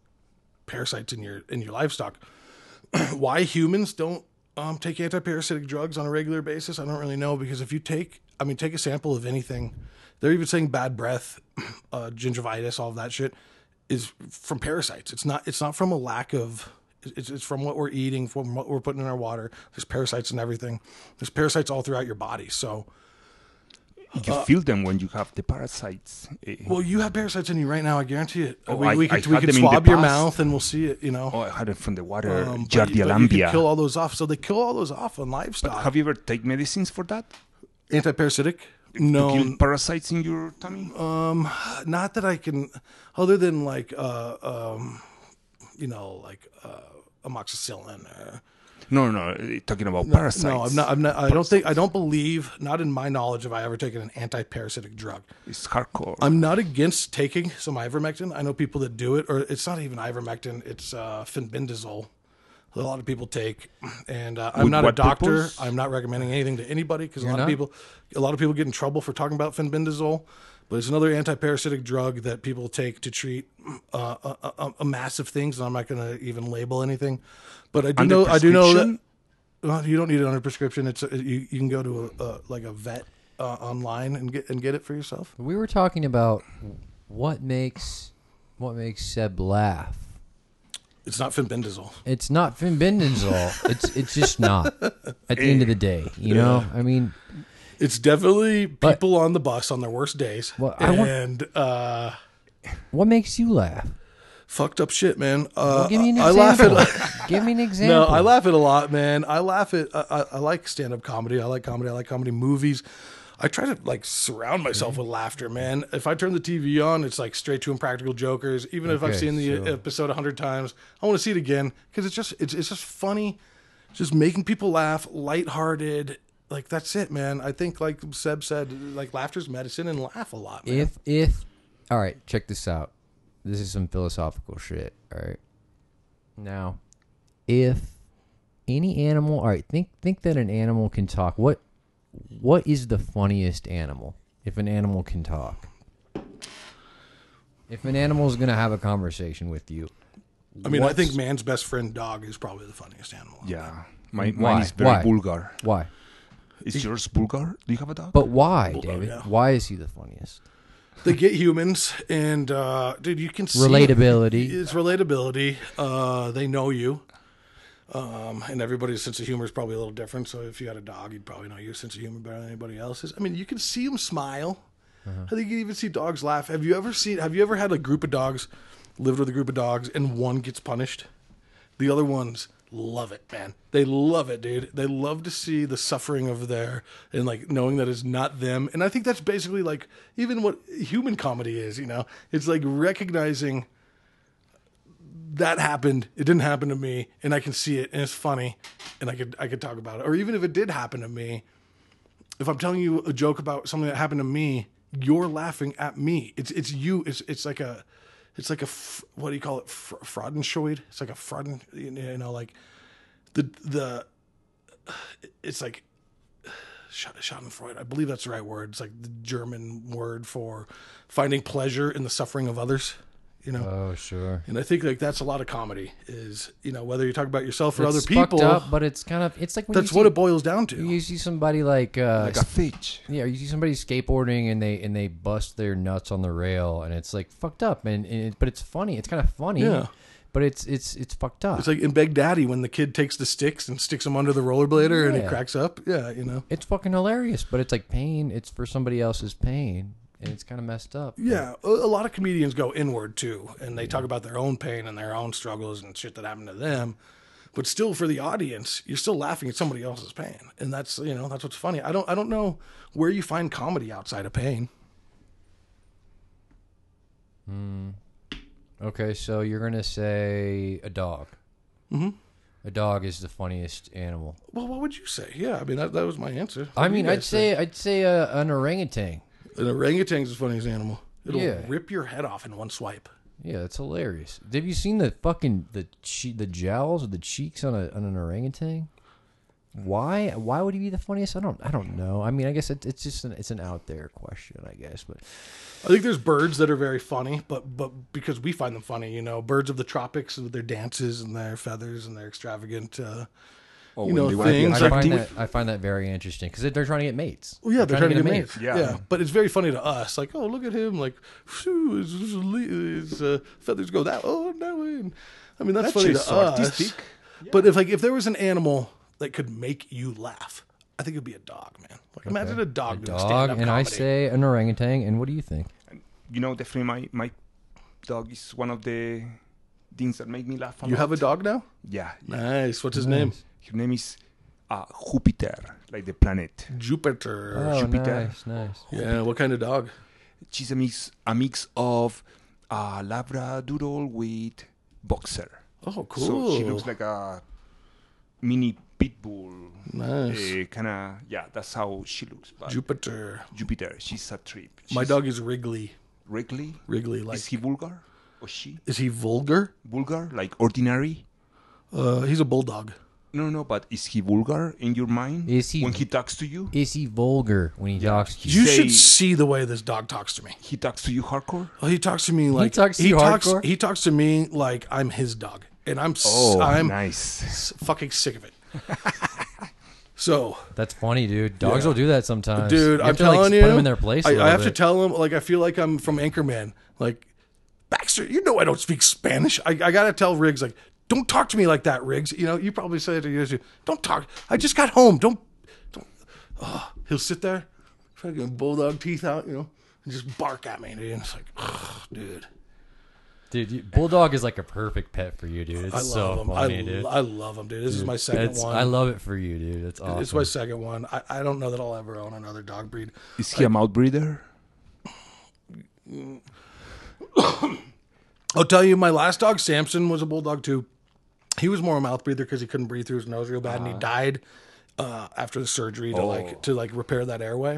S1: parasites in your in your livestock. Why humans don't um, take antiparasitic drugs on a regular basis, I don't really know because if you take, I mean, take a sample of anything, they're even saying bad breath, uh, gingivitis, all of that shit is from parasites. It's not. It's not from a lack of. It's, it's from what we're eating, from what we're putting in our water. There's parasites and everything. There's parasites all throughout your body. So,
S2: you feel them when you have the parasites. eh.
S1: Uh, well, you have parasites in you right now. I guarantee it.
S2: Oh,
S1: we,
S2: I-
S1: we
S2: I
S1: could, we
S2: had
S1: could
S2: them in the
S1: swab your
S2: past.
S1: mouth and we'll see it. You know.
S2: oh, I had it from the water.
S1: Um, but you-
S2: Giardia
S1: but you could
S2: lambia.
S1: kill all those off. So they kill all those off on
S2: But
S1: livestock.
S2: have you ever take medicines for that?
S1: Antiparasitic?
S2: To kill
S1: No, Uh,
S2: parasites in your tummy?
S1: not that I can. Other than like, uh, um, you know, like uh, amoxicillin. Or,
S2: no, no, eh, talking about
S1: no,
S2: parasites.
S1: no, I'm not. I'm not. I don't think. I don't believe. Not in my knowledge have I ever taken an antiparasitic drug.
S2: It's hardcore.
S1: I'm not against taking some ivermectin. I know people that do it, or it's not even ivermectin. It's uh, finbendazole. that A lot of people take, and uh, I'm
S2: With
S1: not a
S2: what
S1: doctor.
S2: purpose?
S1: I'm not recommending anything to anybody because a lot of
S4: not?
S1: people, a lot of people get in trouble for talking about finbendazole. But it's another antiparasitic drug that people take to treat uh, a, a, a massive things, and I'm not going to even label anything. But I do
S2: Under
S1: know, I do know that
S2: prescription?
S1: well, you don't need it under prescription. It's a, you, you can go to a, a like a vet uh, online and get and get it for yourself.
S4: We were talking about what makes what makes Seb laugh.
S1: It's not finbendazole.
S4: It's not finbendazole. it's it's just not. At the end of the day, you know. I mean,
S1: It's definitely
S4: But-
S1: people on the bus on their worst days.
S4: Well, I want-
S1: and uh,
S4: What makes you laugh?
S1: fuckhed up shit, man. Uh,
S4: Well, give me an
S1: I laugh
S4: example.
S1: at.
S4: give me an example.
S1: No, I laugh at a lot, man. I laugh at. I, I, I like stand up comedy. I like comedy. I like comedy movies. I try to like surround myself with laughter, man. If I turn the TV on, it's like straight to Impractical Jokers. Even if I've
S4: Okay,
S1: seen the
S4: so-
S1: episode a hundred times, I want to see it again because it's just it's it's just funny, just making people laugh, lighthearted. Like that's it, man. I think like Seb said, like laughter's medicine, and laugh a lot, man.
S4: If if all right, check this out. This is some philosophical shit. All right. Now, if any animal, all right, think think that an animal can talk. What what is the funniest animal? If an animal can talk, if an animal is gonna have a conversation with you,
S1: I mean, I
S4: what's-
S1: think man's best friend dog is probably the funniest animal.
S2: Yeah. My,
S4: Why?
S2: mine is very
S4: Why?
S2: vulgar.
S4: why?
S2: Is yours vulgar? Do you have a dog?
S4: But why, David?
S1: yeah.
S4: Why is he the funniest?
S1: They get humans, and uh, dude, you can see
S4: Relatability.
S1: It's relatability. Uh, they know you, um, and everybody's sense of humor is probably a little different. So if you had a dog, you'd probably know your sense of humor better than anybody else's. I mean, you can see them smile. I think you can even see dogs laugh. Have you ever seen? Have you ever had a group of dogs lived with a group of dogs, and one gets punished? The other ones love it, man. They love it, dude. They love to see the suffering of their and like knowing that it's not them. And I think that's basically like even what human comedy is, you know? It's like recognizing that happened. It didn't happen to me and I can see it and it's funny and I could I could talk about it. Or even if it did happen to me, if I'm telling you a joke about something that happened to me, you're laughing at me. It's it's you. It's it's like a it's like a f- what do you call it? Fr- fraudenscheid. It's like a frauden. You know, like the the. It's like Scha- Schadenfreude. I believe that's the right word. It's like the German word for finding pleasure in the suffering of others. You know,
S4: Oh, sure.
S1: and I think like that's a lot of comedy. Is you know whether you're talking about yourself or
S4: It's
S1: other
S4: fucked
S1: people.
S4: up, but it's kind of it's like when
S1: that's
S4: you
S1: what
S4: see,
S1: it boils down to.
S4: you see somebody like uh,
S2: like a fish.
S4: Yeah, you see somebody skateboarding and they and they bust their nuts on the rail and it's like fucked up and, and it, but it's funny. It's kind of funny.
S1: Yeah.
S4: But it's it's it's fucked up.
S1: It's like in Big Daddy when the kid takes the sticks and sticks them under the rollerblader and it
S4: Yeah.
S1: cracks up. Yeah, you know.
S4: it's fucking hilarious, but it's like pain. It's for somebody else's pain and it's kind of messed up.
S1: Yeah, a, a lot of comedians go inward too, and they talk about their own pain and their own struggles and shit that happened to them. But still, for the audience, you're still laughing at somebody else's pain, and that's you know that's what's funny. I don't I don't know where you find comedy outside of pain.
S4: Okay, so you're gonna say a dog. Mm-hmm. A dog is the funniest animal.
S1: Well, what would you say? Yeah, I mean that, that was my answer. What
S4: I
S1: do
S4: mean,
S1: you
S4: I'd
S1: guys think?
S4: say I'd say uh an orangutan.
S1: an orangutan's the funniest animal. It'll
S4: Yeah.
S1: rip your head off in one swipe.
S4: Yeah, that's hilarious. Have you seen the fucking the che- the jowls or the cheeks on a on an orangutan? Why why would he be the funniest? I don't I don't know. I mean, I guess it, it's just an it's an out there question, I guess. But
S1: I think there's birds that are very funny, but but because we find them funny, you know, birds of the tropics with their dances and their feathers and their extravagant. Uh,
S2: Oh,
S1: You know,
S2: they wanna be
S1: things
S4: I
S1: Exactly.
S4: find
S2: attractive.
S4: that I find that very interesting because they're trying to get mates.
S1: well, Oh, yeah, they're trying to get mates.
S2: Yeah.
S1: Yeah. but it's very funny to us. Like, oh, look at him! Like, phew, his, his, his uh, feathers go that. Oh no! and- I mean, that's
S2: That
S1: funny to
S2: shit's so
S1: us.
S2: artistic.
S1: But if like if there was an animal that could make you laugh, I think it'd be a dog, man. Like, imagine a dog. doing
S4: Dog
S1: stand-up
S4: and I
S1: comedy.
S4: say an orangutan. And what do you think?
S2: You know, definitely my, my dog is one of the things that make me laugh a
S1: you
S2: lot.
S1: have a dog now.
S2: Yeah.
S1: Nice. What's his name?
S2: Her name is uh, Jupiter, like the planet.
S1: Jupiter.
S4: Oh,
S2: Jupiter.
S4: nice, nice.
S1: Yeah, what kind of dog?
S2: She's a mix, a mix of uh, Labradoodle with Boxer.
S1: Oh,
S2: So she looks like a mini pit bull.
S1: nice.
S2: Uh, kind of, yeah, that's how she looks. But
S1: Jupiter.
S2: Jupiter, she's a trip.
S1: My
S2: She's
S1: dog is Wrigley.
S2: Wrigley.
S1: Wrigley, like
S2: is he vulgar? Or she?
S1: is he vulgar?
S2: Vulgar? Like ordinary?
S1: Uh, he's a bulldog.
S2: No, no, but is he vulgar in your mind?
S4: Is he-
S2: When he talks to you?
S4: Is he vulgar when he talks to you?
S1: You
S2: Say-
S1: should see the way this dog talks to me.
S2: He talks to you hardcore?
S1: Oh, he talks to me like
S4: talks to you hardcore?
S1: He talks to me like I'm his dog, and I'm s- I'm
S2: Oh, nice.
S1: s- fucking sick of it. so
S4: That's funny, dude. Dogs will do that sometimes.
S1: dude.
S4: You
S1: I'm
S4: have to,
S1: telling
S4: like,
S1: you,
S4: put them in their place. a
S1: I, I
S4: little
S1: have to
S4: bit.
S1: tell him, like, I feel like I'm from Anchorman. Like, Baxter, you know I don't speak Spanish. I, I gotta tell Riggs, like, don't talk to me like that, Riggs. You know, you probably said it to you. Don't talk. I just got home. Don't. don't. oh, he'll sit there, fucking bulldog teeth out, you know, and just bark at me, dude. And it's like, oh, dude,
S7: Dude, you, Bulldog is like a perfect pet for you, dude. It's
S1: I love
S7: so
S1: him.
S7: funny,
S1: I,
S7: dude.
S1: lo- I love him, dude. This is my second
S7: It's-
S1: one.
S7: I love it for you, dude. It's awesome.
S1: It's my second one. I, I don't know that I'll ever own another dog breed.
S2: Is he a mouth breather?
S1: I'll tell you, my last dog, Samson, was a bulldog too. He was more a mouth breather because he couldn't breathe through his nose real bad, and he died uh, after the surgery to like to like repair that airway.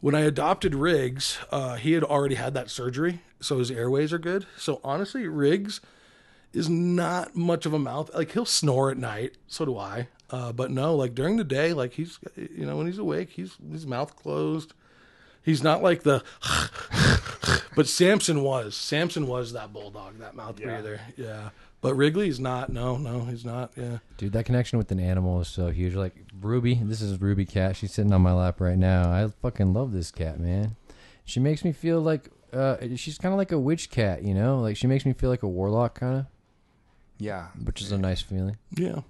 S1: When I adopted Riggs, uh, he had already had that surgery, so his airways are good. So honestly, Riggs is not much of a mouth. Like he'll snore at night, so do I. Uh, but no, like during the day, like he's you know when he's awake, he's his mouth closed. He's not like the but Samson was. Samson was that bulldog, that mouth breather. Yeah. But Wrigley's not. No, no, he's not. Yeah.
S4: Dude, that connection with an animal is so huge. Like Ruby, this is Ruby cat. She's sitting on my lap right now. I fucking love this cat, man. She makes me feel like uh, she's kind of like a witch cat, you know? Like she makes me feel like a warlock, kind of,
S2: Yeah.
S4: which is a nice feeling.
S1: Yeah.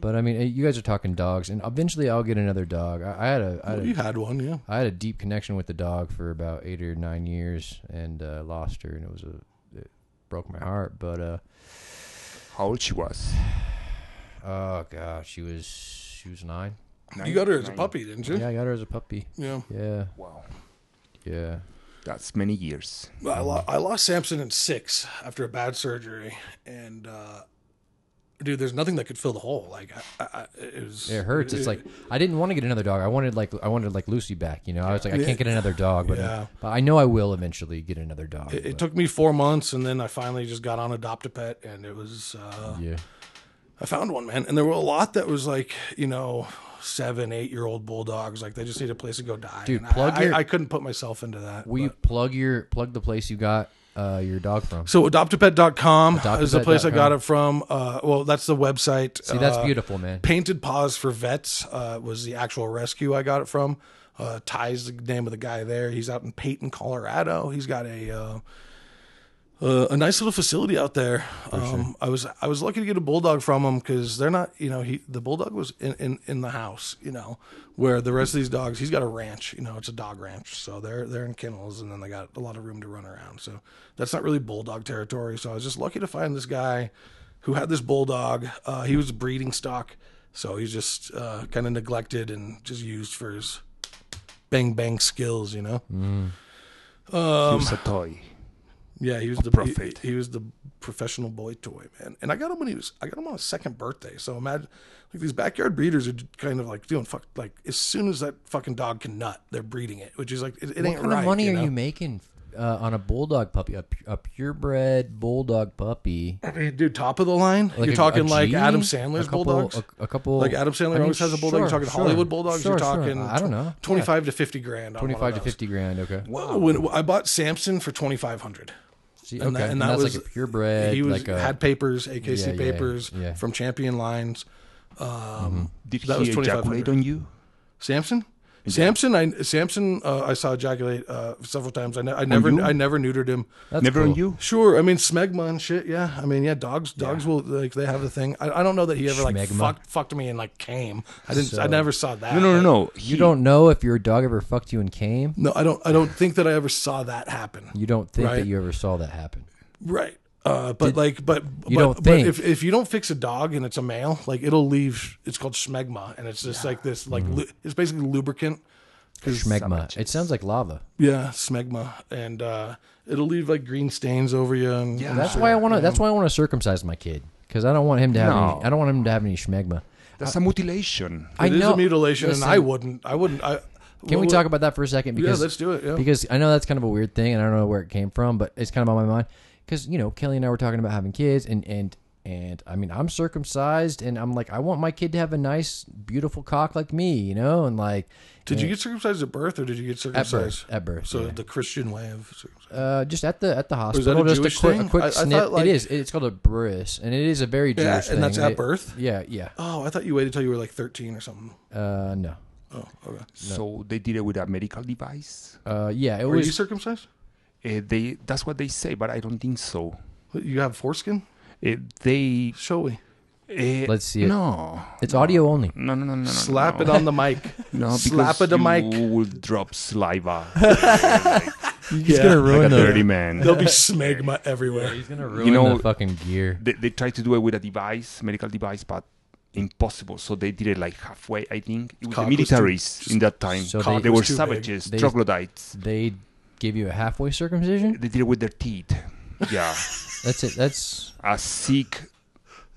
S4: But I mean, eh, you guys are talking dogs, and eventually I'll get another dog. I, I had a, I had
S1: Well,
S4: a
S1: you had one, yeah.
S4: I had a deep connection with the dog for about eight or nine years, and uh, lost her, and it was a it broke my heart. But uh,
S2: How old she was?
S4: oh god, she was she was nine.
S1: You got her as a
S2: Nine.
S1: puppy, didn't you?
S4: Yeah, I got her as a puppy.
S1: Yeah.
S4: Yeah,
S2: Wow.
S4: yeah.
S2: That's many years.
S1: I, lo- I lost Samson in six after a bad surgery. And, uh, dude, there's nothing that could fill the hole. Like, I, I, it was.
S4: It hurts. It's like I didn't want to get another dog. I wanted like I wanted like Lucy back. You know, I was like I can't get another dog, but, uh,
S1: Yeah.
S4: but I know I will eventually get another dog.
S1: It, it
S4: but-
S1: took me four months, and then I finally just got on Adopt a Pet, and it was. Uh,
S4: yeah,
S1: I found one, man. And there were a lot that was like, you know, seven, eight year old bulldogs. Like they just need a place to go die.
S4: Dude,
S1: And
S4: plug
S1: I,
S4: your-
S1: I, I couldn't put myself into that.
S4: will you
S1: but-
S4: plug your plug the place you got uh, your dog from?
S1: So adoptapet.com is the place I
S4: Adoptapet.com.
S1: got it from. Uh, well, that's the website.
S4: See, that's
S1: Uh,
S4: beautiful, man.
S1: Painted Paws for Vets uh, was the actual rescue I got it from. Uh, Ty's the name of the guy there. He's out in Peyton, Colorado. He's got a uh, uh, a nice little facility out there. Um, I was I was lucky to get a bulldog from him because they're not you know he the bulldog was in, in in the house you know where the rest of these dogs he's got a ranch you know it's a dog ranch so they're they're in kennels and then they got a lot of room to run around so that's not really bulldog territory so I was just lucky to find this guy who had this bulldog. Uh, he was a breeding stock, so he's just uh, kind of neglected and just used for his bang bang skills, you know.
S2: he
S1: Um,
S2: was a toy.
S1: Yeah, he was the
S2: prophet.
S1: He, he was the professional boy toy man, and I got him when he was. I got him on his second birthday. So imagine, like these backyard breeders are kind of like doing fuck. Like as soon as that fucking dog can nut, they're breeding it, which is like it, it
S4: what
S1: ain't
S4: kind
S1: right.
S4: of money
S1: you
S4: are
S1: know?
S4: you making uh, on a bulldog puppy? A, pu- a purebred bulldog puppy.
S1: I mean, dude, top of the line.
S4: Like
S1: you're
S4: a-
S1: talking
S4: a
S1: like
S4: G?
S1: Adam
S4: A
S1: Sandler's
S4: couple-
S1: bulldogs.
S4: A, a couple
S1: Like Adam Sandler
S4: I mean,
S1: always has a bulldog. you're
S4: sure,
S1: talking
S4: sure,
S1: Hollywood bulldogs. you're
S4: sure, sure.
S1: talking
S4: I don't know.
S1: tw- 25 to 50 grand. on one of
S4: 25 to
S1: those.
S4: 50 grand. Okay.
S1: Wow. When I bought Samson for 2500
S4: See,
S1: and
S4: okay.
S1: that- and that
S4: that's
S1: was-
S4: like a purebred.
S1: He was
S4: like uh, a,
S1: had papers, AKC
S4: Yeah, yeah,
S1: papers
S4: yeah.
S1: from Champion Lines. Um,
S2: Did
S1: That was
S2: he ejaculate
S1: 2,500.
S2: on you?
S1: Samson, Samson, I Samson, uh, I saw ejaculate uh, several times. I, ne- I never,
S2: you?
S1: I never neutered him.
S4: that's
S2: Never on
S4: cool.
S2: you?
S1: Sure, I mean smegma and shit. Yeah, I mean yeah, dogs. Dogs will like they have the thing. I, I don't know that he ever like
S4: Schmegma.
S1: fucked fucked me and like came. I didn't. I
S4: So-
S1: never saw that.
S2: No, no, no,
S1: but-
S2: no. He-
S4: You don't know if your dog ever fucked you and came.
S1: No, I don't. I don't think that I ever saw that happen.
S4: You don't think
S1: Right.
S4: that you ever saw that happen.
S1: Right. Uh, but like, but
S4: You
S1: but,
S4: don't
S1: but
S4: think.
S1: if if you don't fix a dog and it's a male, like it'll leave. It's called schmegma, and it's just like this, like lu- it's basically lubricant.
S4: Schmegma. It sounds like lava.
S1: Yeah, smegma, and uh, it'll leave like green stains over you. And, yeah,
S4: That's why I want to. That's why I want to circumcise my kid because I don't want him to have.
S2: No.
S4: Any, I don't want him to have any schmegma.
S2: That's a mutilation.
S4: I know
S1: a mutilation,
S4: Listen,
S1: and I wouldn't. I wouldn't. I,
S4: Can we talk about that for a second?
S1: Yeah,
S4: Because
S1: let's do it, yeah.
S4: Because I know that's kind of a weird thing, and I don't know where it came from, but it's kind of on my mind. Because you know, Kelly and I were talking about having kids, and and and I mean, I'm circumcised, and I'm like, I want my kid to have a nice, beautiful cock like me, you know, and like,
S1: Did you get circumcised at birth, or did you get
S4: At birth,
S1: circumcised
S4: at birth,
S1: So
S4: yeah.
S1: the Christian way of circumcision.
S4: uh, just at the at the
S1: is that a
S4: hospital, just
S1: Jewish
S4: a quick,
S1: thing?
S4: a quick
S1: I- I
S4: snip.
S1: thought, like-
S4: it is. It's called a bris, and it is a very Jewish
S1: Yeah,
S4: thing.
S1: and that's
S4: It-
S1: at birth.
S4: Yeah, yeah.
S1: Oh, I thought you waited till you were like thirteen or something.
S4: Uh, no.
S1: Oh, okay.
S2: So they did it with a medical device.
S4: Uh, yeah, it
S1: Were you
S4: was.
S1: circumcised?
S2: Uh, they that's what they say, but I don't think so.
S1: You have foreskin?
S2: Uh, Eh, they
S1: Showy.
S2: Eh,
S4: Let's see it.
S2: No.
S4: It's audio only.
S2: No, no, no, no. no,
S1: Slap
S2: no.
S1: it on the mic.
S2: No, because
S1: slap it the
S2: you
S1: mic.
S2: will drop saliva.
S7: He's gonna
S2: like a
S7: ruin
S2: dirty
S7: the.
S2: man.
S1: There'll be smegma everywhere.
S7: He's gonna ruin
S2: know-
S7: the fucking gear.
S2: they, they tried to do it with a device, medical device, but impossible. So they did it like halfway, I think. It was
S1: Cock
S2: the
S1: was too-
S2: militaries in that time.
S4: So
S2: they,
S4: they-
S2: were
S1: was too big.
S2: savages,
S4: They-
S2: troglodytes.
S4: They give you a halfway circumcision.
S2: They did it with their teeth. Yeah.
S4: That's it. That's
S2: a sick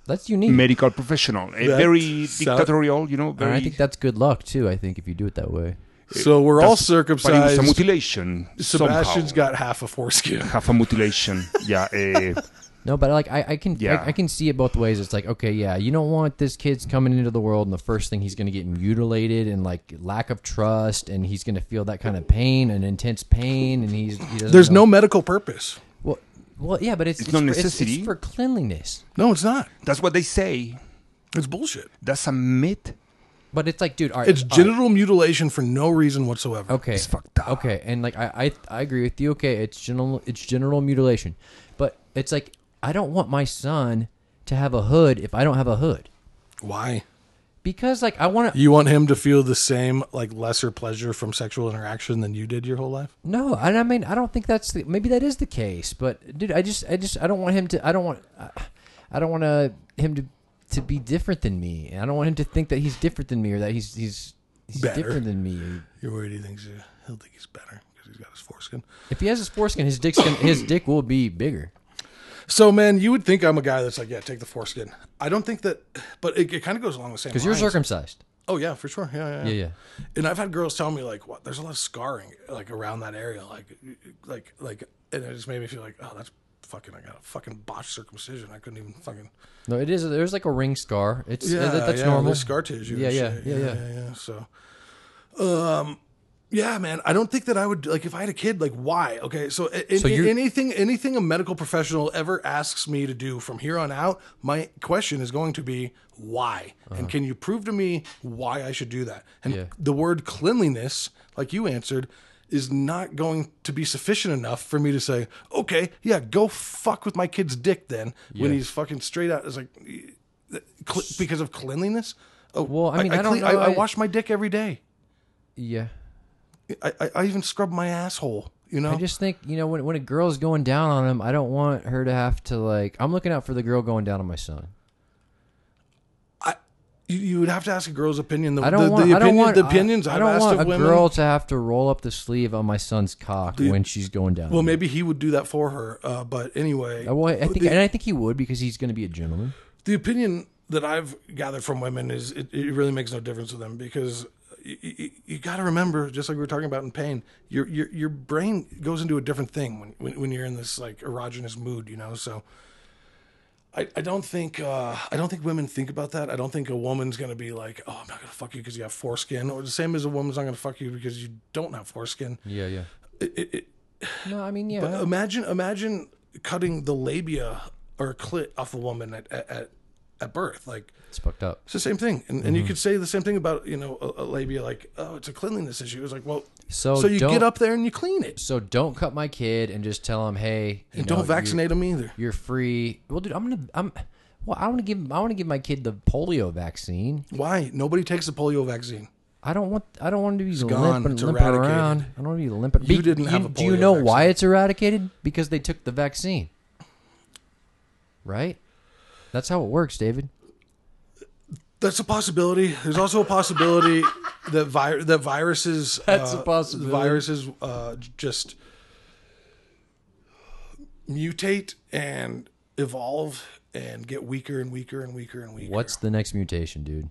S4: that's unique.
S2: medical professional. A
S1: That
S2: very
S1: sound-
S2: dictatorial, you know,
S4: And
S2: very.
S4: I think that's good luck too. I think if you do it that way.
S1: So we're all
S2: but it was a
S1: circumcised.
S2: mutilation.
S1: Sebastian's
S2: somehow.
S1: got half a foreskin.
S2: half a mutilation. yeah. eh,
S4: No, but like I, I can
S2: Yeah.
S4: I, I can see it both ways. It's like okay, yeah, you don't want this kid's coming into the world and the first thing he's going to get mutilated and like lack of trust and he's going to feel that kind of pain and intense pain and he's he doesn't
S1: There's
S4: know-
S1: no medical purpose.
S4: well, well yeah, but it's
S2: It's
S4: it's,
S2: no
S4: for, It's,
S2: necessity.
S4: it's for cleanliness.
S1: No, it's not.
S2: that's what they say.
S1: It's bullshit.
S2: That's a myth.
S4: But it's like, dude, all right,
S1: It's
S4: all right.
S1: genital mutilation for no reason whatsoever.
S4: Okay.
S2: It's fucked up.
S4: Okay, and like I, I I agree with you. Okay, it's genital it's genital mutilation, but it's like I don't want my son to have a hood if I don't have a hood
S1: Why?
S4: because like I want to.
S1: You want him to feel the same, like lesser pleasure from sexual interaction than you did your whole life?
S4: No, and I mean I don't think that's the, maybe that is the case, but dude, I just I just I don't want him to I don't want I- I don't want to him to to be different than me, and I don't want him to think that he's different than me or that he's he's. He's
S1: Better.
S4: different than me.
S1: You're worried he thinks you- he'll think he's better because he's got his foreskin.
S4: If he has his foreskin, his dick's gonna, his dick will be bigger.
S1: So, man, you would think I'm a guy that's like, yeah, take the foreskin. I don't think that, but it, it kind of goes along the same.
S4: Because you're
S1: lines.
S4: circumcised.
S1: Oh yeah, for sure. Yeah, yeah, yeah.
S4: Yeah, yeah.
S1: And I've had girls tell me like, what? There's a lot of scarring like around that area, like, like, like, and it just made me feel like, oh, that's fucking. I got a fucking botched circumcision. I couldn't even fucking.
S4: No, it is. There's like a ring scar. It's yeah, that, that's
S1: yeah,
S4: normal.
S1: there's Scar tissue.
S4: Yeah,
S1: and
S4: yeah,
S1: shit.
S4: yeah, yeah.
S1: yeah, yeah. So, um, yeah, man, I don't think that I would like if I had a kid. Like, why? Okay, so, a- a-
S4: So you're-
S1: anything, anything a medical professional ever asks me to do from here on out, my question is going to be why, and can you prove to me why I should do that? And
S4: Uh-huh. Yeah.
S1: the word cleanliness, like you answered. Is not going to be sufficient enough for me to say, okay, yeah, go fuck with my kid's dick then when
S4: Yeah.
S1: he's fucking straight out. It's like, Cle- because of cleanliness. Oh,
S4: Well, I mean, I don't
S1: clean-
S4: know.
S1: I, I
S4: I-
S1: wash my dick every day.
S4: Yeah,
S1: I, I, I even scrub my asshole. You know,
S4: I just think you know when when a girl's going down on him, I don't want her to have to like. I'm looking out for the girl going down on my son.
S1: you, you would have to ask a girl's opinion. The,
S4: I don't
S1: the,
S4: want.
S1: the
S4: I don't
S1: opinion-
S4: want.
S1: the opinions
S4: I,
S1: I've
S4: I don't
S1: asked
S4: want
S1: of
S4: a
S1: women.
S4: girl to have to roll up the sleeve on my son's cock when she's going down.
S1: well,
S4: on him.
S1: maybe he would do that for her. Uh, but anyway,
S4: I, wa- I think,
S1: the,
S4: and I think he would because he's going to be a gentleman.
S1: the opinion that I've gathered from women is it, it really makes no difference to them because. You, you, you got to remember, just like we were talking about in pain, your your your brain goes into a different thing when when, when you're in this like erogenous mood, you know. So, I, I don't think uh, I don't think women think about that. I don't think a woman's gonna be like, oh, I'm not gonna fuck you because you have foreskin, or the same as a woman's not gonna fuck you because you don't have foreskin.
S4: Yeah, yeah.
S1: It, it, it,
S4: No, I mean, yeah.
S1: but uh, imagine imagine cutting the labia or clit off a woman at at, at- at birth. Like
S4: it's fucked up.
S1: it's the same thing, and, and you
S4: Mm-hmm.
S1: could say the same thing about you know a, a labia. Like oh, it's a cleanliness issue. It's like well,
S4: So
S1: so you
S4: don't-
S1: get up there and you clean it,
S4: So don't cut my kid and just tell him, hey, you
S1: and
S4: know,
S1: don't
S4: you're-
S1: vaccinate them either.
S4: You're free. Well, dude, I'm gonna. I'm. Well, I want to give. I want to give my kid the polio vaccine.
S1: Why? Nobody takes the polio vaccine.
S4: I don't want. I don't want to be
S1: gone.
S4: limping,
S1: It's
S4: limping
S1: eradicated.
S4: around. I don't want to be limping.
S1: You didn't have a
S4: Do you
S1: polio
S4: know
S1: vaccine.
S4: why it's eradicated? Because they took the vaccine. Right. That's how it works, David.
S1: That's a possibility. There's also a possibility that vi- that viruses
S4: That's
S1: uh,
S4: a possibility.
S1: Viruses uh, j- just mutate and evolve and get weaker and weaker and weaker and weaker.
S4: What's the next mutation, dude?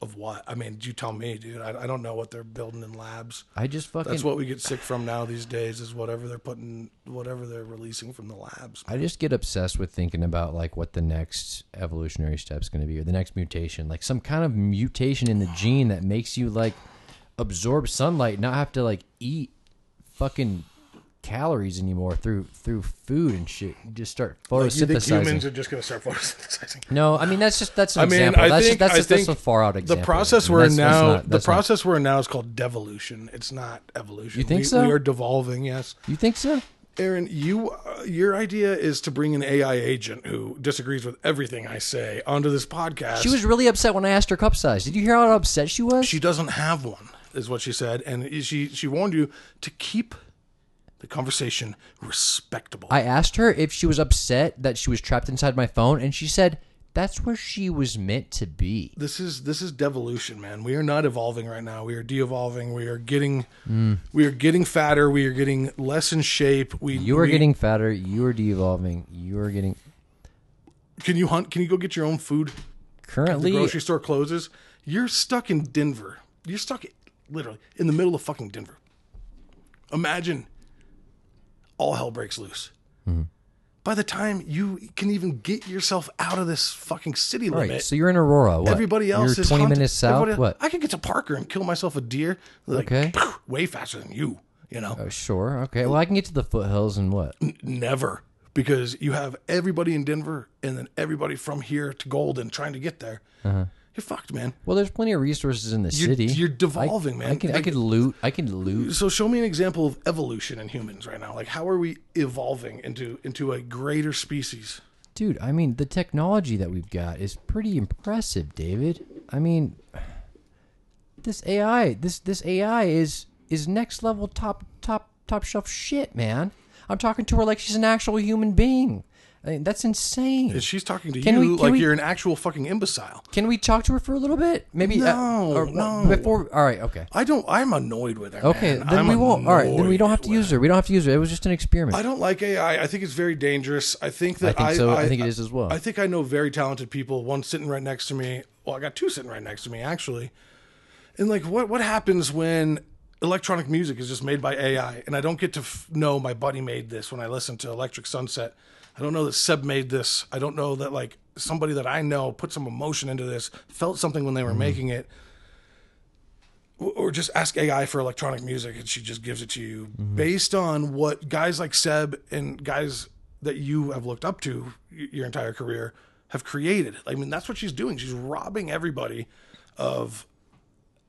S1: of what? I mean, you tell me, dude. I, I don't know what they're building in labs.
S4: I just fucking.
S1: That's what we get sick from now these days is whatever they're putting, whatever they're releasing from the labs.
S4: I just get obsessed with thinking about like what the next evolutionary step's going to be or the next mutation, like some kind of mutation in the gene that makes you like absorb sunlight, not have to like eat fucking calories anymore through through food and shit. You just start
S1: Like, you think
S4: photosynthesizing.
S1: humans are just going to start photosynthesizing?
S4: no, I mean that's just that's an
S1: I mean,
S4: example.
S1: I
S4: that's
S1: think-
S4: just, that's
S1: I
S4: just that's
S1: think
S4: a far out
S1: the
S4: example.
S1: process
S4: I mean,
S1: we're in
S4: that's- that's
S1: now
S4: not-
S1: the
S4: that's not-
S1: process we're in now is called devolution it's not evolution
S4: You think
S1: we,
S4: so?
S1: we are devolving yes
S4: you think so?
S1: Aaron, you uh, your idea is to bring an AI agent who disagrees with everything I say onto this podcast.
S8: She was really upset when I asked her cup size. Did you hear how upset she was?
S1: she doesn't have one, is what she said, and she she warned you to keep the conversation respectable.
S8: I asked her if she was upset that she was trapped inside my phone, and she said that's where she was meant to be.
S1: this is this is devolution, man. We are not evolving right now. We are de-evolving. We are getting
S4: Mm.
S1: we are getting fatter. We are getting less in shape. We
S4: You are
S1: we-
S4: getting fatter. You are de-evolving. You are getting
S1: Can you hunt? Can you go get your own food?
S4: currently.
S1: the grocery store closes. You're stuck in Denver. You're stuck literally in the middle of fucking Denver. Imagine all hell breaks loose.
S4: Mm-hmm.
S1: By the time you can even get yourself out of this fucking city
S4: All
S1: limit,
S4: right, so you're in Aurora. What?
S1: everybody else
S4: you're
S1: is
S4: 20
S1: hunting-
S4: minutes south.
S1: everybody-
S4: What?
S1: I could get to Parker and kill myself a deer, like
S4: Okay.
S1: way faster than you. You know,
S4: Oh, sure. Okay. Well, I can get to the foothills and what?
S1: never because you have everybody in Denver and then everybody from here to Golden trying to get there.
S4: Uh-huh.
S1: You're fucked, man.
S4: Well, there's plenty of resources in the
S1: You're,
S4: city.
S1: you're devolving, man.
S4: I can I
S1: Like,
S4: could loot. I can loot.
S1: so show me an example of evolution in humans right now like how are we evolving into into a greater species
S4: Dude, I mean, the technology that we've got is pretty impressive, David. I mean, this AI, this this AI is is next level top top top shelf shit, man. I'm talking to her like she's an actual human being. I mean, that's insane.
S1: and she's talking to
S4: Can
S1: you
S4: we- can
S1: like
S4: we-
S1: you're an actual fucking imbecile
S4: Can we talk to her for a little bit? Maybe uh,
S1: No,
S4: or-
S1: no.
S4: before. All right, okay.
S1: i don't i'm annoyed with her
S4: Okay,
S1: man.
S4: then
S1: I'm
S4: we won't. All right, then we don't have to
S1: annoyed with
S4: use her. We don't have to use her. It was just an experiment.
S1: I don't like AI. I think it's very dangerous. I think that
S4: I think
S1: I,
S4: so. I think it is as well.
S1: I think I know very talented people. One sitting right next to me. Well, I got two sitting right next to me actually. And like, what what happens when electronic music is just made by AI, and I don't get to f- know my buddy made this when I listen to Electric Sunset. I don't know that Seb made this. I don't know that like somebody that I know put some emotion into this, felt something when they
S4: Mm-hmm.
S1: were making it or just ask AI for electronic music and she just gives it to you
S4: Mm-hmm.
S1: based on what guys like Seb and guys that you have looked up to y- your entire career have created. I mean, that's what she's doing. She's robbing everybody of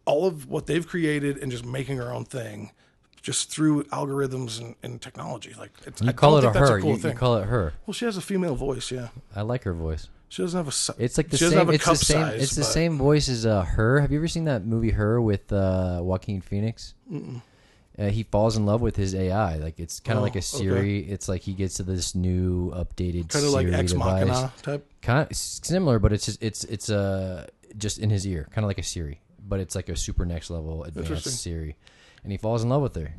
S1: all of what they've created and just making her own thing just through algorithms and, and technology. Like, it's,
S4: you
S1: I
S4: call it
S1: don't
S4: a
S1: think that's
S4: her.
S1: a cool
S4: you,
S1: thing.
S4: you call it her.
S1: well, she has a female voice. Yeah.
S4: I like her voice.
S1: She doesn't have a, si-
S4: It's like the
S1: she doesn't
S4: same.
S1: have a
S4: It's the
S1: cup
S4: same.
S1: size,
S4: it's the
S1: but-
S4: same voice as uh, her. Have you ever seen that movie Her with uh, Joaquin Phoenix? Uh, he falls in love with his AI. Like it's kind of
S1: Oh,
S4: like a Siri. It's like he gets to this new updated
S1: Kind of like
S4: Siri
S1: ex
S4: device.
S1: machina type.
S4: Kind of similar, but it's just, it's it's uh just in his ear, kind of like a Siri, but it's like a super next level
S1: Interesting.
S4: advanced Siri, and he falls in love with her,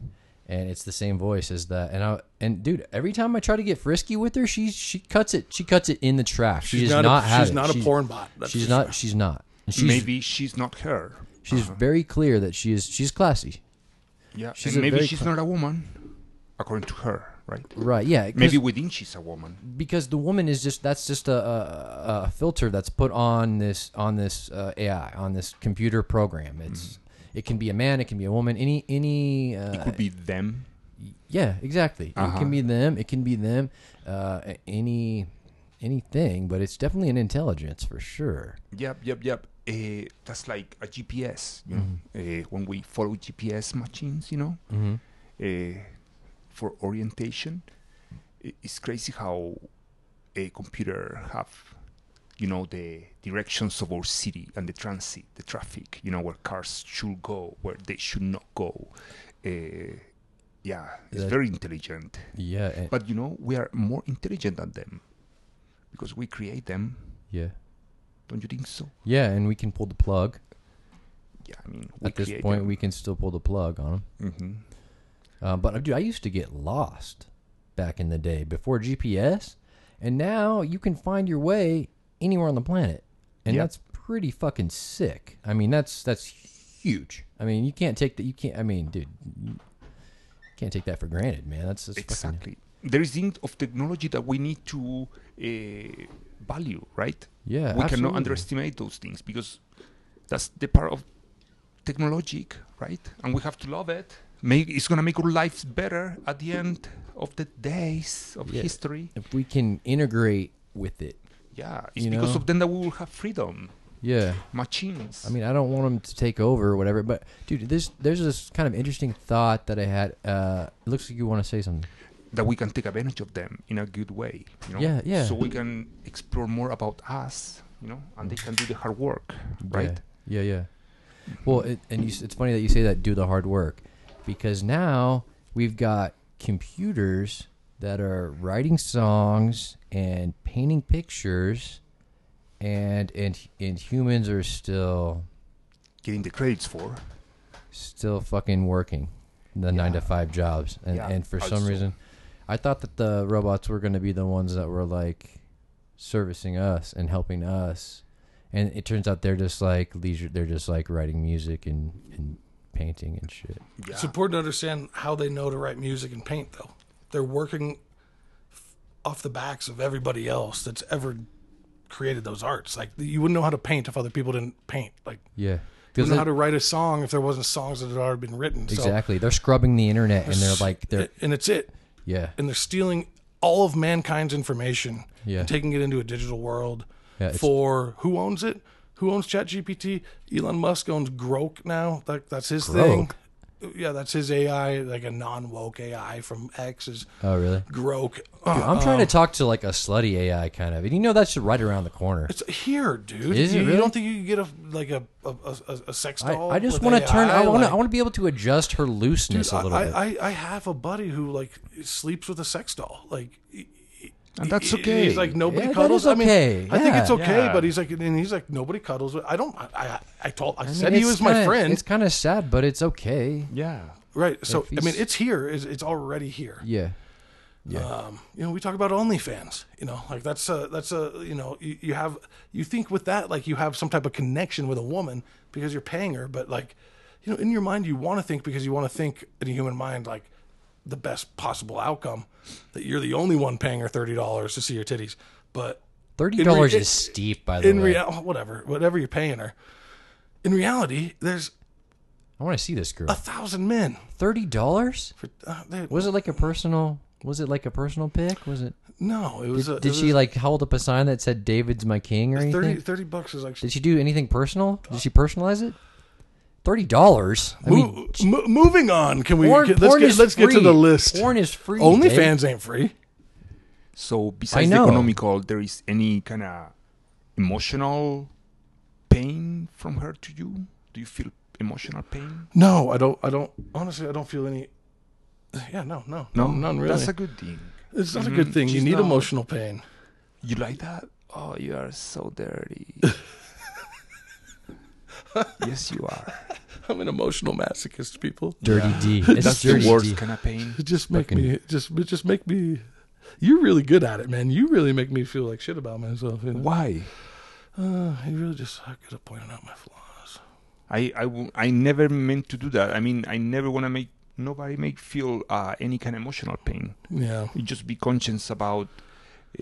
S4: and it's the same voice as that. And I and dude, every time I try to get frisky with her, she she cuts it. She cuts it in the trash. She
S1: She's
S4: does
S1: not a-
S4: not have
S1: she's
S4: it.
S1: not a porn bot, that's
S4: she's
S1: for
S4: not.
S1: sure.
S4: She's not. And she's,
S2: maybe she's not her.
S4: she's very clear that she is. She's classy.
S2: Yeah,
S4: she's a
S2: and maybe
S4: very
S2: she's
S4: cl-
S2: not a woman, according to her, right?
S4: Right. Yeah. 'cause-
S2: Maybe within she's a woman.
S4: because the woman is just that's just a, a, a filter that's put on this on this uh, AI on this computer program. It's it can be a man, it can be a woman, any any uh,
S2: Could be them.
S4: yeah, exactly. It can
S2: Uh-huh.
S4: be them, it can be them, uh, a- any anything, but it's definitely an intelligence for sure.
S2: Yep, yep, yep. Uh, that's like a GPS. You know? uh, when we follow GPS machines, you know, uh, for orientation, i- it's crazy how a computer have, you know, the directions of our city and the transit, the traffic. You know, where cars should go, where they should not go. Uh, yeah, it's very intelligent.
S4: Yeah, and-
S2: But you know, we are more intelligent than them because we create them.
S4: yeah,
S2: Don't you think so?
S4: yeah, and we can pull the plug.
S2: yeah, I mean,
S4: At this point, we can still pull the plug on them.
S2: hmm
S4: Uh, but dude, I used to get lost back in the day before GPS, and now you can find your way anywhere on the planet, and
S2: Yep.
S4: that's pretty fucking sick. I mean, that's that's huge. I mean, you can't take that. You can't. I mean, dude, you can't take that for granted, man. That's, that's fucking,
S2: exactly. There is things of technology that we need to uh, value, right? we
S4: Yeah,
S2: cannot
S4: absolutely.
S2: underestimate those things because that's the part of technologic, right? And we have to love it. Make, it's gonna make our lives better at the end of the days of
S4: Yeah.
S2: history.
S4: If we can integrate with it,
S2: Yeah, it's
S4: You
S2: because
S4: know?
S2: of them that we will have freedom,
S4: yeah.
S2: machines.
S4: I mean, I don't want them to take over or whatever. But dude, this there's this kind of interesting thought that I had. Uh, it looks like you want to say something.
S2: that we can take advantage of them in a good way. You know?
S4: Yeah, yeah.
S2: So we can explore more about us, you know, and they can do the hard work, right?
S4: Yeah, yeah. yeah. Well, it, and you, s- it's funny that you say that do the hard work because now we've got computers that are writing songs and painting pictures and and and humans are still
S2: Getting the credits for.
S4: still fucking working the 9 to 5 jobs and
S2: Yeah.
S4: and for
S2: I
S4: some
S2: saw-
S4: reason I thought that the robots were going to be the ones that were like servicing us and helping us. And it turns out they're just like leisure. They're just like writing music and, and painting and shit.
S2: Yeah.
S1: It's important to understand how they know to write music and paint, though. They're working f- off the backs of everybody else that's ever created those arts. Like you wouldn't know how to paint if other people didn't paint. Like
S4: Yeah.
S1: you
S4: Because
S1: wouldn't know how to write a song if there wasn't songs that had already been written. So-
S4: exactly. They're scrubbing the internet and they're like, they're,
S1: and it's it.
S4: yeah.
S1: And they're stealing all of mankind's information
S4: Yeah.
S1: and taking it into a digital world
S4: Yeah, it's-
S1: for who owns it? Who owns ChatGPT? Elon Musk owns Grok now. That, that's his thing. Yeah, that's his AI, like a non woke AI from X is
S4: Oh, really?
S1: Grok. Uh,
S4: I'm trying
S1: Um,
S4: to talk to like a slutty AI kind of. And you know, that's right around the corner.
S1: It's here, dude.
S4: Is it
S1: you, you
S4: really?
S1: don't think you could get a like a a, a, a sex
S4: I,
S1: doll?
S4: I just
S1: with
S4: want to turn,
S1: AI?
S4: I want to,
S1: Like,
S4: I want to be able to adjust her looseness
S1: dude,
S4: a little
S1: I,
S4: bit.
S1: I, I have a buddy who like sleeps with a sex doll. Like
S2: And that's
S1: he-
S2: okay.
S1: He's like nobody
S4: Yeah, that
S1: cuddles.
S4: is okay.
S1: I mean, I think
S4: Yeah.
S1: it's okay,
S2: Yeah.
S1: but he's like, and he's like nobody cuddles. with I don't. I I, I told. I,
S4: I mean,
S1: said he
S4: it's
S1: was my
S4: kinda-
S1: friend.
S4: It's kind of sad, but it's okay.
S2: yeah.
S1: right. So I
S4: if
S1: mean,
S4: he's-
S1: it's here. It's, it's already here.
S4: Yeah.
S1: Um, you know, we talk about OnlyFans. You know, like that's a that's a you know you, you have you think with that like you have some type of connection with a woman because you're paying her, but like you know in your mind you want to think because you want to think in a human mind like the best possible outcome that you're the only one paying her thirty dollars to see your titties, but
S4: Thirty dollars
S1: In re-
S4: is steep, by the
S1: in
S4: way.
S1: real whatever whatever you're paying her, in reality there's
S4: I want to see this
S1: a
S4: girl.
S1: thousand men
S4: Thirty dollars?
S1: for uh, there-
S4: Was it like a personal? Was it like a personal pick? Was it?
S1: no it was a,
S4: Did
S1: it
S4: she
S1: was-
S4: like hold up a sign that said "David's my king" or
S1: 30,
S4: anything?
S1: 30 bucks is like
S4: Did she do anything personal? Did she personalize it? Thirty dollars. I mean,
S1: Mo- mo- moving on, can we?
S4: porn,
S1: get- let's
S4: porn
S1: get
S4: is
S1: let's get to
S4: free.
S1: the list.
S4: Porn is free. Dave.
S1: OnlyFans ain't free.
S2: So besides the
S4: know.
S2: economical, there is any kind of emotional pain from her to you? Do you feel emotional pain?
S1: No, I don't. I don't. Honestly, I don't feel any. Yeah, no, no, no, none really.
S2: That's a Mm-hmm. good thing.
S1: it's not a good thing. You
S2: She's
S1: need
S2: not-
S1: emotional pain.
S2: You like that? Oh, you are so dirty. yes, you are.
S1: I'm an emotional masochist, people.
S4: Dirty D. It's
S2: That's
S4: dirty
S2: the worst
S4: D.
S2: kind of pain.
S1: It just make me just it just make me. You're really good at it, man. You really make me feel like shit about myself. You, know?
S2: Why?
S1: Uh, you really just are good at pointing out my flaws.
S2: I, I, w- I never meant to do that. I mean, I never want to make nobody make feel uh, any kind of emotional pain.
S1: Yeah.
S2: You just be conscious about.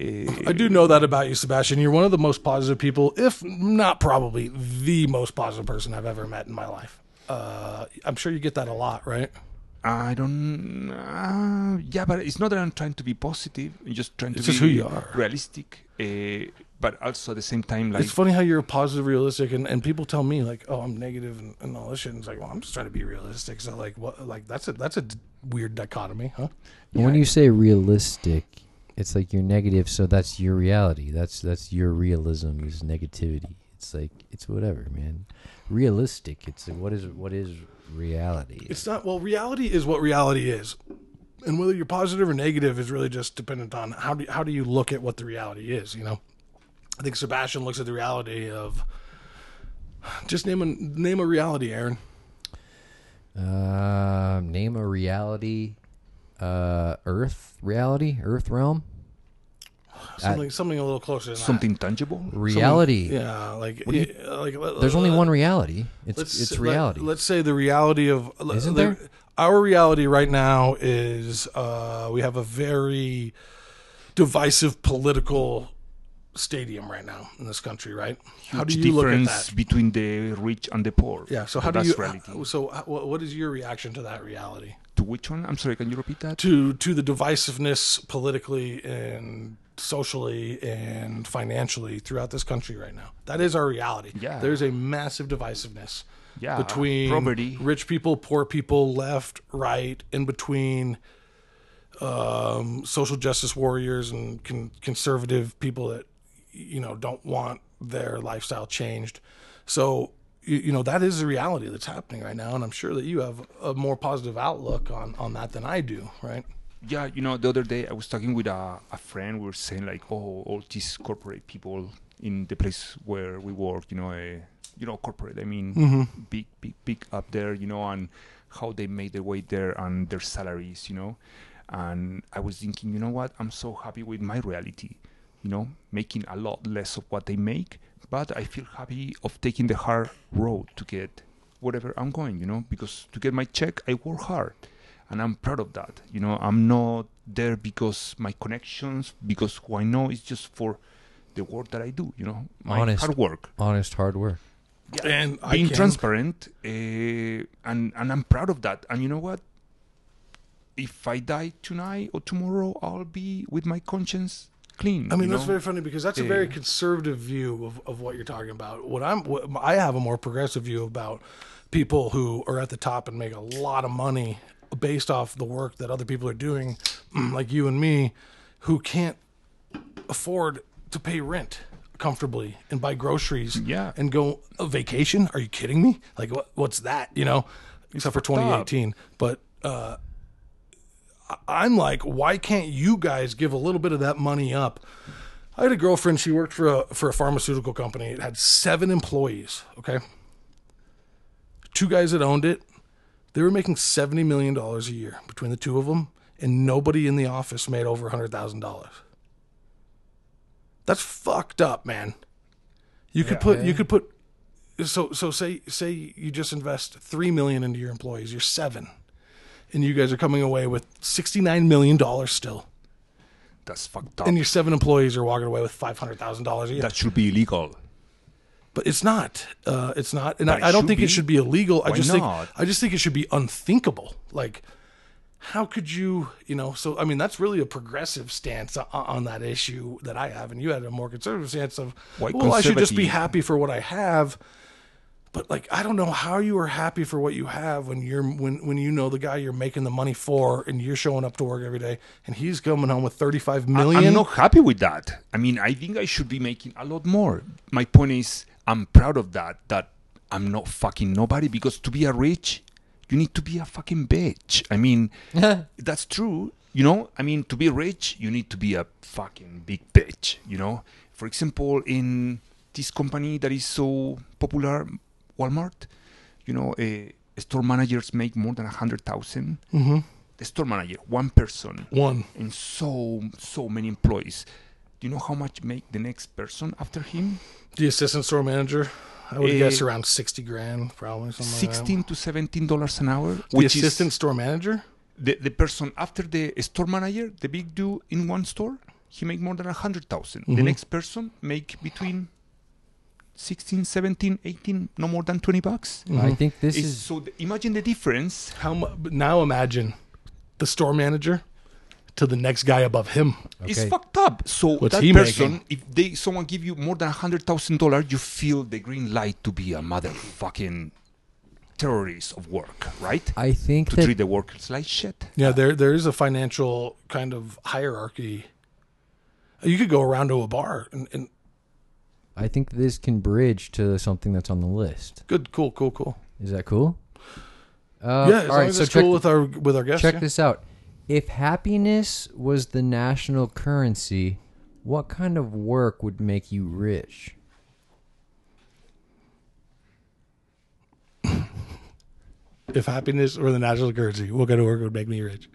S2: Uh,
S1: I do know that about you, Sebastian. You're one of the most positive people, if not probably the most positive person I've ever met in my life. Uh, I'm sure you get that a lot, right?
S2: I don't. Uh, yeah, but it's not that I'm trying to be positive. I'm just trying to
S1: It's
S2: be
S1: just who you are.
S2: realistic. Uh, but also at the same time, like
S1: it's funny how you're positive, realistic, and, and people tell me like, "Oh, I'm negative and, and all this shit." And it's like, well, I'm just trying to be realistic. So like, what? Like that's a that's a d- weird dichotomy, huh?
S4: And when you say realistic, it's like you're negative, so that's your reality. That's that's your realism is negativity. It's like it's whatever, man. Realistic. It's like what is what is reality?
S1: It's not. Well, reality is what reality is, and whether you're positive or negative is really just dependent on how do how do you look at what the reality is. You know, I think Sebastian looks at the reality of just name a name a reality, Aaron.
S4: Um, name a reality. Uh, Earth reality, Earth realm,
S1: Something something a little closer. Than
S2: something tangible.
S4: reality.
S1: That. Yeah, like yeah, like uh, let-
S4: There's only
S1: let-
S4: one reality. It's it's
S1: let-
S4: reality.
S1: let's say the reality of
S4: Isn't
S1: the-
S4: there?
S1: Our reality right now is uh, we have a very divisive political stadium right now in this country, right? How do
S2: Huge
S1: you look at
S2: difference
S1: that?
S2: between the rich and the poor?
S1: Yeah. So how
S2: But
S1: do you?
S2: that's reality.
S1: So how- what what is your reaction to that reality?
S2: to which one? I'm sorry. Can you repeat that?
S1: To to the divisiveness politically and socially and financially throughout this country right now. That is our reality.
S2: Yeah.
S1: There's a massive divisiveness.
S2: Yeah,
S1: between
S2: property.
S1: rich people, poor people, left, right, in between um, social justice warriors and con- conservative people that you know don't want their lifestyle changed. So you, you know that is the reality that's happening right now, and I'm sure that you have a more positive outlook on on that than I do, right?
S2: Yeah, you know, the other day I was talking with a, a friend. We were saying like, oh, all these corporate people in the place where we work, you know, uh, you know, corporate. I mean, big, big, big up there, you know, and how they made their way there and their salaries, you know. And I was thinking, you know what? I'm so happy with my reality, you know, making a lot less of what they make, but I feel happy of taking the hard road to get whatever I'm going, you know, because to get my check, I work hard and I'm proud of that. You know, I'm not there because my connections, because who I know is just for the work that I do. You know, my
S8: Honest.
S2: hard work,
S8: Honest hard work.
S1: And I
S2: being
S1: can-
S2: transparent, uh, and and I'm proud of that. And you know what? If I die tonight or tomorrow, I'll be with my conscience clean.
S1: I mean,
S2: you
S1: that's
S2: know?
S1: very funny because that's a
S2: Yeah.
S1: very conservative view of, of what you're talking about. What I'm, what, I have a more progressive view about people who are at the top and make a lot of money based off the work that other people are doing, like you and me, who can't afford to pay rent comfortably and buy groceries
S2: Yeah.
S1: and go a vacation are you kidding me like what, what's that you know except for 2018 but uh I- i'm like why can't you guys give a little bit of that money up i had a girlfriend she worked for a for a pharmaceutical company it had seven employees okay two guys that owned it they were making 70 million dollars a year between the two of them and nobody in the office made over $100000 that's fucked up man you could put you could put so so say say you just invest three million into your employees, you're seven, and you guys are coming away with sixty nine million dollars still,
S2: that's fucked up.
S1: and your seven employees are walking away with five hundred thousand dollars a year.
S2: that should be illegal.
S1: but it's not, uh, it's not, and
S2: But it
S1: I, I don't
S2: should
S1: think it
S2: be.
S1: should be illegal. I
S2: Why
S1: just
S2: not?
S1: think I just think it should be unthinkable. Like, how could you, you know? So I mean, that's really a progressive stance on, on that issue that I have, and you had a more conservative stance of,
S2: Why
S1: well, I should just be
S2: conservative?
S1: happy for what I have. but like I don't know how you are happy for what you have when you're when when you know the guy you're making the money for and you're showing up to work every day and he's coming home with 35
S2: I-
S1: million.
S2: I'm not happy with that. I mean, I think I should be making a lot more. My point is, I'm proud of that. That I'm not fucking nobody because to be a rich, you need to be a fucking bitch. I mean, that's true. You know, I mean, to be rich, you need to be a fucking big bitch. You know, for example, in this company that is so popular, Walmart. You know, uh, store managers make more than a hundred thousand. The store manager, one person
S1: Mm-hmm. one.
S2: and so so many employees. Do you know how much make the next person after him?
S1: The assistant store manager, I would
S2: Eh,
S1: guess around 60 grand probably something like
S2: Sixteen to seventeen dollars an hour.
S1: that. The assistant store manager?
S2: is the, the person after the store manager, the big dude in one store, he make more than a hundred
S8: Mm-hmm.
S2: The next person make between 16, 17, 18, no more than twenty bucks.
S1: Mm-hmm.
S8: I think this
S2: It's-
S8: is
S2: so the, imagine the difference.
S1: How mu- but now imagine the store manager to the next guy above him.
S2: It's
S8: Okay.
S2: fucked up. So
S1: What's
S2: that
S1: he
S2: person,
S1: making?
S2: if they someone give you more than hundred thousand dollars, you feel the green light to be a motherfucking terrorist of work, right?
S8: I think
S2: to
S8: that
S2: treat the workers like shit.
S1: Yeah, there there is a financial kind of hierarchy. You could go around to a bar and, and
S8: I think this can bridge to something that's on the list.
S1: good cool cool cool.
S8: Is that cool? Uh,
S1: yeah, as long as it's
S8: check
S1: cool
S8: th-
S1: with our with our guests.
S8: check
S1: yeah.
S8: this out. If happiness was the national currency, what kind of work would make you rich?
S1: If happiness were the national currency, what kind of work would make me rich?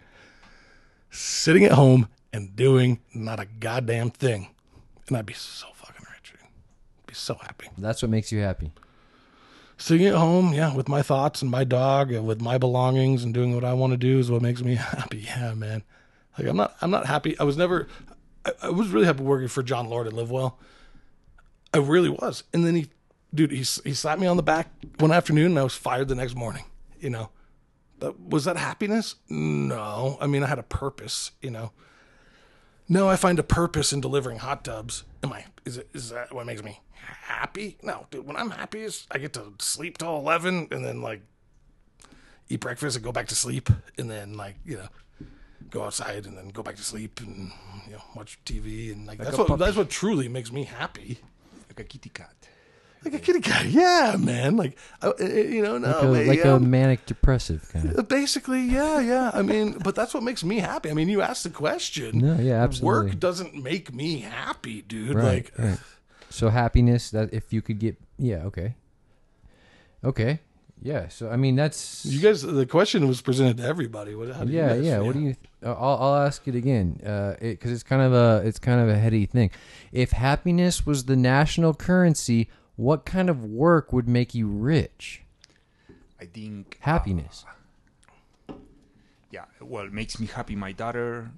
S1: Sitting at home and doing not a goddamn thing, and I'd be so fucking rich. I'd be so happy.
S8: That's what makes you happy.
S1: Sitting at home, yeah, with my thoughts and my dog, and with my belongings, and doing what I want to do is what makes me happy. Yeah, man. Like I'm not, I'm not happy. I was never, I, I was really happy working for John Lord at Live Well. I really was. And then he, dude, he s- he slapped me on the back one afternoon, and I was fired the next morning. You know, that, was that happiness? No, I mean I had a purpose. You know. No, I find a purpose in delivering hot tubs. Am I? Is it? Is that what makes me happy? No, dude. When I'm happy, is I get to sleep till eleven, and then like eat breakfast and go back to sleep, and then like you know, go outside and then go back to sleep and you know watch TV and like,
S2: Like
S1: that's
S2: a
S1: what
S2: puppy.
S1: that's what truly makes me happy.
S2: Like a kitty cat.
S1: Like a kitty cat, yeah, man. Like I, I- you know, no,
S4: Like, a,
S1: man,
S4: like
S1: Oh, yeah.
S4: a manic depressive kind of.
S1: Uh, Basically, yeah, yeah. I mean, but that's what makes me happy. I mean, you asked the question.
S4: No, yeah, absolutely.
S1: Work doesn't make me happy, dude.
S4: Right,
S1: like,
S4: right. So happiness that if you could get yeah, okay. Okay. Yeah, so I mean that's
S1: you guys, the question was presented to everybody. What, how do you
S4: yeah,
S1: guys
S4: yeah.
S1: feel?
S4: What do you? th- uh, I'll I'll ask it again, because it's kind of a it's kind of a heady thing. If happiness was the national currency, what kind of work would make you rich?
S2: I think
S4: Happiness.
S2: yeah, well, it makes me happy. My daughter,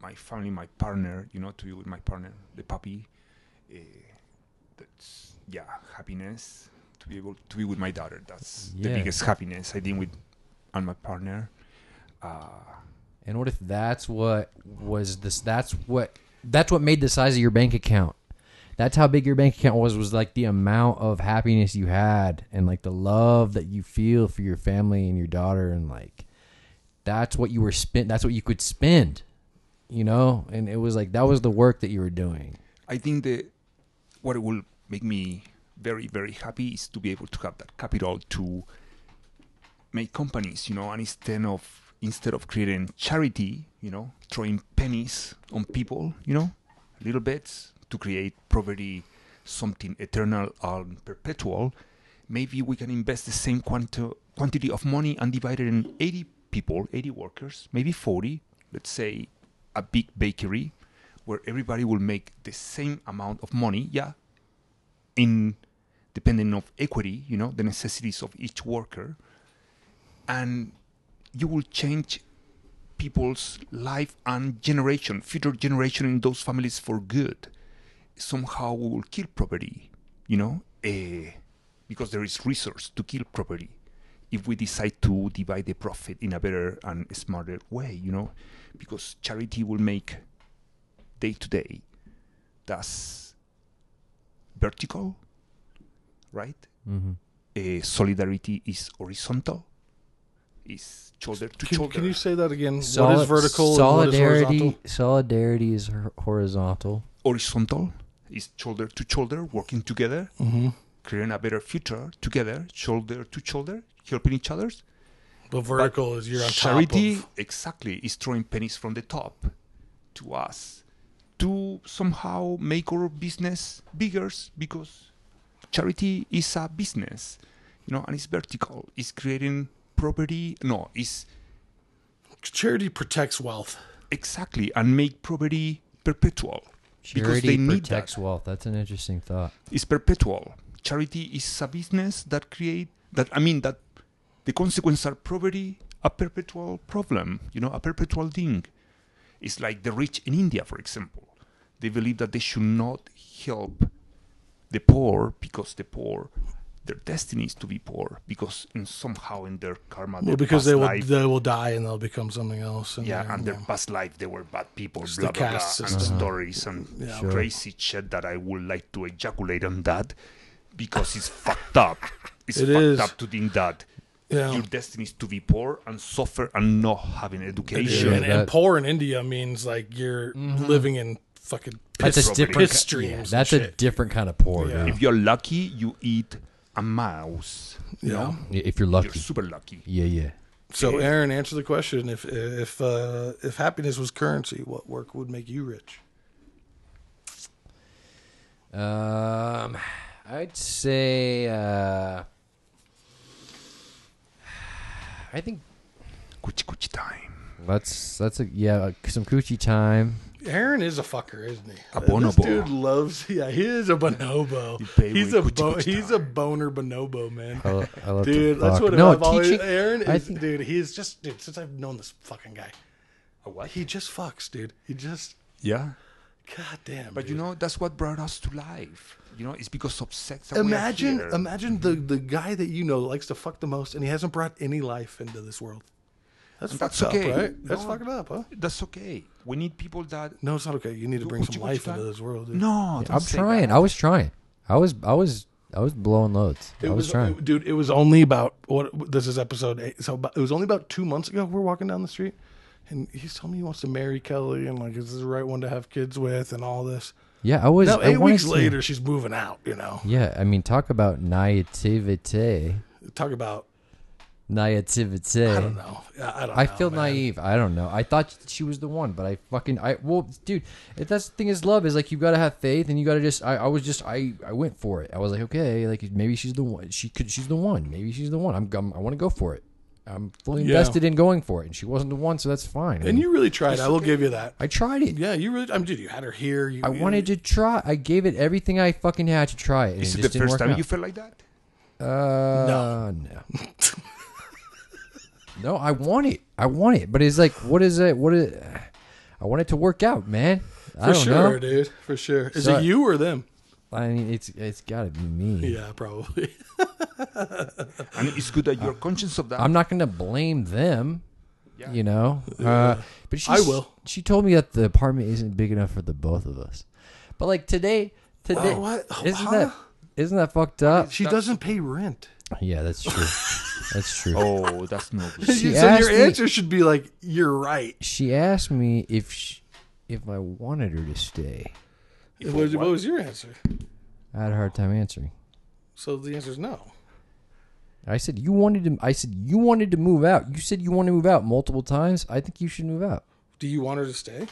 S2: my family, my partner, you know, to be with my partner, the puppy. Uh, that's yeah, happiness to be able to be with my daughter. That's
S4: Yeah.
S2: the biggest happiness I think with and my partner. Uh,
S4: And what if that's what was this? That's what that's what made the size of your bank account. That's how big your bank account was. Was like the amount of happiness you had, and like the love that you feel for your family and your daughter, and like that's what you were spent. That's what you could spend, you know. And it was like that was the work that you were doing.
S2: I think the what will make me very very happy is to be able to have that capital to make companies, you know, and instead of instead of creating charity, you know, throwing pennies on people, you know, little bits to create poverty, something eternal and perpetual. Maybe we can invest the same quanti- quantity of money and divide it in 80 people, 80 workers, maybe 40. Let's say a big bakery where everybody will make the same amount of money, yeah, in depending of equity, you know, the necessities of each worker, and you will change people's life and generation, future generation in those families for good. Somehow we will kill property, you know, eh, because there is resource to kill property if we decide to divide the profit in a better and smarter way, you know, because charity will make day to day that's vertical right
S4: Mm-hmm.
S2: Eh, solidarity is horizontal is shoulder to
S1: Can,
S2: shoulder
S1: can you say that again? what is vertical? And what is
S4: Solidarity.
S1: horizontal?
S4: solidarity is hor- horizontal.
S2: horizontal is shoulder to shoulder working together
S1: Mm-hmm.
S2: creating a better future together shoulder to shoulder helping each other
S1: But vertical is you're on
S2: charity
S1: top of.
S2: exactly is throwing pennies from the top to us to somehow make our business bigger because charity is a business you know and it's vertical it's creating property no it's
S1: Charity protects wealth.
S2: exactly and make property perpetual because
S4: Charity
S2: they need
S4: protects
S2: that
S4: wealth. That's an interesting thought.
S2: is perpetual. Charity is a business that create that I mean that the consequences are poverty, a perpetual problem, you know, a perpetual thing. It's like the rich in India, for example. They believe that they should not help the poor because the poor their destiny is to be poor because in somehow in their karma
S1: Well,
S2: their
S1: because
S2: past
S1: they will
S2: life,
S1: they will die and they'll become something else. And
S2: yeah,
S1: they're-
S2: and their
S1: yeah.
S2: past life they were bad people,
S1: It's
S2: blah
S1: the
S2: blah blah,
S1: caste
S2: and
S1: system.
S2: stories and
S1: Sure.
S2: crazy shit that I would like to ejaculate on that because it's fucked up. It's
S1: It
S2: fucked
S1: is.
S2: up to think that
S1: Yeah.
S2: your destiny is to be poor and suffer and not having education.
S1: and, and
S4: that- Mm-hmm.
S1: poor in India means like you're living in fucking
S4: That's
S1: piss,
S4: a
S1: piss
S4: different ki-
S1: streams. and
S4: That's a
S1: shit.
S4: different kind of poor.
S1: Yeah.
S4: dude.
S2: If you're lucky, you eat a mouse. You
S1: Yeah.
S2: know,
S4: If you're
S2: you're
S4: lucky.
S2: super lucky.
S4: Yeah, yeah.
S1: So, Aaron, answer the question: If if uh, if happiness was currency, what work would make you rich?
S4: Um, I'd say. Uh, I think
S2: Coochie coochie time.
S4: that's that's a yeah uh, some coochie time.
S1: Aaron is a fucker, isn't he?
S2: A
S1: This
S2: bonobo.
S1: dude loves. Yeah, he is a bonobo.
S2: You pay
S1: He's a
S2: with
S1: bo-
S2: kuchi-kuchi
S1: he's a boner bonobo, man.
S4: I, lo- I love to
S1: Dude, that's
S4: fuck.
S1: what
S4: no
S1: I've always.
S4: teaching.
S1: Aaron
S4: I
S1: is,
S4: think-
S1: dude. He is just, dude. Since I've known this fucking guy,
S2: A what?
S1: he just fucks, dude. He just,
S2: Yeah.
S1: god damn.
S2: But you know, that's what brought us to life. You know, it's because of sex. that we are
S1: imagine,
S2: here.
S1: imagine the the guy that you know that likes to fuck the most, and he hasn't brought any life into this world. That's,
S2: And that's
S1: fucked
S2: okay.
S1: up, right? That's
S2: No.
S1: fucking up, huh?
S2: That's okay. We need people that.
S1: No, it's not okay. You need to
S2: Would
S1: bring
S2: you-
S1: some
S2: would you
S1: life into
S2: try-
S1: this world. Dude.
S2: No, don't
S4: I'm
S2: say
S4: trying.
S2: that.
S4: I was trying. I was I was I was blowing loads.
S1: It
S4: I was, uh,
S1: was,
S4: trying.
S1: it- dude. It was only about what this is episode eight. So about, it was only about two months ago. We're walking down the street, and he's telling me he wants to marry Kelly, and like, is this the right one to have kids with, and all this.
S4: Yeah, I was.
S1: Now,
S4: I
S1: eight
S4: wanted
S1: weeks
S4: to-
S1: later, she's moving out. You know,
S4: Yeah, I mean, talk about naivete.
S1: talk about
S4: Naivete.
S1: I don't know. I I don't.
S4: I
S1: know,
S4: feel
S1: Oh, man.
S4: naive. I don't know. I thought she was the one, but I fucking I well, dude. If that's the thing is love is like you gotta have faith and you gotta just. I, I was just I I went for it. I was like okay, like maybe she's the one. She could. She's the one. Maybe she's the one. I'm. I'm I want to go for it. I'm fully
S1: Yeah.
S4: invested in going for it, and she wasn't the one, so that's
S1: And
S4: fine. I mean,
S1: you really tried. I will give you that.
S4: I tried it.
S1: Yeah, you really. I mean, dude, you had her here. You,
S4: I wanted to try. I gave it everything I fucking had to try it. And
S2: Is
S4: it
S2: it
S4: just
S2: the
S4: didn't
S2: first
S4: work
S2: time
S4: out.
S2: you felt like that?
S4: Uh, no. no. I want it. I want it. But it's like, what is it? What is I want it to work out, man. I
S1: for
S4: don't
S1: sure,
S4: know.
S1: dude. For sure. Is
S4: So-
S1: it you or them?
S4: I mean, it's it's got to be me.
S1: Yeah, probably.
S2: And it's good that you're conscious of that.
S4: Uh, I'm not going to blame them, you know. Uh, but she,
S1: I will.
S4: She told me that the apartment isn't big enough for the both of us. But like today, today,
S1: What?
S4: isn't
S1: Huh?
S4: that isn't that fucked up?
S1: She doesn't pay rent.
S4: Yeah, that's true. that's true.
S2: oh, that's no good.
S4: She
S1: so
S4: asked
S1: your
S4: me-
S1: answer should be like, "You're right."
S4: She asked me if she, if I wanted her to stay.
S1: What, was- what was your answer?
S4: I had a hard time answering.
S1: So the answer is no.
S4: I said you wanted to. I said you wanted to move out. You said you want to move out multiple times. I think you should move out.
S1: Do you want her to stay?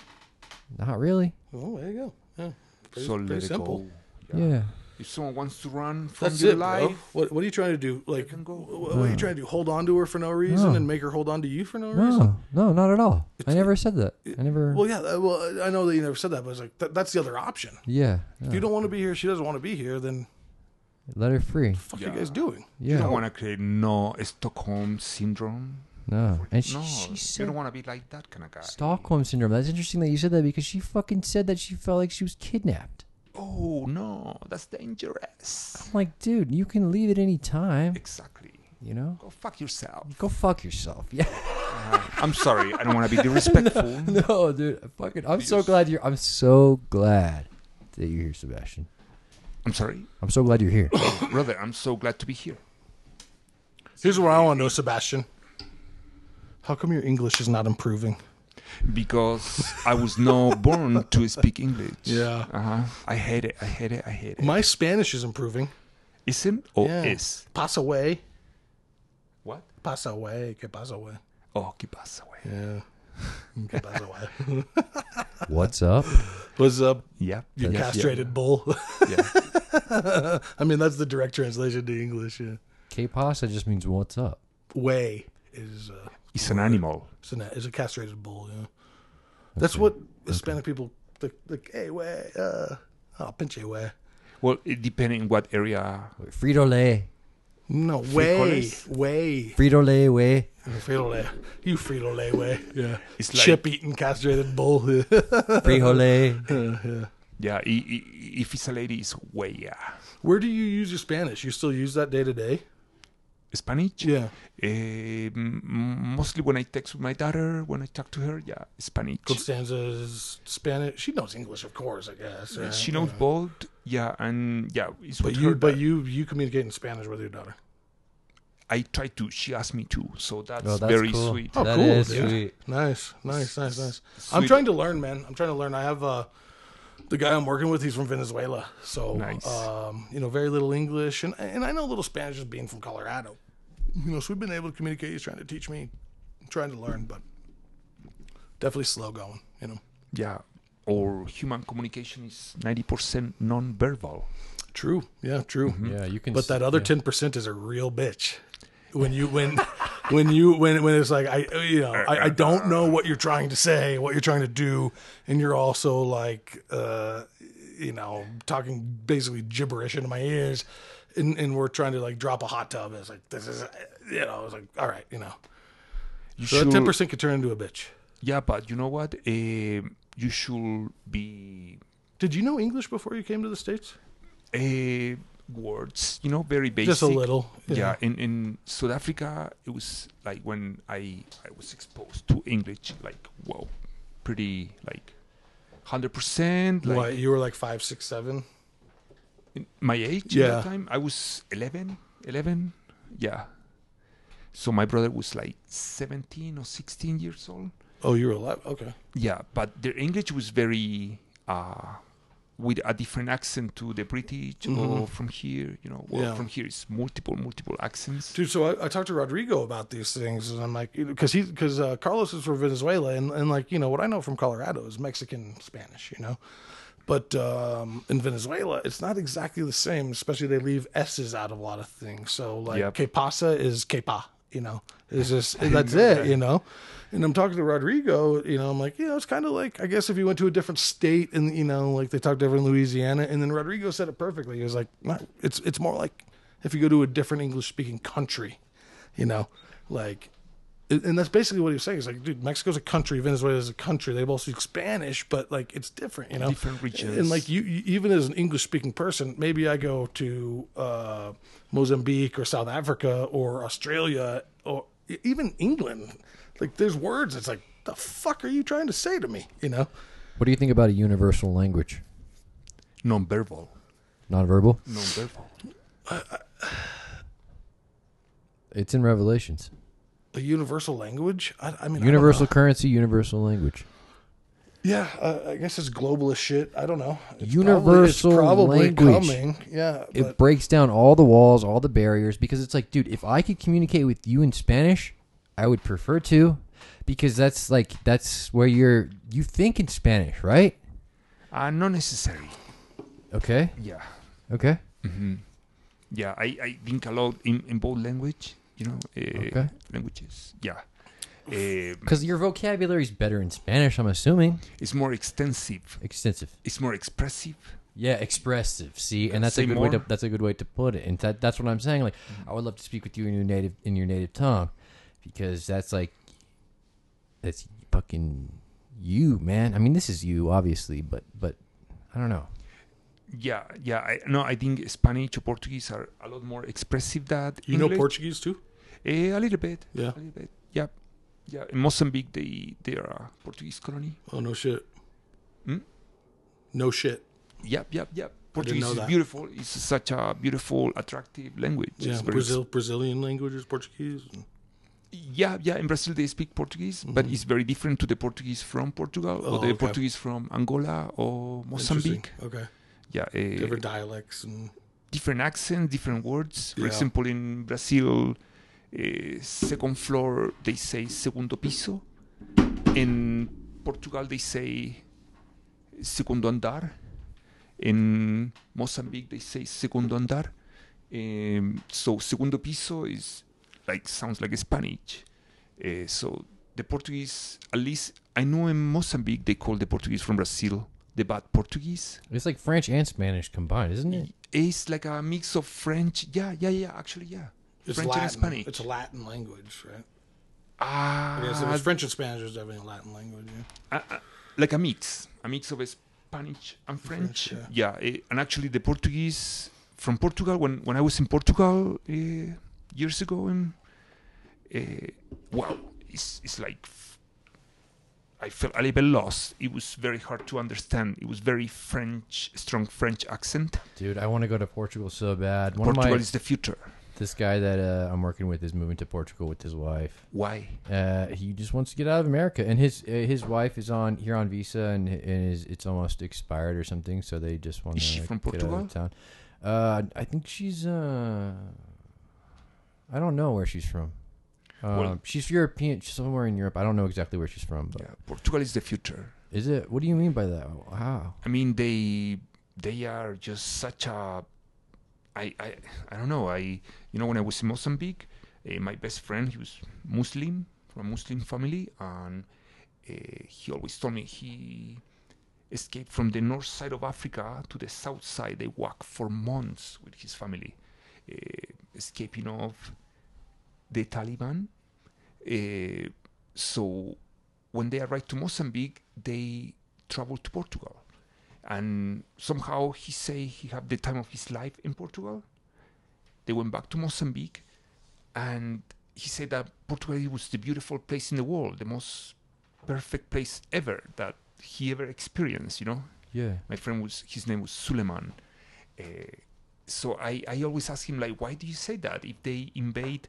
S4: Not really.
S1: Well, there you go. Yeah. Pretty,
S2: so let
S1: pretty
S2: it
S1: simple.
S2: go.
S4: Yeah.
S2: If someone wants to run from
S1: That's
S2: your
S1: it, bro.
S2: life,
S1: What, what are you trying to do? Like,
S2: can go.
S1: what, what are you trying to do? Hold on to her for no reason
S4: No.
S1: and make her hold on to you for no, reason?
S4: No. No. Not at all. I never said that. I never.
S1: Well, yeah. uh, Well, I know that you never said that, but it's like that, that's the other option.
S4: yeah.
S1: If you don't want to be here, she doesn't want to be here. Then
S4: Let her free.
S1: fuck are you guys doing?
S2: you don't
S4: Yeah.
S2: want to create no Stockholm syndrome.
S4: No. And she,
S2: no,
S4: she said
S2: you don't want to be like that kind of guy.
S4: Stockholm syndrome. That's interesting that you said that because she fucking said that she felt like she was kidnapped.
S2: Oh no, that's dangerous.
S4: I'm like, dude, you can leave at any time.
S2: Exactly.
S4: You know.
S2: Go fuck yourself.
S4: Go fuck yourself. Yeah.
S2: I'm sorry. I don't want to be disrespectful.
S4: No, dude, I fucking. I'm so glad you're. I'm so glad that you're here, Sebastian.
S2: I'm sorry,
S4: I'm so glad you're here.
S2: brother. I'm so glad to be here.
S1: Here's what I want to know, Sebastian. How come your English is not improving?
S2: because I was not born to speak English.
S1: Yeah.
S2: Uh-huh. I hate it. I hate it. I hate it.
S1: My Spanish is improving.
S2: Isn't or
S1: Yeah.
S2: is?
S1: Pass away.
S2: What?
S1: Pass away. Que pasa away.
S2: Oh, que pasa, güey.
S1: Yeah. Que pasa away.
S4: What's up?
S1: What's up,
S2: Yeah.
S1: you
S2: yeah,
S1: castrated bull?
S2: Yeah.
S1: I mean, that's the direct translation to English. Yeah.
S4: K pasta just means what's up.
S1: Way is uh,
S2: It's an animal.
S1: is, an, is a castrated bull. Yeah. That's what Hispanic people like. like hey, way. Uh, oh, pinche way.
S2: Well, it depends on what area.
S4: Frito lay,
S1: No way,
S2: Frijoles?
S1: way.
S4: Frito lay way.
S1: Frito Lay, you Frito Lay way. Yeah,
S2: It's like-
S1: chip eating castrated bull. Yeah.
S4: Frijole.
S2: Yeah. i- i- If it's a lady, it's way. Yeah.
S1: Where do you use your Spanish? You still use that day to day?
S2: Spanish.
S1: Yeah.
S2: Eh, m- mostly when I text with my daughter, when I talk to her, yeah, Spanish.
S1: Constanza's Spanish. She knows English, of course. I guess. right?
S2: She knows both. Yeah, and yeah, it's
S1: But
S2: with
S1: you,
S2: her
S1: but
S2: that
S1: you, you communicate in Spanish with your daughter.
S2: I try to. She asked me to, so that's,
S4: Oh, that's
S2: very
S4: cool.
S2: sweet.
S1: Oh,
S4: That
S1: cool,
S4: is
S1: dude.
S4: sweet.
S1: Nice, nice, nice, nice. I'm
S2: Sweet.
S1: trying to learn, man. I'm trying to learn. I have uh, the guy I'm working with. He's from Venezuela, so
S2: Nice.
S1: um, you know, very little English, and and I know a little Spanish just being from Colorado. You know, so we've been able to communicate. He's trying to teach me, I'm trying to learn, but definitely slow going. You know,
S2: yeah or human communication is 90% non-verbal
S1: true. Yeah, true.
S2: Mm-hmm.
S4: Yeah, you can.
S1: But
S4: s-
S1: that other ten percent is a real bitch. When you when when you when when it's like I you know I, I don't know what you're trying to say, what you're trying to do, and you're also like uh you know talking basically gibberish into my ears, and and we're trying to like drop a hot tub. It's like this is you know it's like all right you know
S2: you
S1: so that ten percent could turn into a bitch.
S2: yeah but you know what Um you should be
S1: Did you know English before you came to the states?
S2: uh, words you know very basic
S1: Just a little.
S2: yeah, In, in south africa it was like when i i was exposed to english like wow pretty like 100% like
S1: what you were like five, six, seven.
S2: in my age at
S1: Yeah.
S2: that time i was 11 11 yeah so my brother was like 17 or 16 years old
S1: Oh, you were alive. Okay.
S2: Yeah, but their English was very uh, with a different accent to the British or from here. You know, well,
S1: Mm-hmm. Yeah.
S2: from here is multiple multiple accents.
S1: Dude, so I, I talked to Rodrigo about these things, and I'm like, because he, because uh, Carlos is from Venezuela, and, and like, you know, what I know from Colorado is Mexican Spanish, you know, but um, in Venezuela, it's not exactly the same. Especially they leave s's out of a lot of things. So like,
S2: Yep.
S1: que pasa is que pa, you know, it's just that's it, you know. And I'm talking to Rodrigo, you know, I'm like, you know, it's kind of like I guess if you went to a different state, and you know, like they talked different in Louisiana, and then Rodrigo said it perfectly. He was like, "No, it's it's more like if you go to a different English speaking country, you know, like, and and that's basically what he was saying. He's like, dude, Mexico's a country, Venezuela is a country. They both speak Spanish, but like it's different, you know,
S2: Different regions.
S1: And like you, you even as an English speaking person, maybe I go to uh, Mozambique or South Africa or Australia or e- even England. Like there's words. It's like the fuck are you trying to say to me? You know.
S4: What do you think about a universal language?
S2: Nonverbal,
S4: Nonverbal?
S2: nonverbal.
S4: It's in Revelations.
S1: A universal language. I, I mean, I don't
S4: Universal
S1: know.
S4: currency, universal language.
S1: yeah, uh, I guess it's globalist shit. I don't know. It's
S4: Universal language.
S1: coming. Yeah,
S4: It
S1: but
S4: breaks down all the walls, all the barriers, because it's like, dude, if I could communicate with you in Spanish, I would prefer to, because that's like that's where you're you think in Spanish, right?
S2: Uh, not necessary.
S4: Okay,
S2: Yeah,
S4: okay,
S2: yeah. I, I think a lot in, in both language. You know, uh,
S4: Okay.
S2: languages. Yeah, Um
S4: because your vocabulary is better in Spanish. I'm assuming
S2: it's more extensive.
S4: extensive.
S2: It's more expressive.
S4: Yeah, expressive. See, and that's
S2: Say
S4: a good way
S2: more. Mm-hmm.
S4: to that's a good way to put it. And that, that's what I'm saying. Like, I would love to speak with you in your native in your native tongue, because that's like that's fucking you, man. I mean, this is you, obviously, but but I don't know.
S2: Yeah, yeah. I, no, I think Spanish or Portuguese are a lot more expressive than
S1: you know
S2: English.
S1: Portuguese too.
S2: Eh, a little bit.
S1: Yeah.
S2: A little bit. Yeah. Yeah. In Mozambique, they they are a Portuguese colony.
S1: Oh no shit.
S2: Hmm?
S1: No shit.
S2: Yep. Yep. Yep. Portuguese
S1: know
S2: is
S1: that.
S2: beautiful. It's such a beautiful, attractive language.
S1: Yeah,
S2: It's very-
S1: Brazil Brazilian languages, Portuguese.
S2: Yeah, yeah. In Brazil, they speak Portuguese, but it's very different to the Portuguese from Portugal
S1: Mm-hmm. Oh,
S2: or the
S1: okay.
S2: Portuguese from Angola or
S1: Interesting.
S2: Mozambique.
S1: Okay.
S2: Yeah, eh,
S1: Different dialects and
S2: different accents, different words. For
S1: Yeah.
S2: example, in Brazil, eh, second floor they say segundo piso. In Portugal they say segundo andar. In Mozambique they say segundo andar. Um, so segundo piso is like sounds like Spanish. Eh, so the Portuguese, at least I know in Mozambique they call the Portuguese from Brazil the bad Portuguese.
S4: It's like French and Spanish combined, isn't it?
S2: It's like a mix of French. Yeah, yeah, yeah. Actually, yeah.
S1: it's
S2: French
S1: Latin.
S2: and Spanish.
S1: It's a Latin language, right?
S2: ah,
S1: I guess it was French and Spanish is definitely a Latin language. Yeah.
S2: uh, uh, like a mix, a mix of Spanish and French.
S1: French,
S2: yeah, eh, and actually the Portuguese from Portugal. When when I was in Portugal uh, years ago, in uh, wow, it's it's like f- I felt a little bit lost. It was very hard to understand. It was very French, strong French accent.
S4: Dude, I want to go to Portugal so bad. One
S2: Portugal
S4: of my
S2: is the future.
S4: this guy that uh, I'm working with is moving to Portugal with his wife.
S2: Why?
S4: Uh, he just wants to get out of America, and his uh, his wife is on here on visa, and, and is, it's almost expired or something. So they just want
S2: Is she
S4: to
S2: from
S4: get out
S2: Portugal?
S4: of town. Uh, I think she's uh, I don't know where she's from. Um,
S2: Well-
S4: she's European, she's somewhere in Europe. I don't know exactly where she's from, but
S2: Yeah, Portugal is the future.
S4: is it? What do you mean by that? Wow.
S2: I mean, they they are just such a. I I I don't know. I you know when I was in Mozambique, uh, my best friend he was Muslim from a Muslim family, and uh, he always told me he escaped from the north side of Africa to the south side. They walked for months with his family, uh, escaping of the Taliban. Uh, so when they arrived to Mozambique, they traveled to Portugal, and somehow he say he had the time of his life in Portugal. They went back to Mozambique, and he said that Portugal was the beautiful place in the world, the most perfect place ever that he ever experienced. You know,
S4: Yeah.
S2: my friend was his name was Suleiman. Uh, so I, I always ask him like, why do you say that? If they invade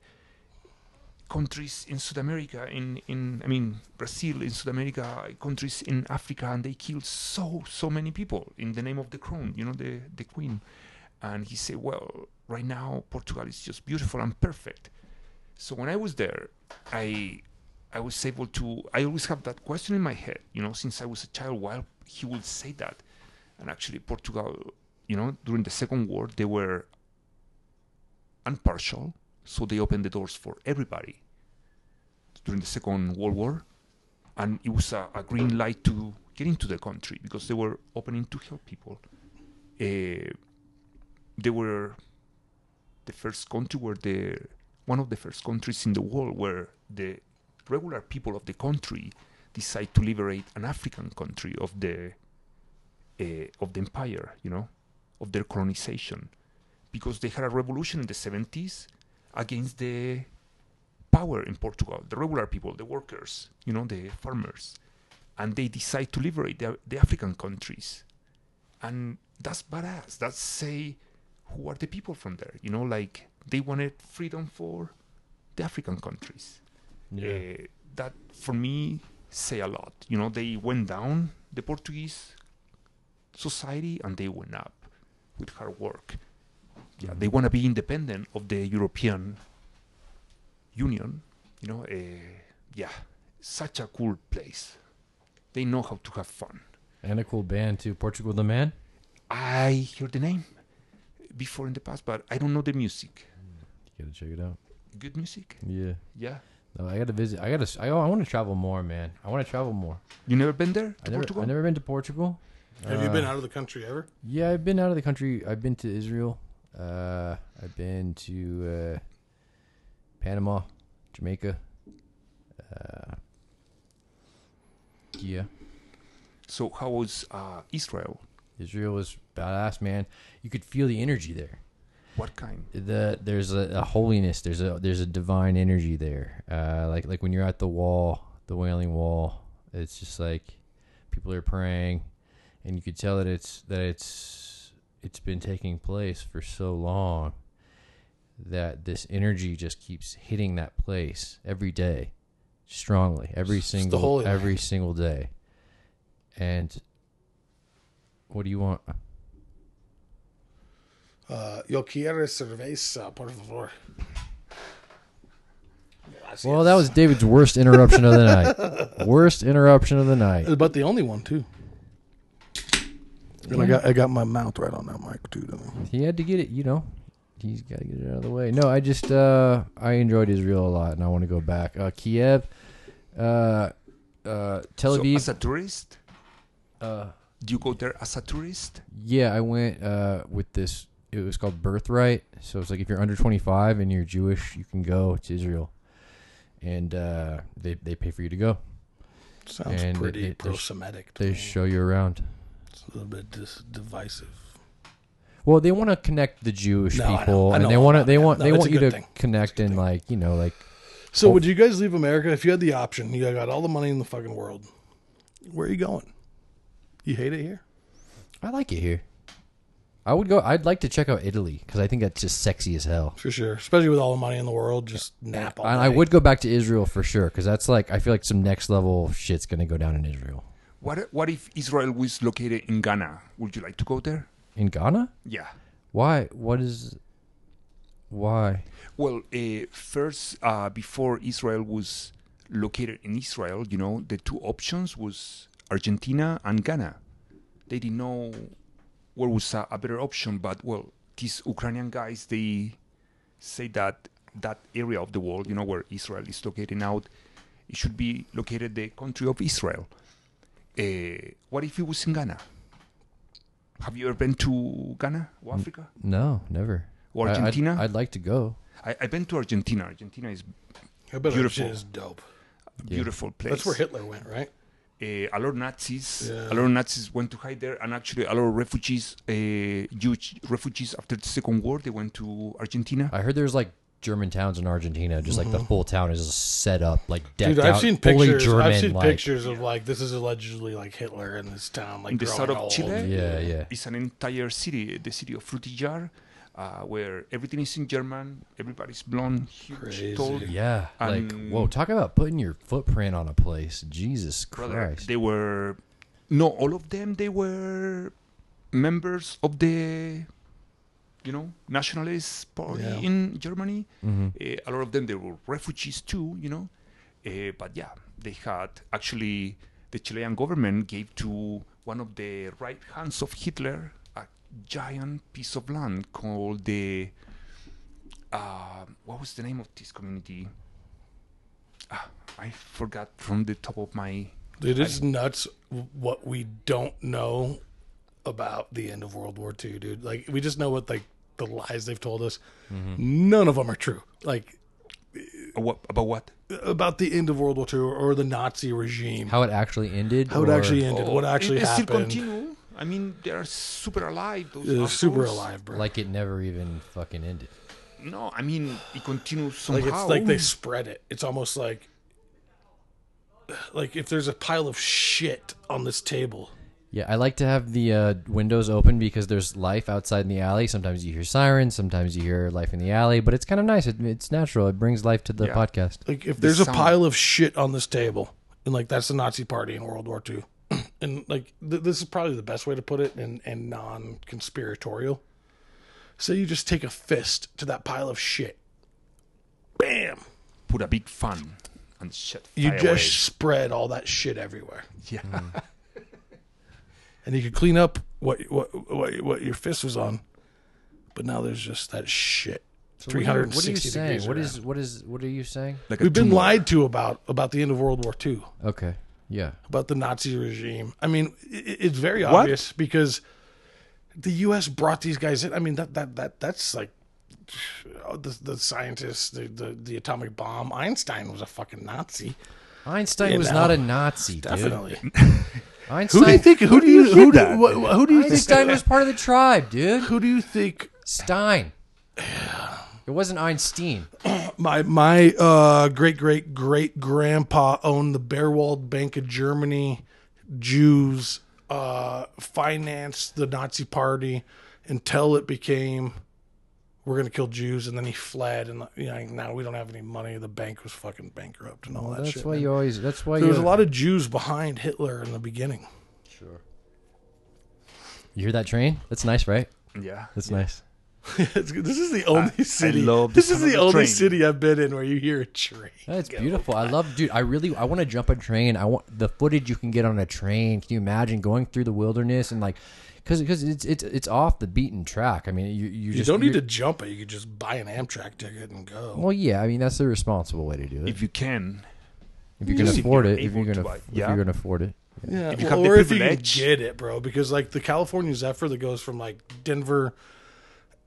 S2: countries in South America, in, in I mean Brazil, in South America, countries in Africa, and they killed so so many people in the name of the crown, you know, the the queen. And he said, well, right now Portugal is just beautiful and perfect. So when I was there, I I was able to. I always have that question in my head, you know, since I was a child. While he would say that, and actually Portugal, you know, during the Second War, they were impartial, so they opened the doors for everybody during the Second World War, and it was a, a green light to get into the country because they were opening to help people. Uh, they were the first country where the one of the first countries in the world where the regular people of the country decide to liberate an African country of the uh, of the empire, you know, of their colonization, because they had a revolution in the 70s against the power in Portugal, the regular people, the workers, you know, the farmers, and they decide to liberate the, the African countries, and that's badass. That's say, who are the people from there? You know, like they wanted freedom for the African countries. Uh, that for me say a lot. You know, they went down the Portuguese society and they went up with hard work. Yeah,
S4: Mm-hmm.
S2: they want to be independent of the European Union. You know, uh, yeah, such a cool place. They know how to have fun.
S9: And a cool band too. Portugal the Man.
S2: I hear the name before in the past, but I don't know the music.
S4: You gotta check it out.
S2: Good music?
S4: Yeah.
S2: Yeah.
S4: No, I gotta visit. I gotta. s- I, I want to travel more, man. I want to travel more.
S2: You never been there?
S4: I
S2: To
S4: never.
S2: Portugal?
S4: I never been to Portugal. Uh,
S1: Have you been out of the country ever?
S4: Yeah, I've been out of the country. I've been to Israel. Uh, I've been to uh, Panama, Jamaica. Uh, yeah,
S2: So how was uh, Israel?
S4: Israel was badass, man. You could feel the energy there.
S2: What kind?
S4: The there's a, a holiness. There's a there's a divine energy there. Uh, like like when you're at the wall, the Wailing Wall, it's just like people are praying, and you could tell that it's that it's it's been taking place for so long that this energy just keeps hitting that place every day, strongly every
S1: the
S4: single
S1: Holy Land.
S4: every single day. And what do you want?
S1: Uh, yo quiero cerveza, por favor.
S4: Well, that was David's worst interruption of the night. Worst interruption of the night.
S1: But the only one too. And I got I got my mouth right on that mic too. Didn't I?
S4: He had to get it, you know. He's got to get it out of the way. No, I just uh I enjoyed Israel a lot and I want to go back. Uh Kiev, uh uh Tel
S2: so
S4: Aviv. Uh.
S2: as a tourist? Do you go there as a tourist?
S4: yeah, I went uh with this it was called Birthright. So it's like if you're under 25 and you're Jewish, you can go to Israel. And uh they they pay for you to go.
S1: Sounds
S4: And
S1: pretty
S4: it- it- they sh-
S1: pro-Semitic. to
S4: They
S1: me.
S4: show you around.
S1: it's a little bit dis- divisive.
S4: Well, they want to connect the Jewish
S1: No, I know.
S4: people
S1: I
S4: and
S1: know
S4: they
S1: all
S4: want to
S1: about
S4: they
S1: that.
S4: want
S1: No,
S4: they
S1: it's a
S4: want you
S1: good
S4: to
S1: thing.
S4: connect and like, you know, like
S1: So, would you guys leave America if you had the option? You got all the money in the fucking world. Where are you going? You hate it here?
S4: I like it here. I would go. I'd like to check out Italy because I think that's just sexy as hell.
S1: For sure. Especially with all the money in the world, just nap all
S4: And I
S1: day.
S4: would go back to Israel for sure because that's like I feel like some next level shit's gonna go down in Israel.
S2: What What if Israel was located in Ghana? Would you like to go there?
S4: In Ghana?
S2: Yeah.
S4: Why? What is? Why?
S2: Well, uh, first, uh, before Israel was located in Israel, you know, the two options was Argentina and Ghana. They didn't know what was a, a better option, but well, these Ukrainian guys they say that that area of the world, you know, where Israel is located now, it should be located the country of Israel. Uh, what if it was in Ghana? Have you ever been to Ghana or Africa?
S4: No, never.
S2: Or
S4: I- I'd-
S2: Argentina?
S4: I'd, like to go.
S2: I, I've been to Argentina. Argentina is
S1: I bet
S2: Beautiful.
S1: Beautiful. shit is dope.
S2: beautiful place.
S1: That's where Hitler went, right?
S2: uh, a lot of Nazis,
S1: Yeah.
S2: a lot of Nazis went to hide there, and actually a lot of refugees, uh, Jewish refugees after the Second War, they went to Argentina.
S4: I heard there's like German towns in Argentina, just like the whole town is just set up like decked
S1: Mm-hmm. Dude, I've
S4: out,
S1: seen
S4: fully
S1: pictures.
S4: German,
S1: I've seen
S4: like,
S1: pictures of like this is allegedly like Hitler in this town, like
S2: In the south
S1: growing
S2: of
S1: old.
S2: Chile?
S4: Yeah, yeah.
S2: It's an entire city, the city of Frutillar. uh, where everything is in German, everybody's blonde, huge,
S1: Crazy.
S2: tall.
S4: Yeah, like
S2: And-
S4: whoa, talk about putting your footprint on a place. Jesus
S2: Brother,
S4: Christ.
S2: They were, no, all of them, they were members of the, you know, nationalist party
S1: Yeah.
S2: in Germany.
S4: Mhm.
S2: Uh, a lot of them, they were refugees too, you know. Uh, but yeah, they had actually, the Chilean government gave to one of the right hands of Hitler a giant piece of land called the, uh, what was the name of this community? Ah, I forgot from the top of my
S1: Dude, it's nuts what we don't know about the end of World War II, dude. Like we just know what like the lies they've told us.
S4: Mm-hmm.
S1: None of them are true. Like
S2: Uh, what, about what?
S1: about the end of World War II or the Nazi regime, how,
S4: how it actually ended.
S1: it
S4: or-
S1: actually ended, what actually
S2: Oh, it, it still
S1: happened.
S2: continue. I mean, they are super alive. Those
S1: They're super
S2: assholes.
S1: alive, bro.
S4: Like it never even fucking ended.
S2: No, I mean it continues
S1: like
S2: somehow.
S1: it's like they spread it. It's almost like like if there's a pile of shit on this table.
S4: Yeah, I like to have the uh, windows open because there's life outside in the alley. Sometimes you hear sirens, sometimes you hear life in the alley, but it's kind of nice. It, it's natural. It brings life to the
S2: Yeah.
S4: podcast.
S1: Like if there's a
S2: sound-
S1: pile of shit on this table, and like that's the Nazi Party in World War II, and like th- this is probably the best way to put it, and and non-conspiratorial. Say you just take a fist to that pile of shit, bam!
S2: put a big fan and shut.
S1: You
S2: fire
S1: just spread all that shit everywhere,
S2: away. yeah.
S4: Hmm.
S1: and you could clean up what what what, what your fist was on, but now there's just that shit.
S4: So
S1: Three hundred and
S4: What are you
S1: sixty
S4: saying?
S1: degrees.
S4: What
S1: around.
S4: is what is what are you saying?
S2: Like a
S1: We've been
S2: tumor.
S1: lied to about about the end of World War II.
S4: Okay. Yeah.
S1: about the Nazi regime. I mean, i- i it's very
S2: What?
S1: obvious because the U.S. brought these guys in. I mean, that that that that's like oh, the the scientists, the the, the atomic bomb. Einstein was a fucking Nazi,
S4: Einstein
S1: You
S4: was
S1: know,
S4: not a Nazi,
S1: definitely.
S4: dude. Einstein,
S1: Who do you think? Who do you who do,
S2: that?
S1: wha- wha- who do you
S4: Einstein
S1: think?
S4: was part of the tribe, dude.
S1: Who do you think?
S4: Stein. It wasn't Einstein.
S1: My my uh, great great great grandpa owned the Bearwald Bank of Germany. Jews uh, financed the Nazi Party until it became we're gonna kill Jews, and then he fled, and you know, now we don't have any money. The bank was fucking bankrupt and all that
S4: That's
S1: shit.
S4: why
S1: man.
S4: you always. That's why
S1: there
S4: you.
S1: was a lot of Jews behind Hitler in the beginning.
S4: You hear that train? That's nice, right?
S2: Yeah.
S4: That's nice.
S1: It's good. this is the only city.
S2: love the
S1: this is
S2: sound of
S1: the
S2: the
S1: only
S2: train.
S1: city I've been in where you hear a train.
S4: That's beautiful. I love, dude. I really, I want to jump a train. I want the footage you can get on a train. Can you imagine going through the wilderness and like, because because it's it's it's off the beaten track. I mean, you you,
S1: You
S4: just
S1: don't need to
S4: you're-
S1: jump it. You could just buy an Amtrak ticket and go.
S4: Well, yeah. I mean, that's the responsible way to do it.
S2: If you can,
S4: If you
S2: you
S4: can
S2: just-
S4: afford
S2: you're
S4: it, if
S2: able
S4: you're
S2: to
S4: gonna,
S2: buy-
S4: if
S2: yeah.
S4: you're gonna afford it.
S1: Yeah,
S2: If you
S1: well,
S2: have the
S1: or if you can
S2: privilege.
S1: get it, bro, because like the California Zephyr that goes from like Denver,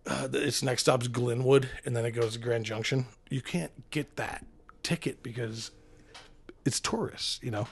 S1: uh, the- its next stop's Glenwood, and then it goes to Grand Junction. You can't get that ticket because it's tourists. You know,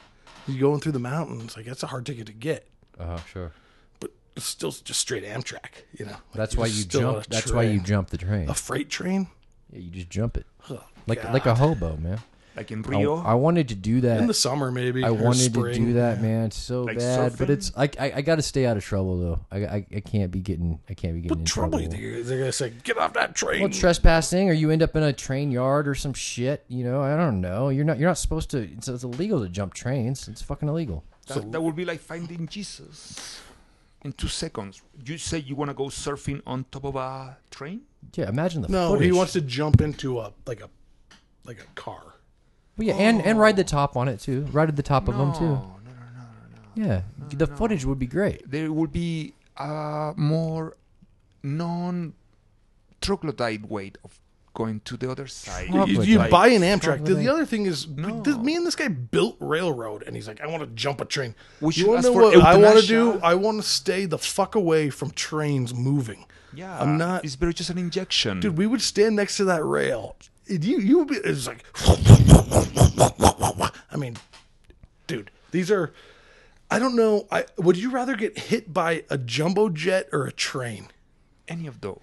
S1: you're going through the mountains. Like that's a hard ticket to get,
S4: Oh, sure.
S1: but it's still just straight Amtrak. You know, Like,
S4: That's
S1: you're
S4: why
S1: just
S4: you
S1: still on
S4: jump.
S1: a
S4: That's why you
S1: train.
S4: jump the train.
S1: a freight train.
S4: Yeah, you just jump it
S1: Ugh,
S4: like like a
S1: God.
S4: hobo, man.
S2: like in
S4: I,
S2: Rio,
S4: I wanted to do that.
S1: in the summer maybe.
S4: I
S1: or
S4: wanted to
S1: spring.
S4: do that, man, so
S2: Like
S4: bad. But
S2: surfing?
S4: it's I, I I gotta stay out of trouble though. I I, I can't be getting I can't be
S1: What
S4: getting in
S1: trouble?
S4: trouble.
S1: you think? They're gonna say, "Get off that train."
S4: Well, trespassing, or you end up in a train yard or some shit. You know, I don't know. You're not you're not supposed to. It's, it's illegal to jump trains. It's fucking illegal.
S2: that, that would be like finding Jesus in two seconds. You say you want to go surfing on top of a train?
S4: Yeah, imagine the
S1: no,
S4: footage.
S1: he wants to jump into a like a like a car.
S4: Well, yeah, and and ride the top on it too. Ride at the top of them too.
S2: Oh. No, no, no, no, no, no.
S4: Yeah, the footage would be great.
S2: there will be a more non troglodyte way of going to the other side.
S4: Troglodyte.
S1: You,
S4: Like,
S1: you
S4: like,
S1: buy an Amtrak.
S4: probably
S1: The, the
S4: like-
S1: other thing is, this, me and this guy built railroad, and he's like, I want to jump a train.
S2: We should
S1: you want
S2: ask
S1: to know
S2: for
S1: what I want to
S2: euthanasia.
S1: do? I want to stay the fuck away from trains moving.
S2: Yeah,
S1: I'm not-
S2: It's very just an injection.
S1: Dude, we would stand next to that rail. and you, you would be, it's like, I mean, dude, these are, I don't know. I Would you rather get hit by a jumbo jet or a train?
S2: Any of those.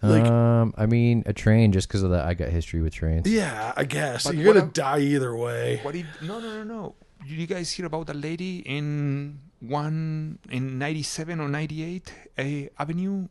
S1: Like-
S4: um, I mean, a train just because of that. I got history with trains.
S1: Yeah, I guess.
S2: But
S1: You're
S2: what
S1: going
S2: I'm-
S1: to die either way.
S2: What if? No, no, no, no. Did you guys hear about a lady in one in ninety seven or ninety eight uh, Avenue?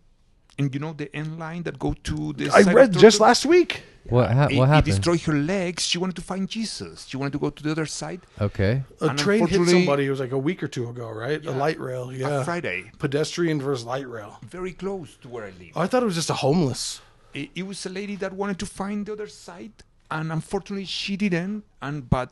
S2: and you know the end line that go to the.
S1: I
S2: side of
S1: read just
S2: Tortu-
S1: last week.
S4: What, ha-
S2: It,
S4: what
S2: it
S4: happened?
S2: destroyed her legs. She wanted to find Jesus. She wanted to go to the other side.
S4: okay.
S1: A
S2: And
S1: train hit
S2: unfortunately-
S1: somebody. It was like a week or two ago, right? A light rail.
S2: on
S1: Yeah.
S2: Friday,
S1: Pedestrian versus light rail.
S2: very close to where I live.
S1: I thought it was just a homeless.
S2: it, it was a lady that wanted to find the other side, and unfortunately she didn't. And but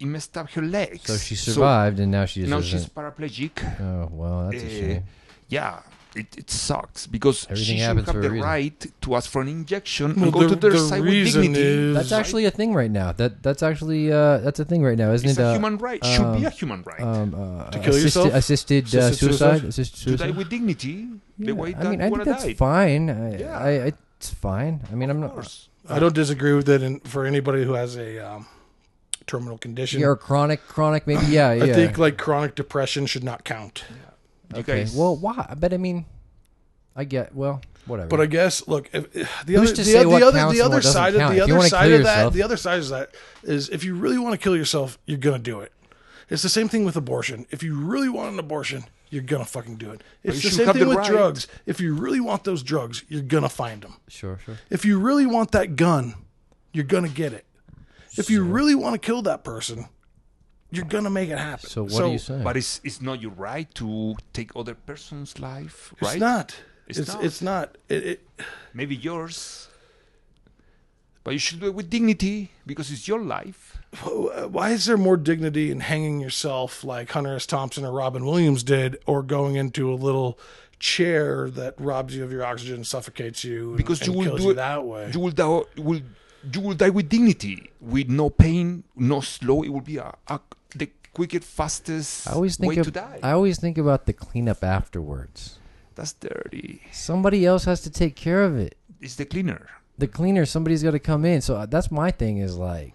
S2: it messed up her legs.
S4: So she survived, and now she just
S2: now
S4: isn't.
S2: she's paraplegic.
S4: oh well, that's a
S2: Uh,
S4: shame.
S2: yeah, it, it sucks because
S4: Everything
S2: she should
S4: happens
S2: have
S4: for a
S2: the
S4: reason.
S2: right to ask for an injection
S1: Well,
S2: and go
S1: the-
S2: to their
S1: the
S2: side
S1: reason
S2: with dignity.
S1: is-
S4: That's actually a thing right now. That that's actually uh, that's a thing right now, isn't
S2: it's
S4: it?
S2: a
S4: uh,
S2: human right. should be a human right.
S4: um, uh,
S1: kill
S4: assisted,
S1: yourself?
S4: assisted, uh,
S1: Assisted
S4: suicide,
S1: suicide?
S4: assisted
S2: to die
S4: suicide.
S2: with dignity,
S4: Yeah,
S2: the way that
S4: I mean,
S2: you
S4: I
S2: want
S4: think
S2: to die.
S4: that's fine. I,
S2: Yeah.
S4: I, I, it's fine. I mean, I'm
S2: Of
S4: not.
S2: course.
S1: I don't disagree with it. And for anybody who has a um, terminal condition,
S4: You're chronic, chronic, maybe. Yeah, yeah.
S1: I think like chronic depression should not count.
S2: You
S4: okay.
S2: guys-
S4: Well, why? But I mean, I get. Well, whatever.
S1: But I guess look, if, the
S4: Who's
S1: other
S4: to
S1: the,
S4: say
S1: the
S4: what
S1: other
S4: counts
S1: the
S4: and
S1: other
S4: what doesn't
S1: side of
S4: count?
S1: the
S4: If you
S1: other
S4: wanna
S1: side
S4: kill
S1: of that
S4: yourself-
S1: the other side of that is if you really want to kill yourself, you're gonna do it. It's the same thing with abortion. If you really want an abortion, you're gonna fucking do it. It's
S2: you
S1: the
S2: should
S1: same
S2: have
S1: thing
S2: the
S1: with
S2: right.
S1: drugs. If you really want those drugs, you're gonna find them.
S4: sure, sure.
S1: If you really want that gun, you're gonna get it. If you really want to kill that person, you're gonna make it happen.
S4: So what are you saying?
S2: But it's it's not your right to take other person's life,
S1: It's
S2: right?
S1: not. It's,
S2: It's
S1: it's not.
S2: not.
S1: It's not. It, it,
S2: Maybe yours. But you should do it with dignity because it's your life.
S1: why is there more dignity in hanging yourself like Hunter S. Thompson or Robin Williams did, or going into a little chair that robs you of your oxygen and suffocates you and,
S2: Because you
S1: and
S2: will
S1: kills
S2: do
S1: you
S2: it
S1: that way?
S2: You will die. Will you will die with dignity, with no pain, no slow. It will be a, a the quickest, fastest
S4: I always
S2: way
S4: think
S2: to
S4: of,
S2: die.
S4: I always think about the cleanup afterwards.
S2: That's dirty.
S4: Somebody else has to take care of it.
S2: It's the cleaner.
S4: The cleaner, somebody's got to come in. So uh, that's my thing. Is like,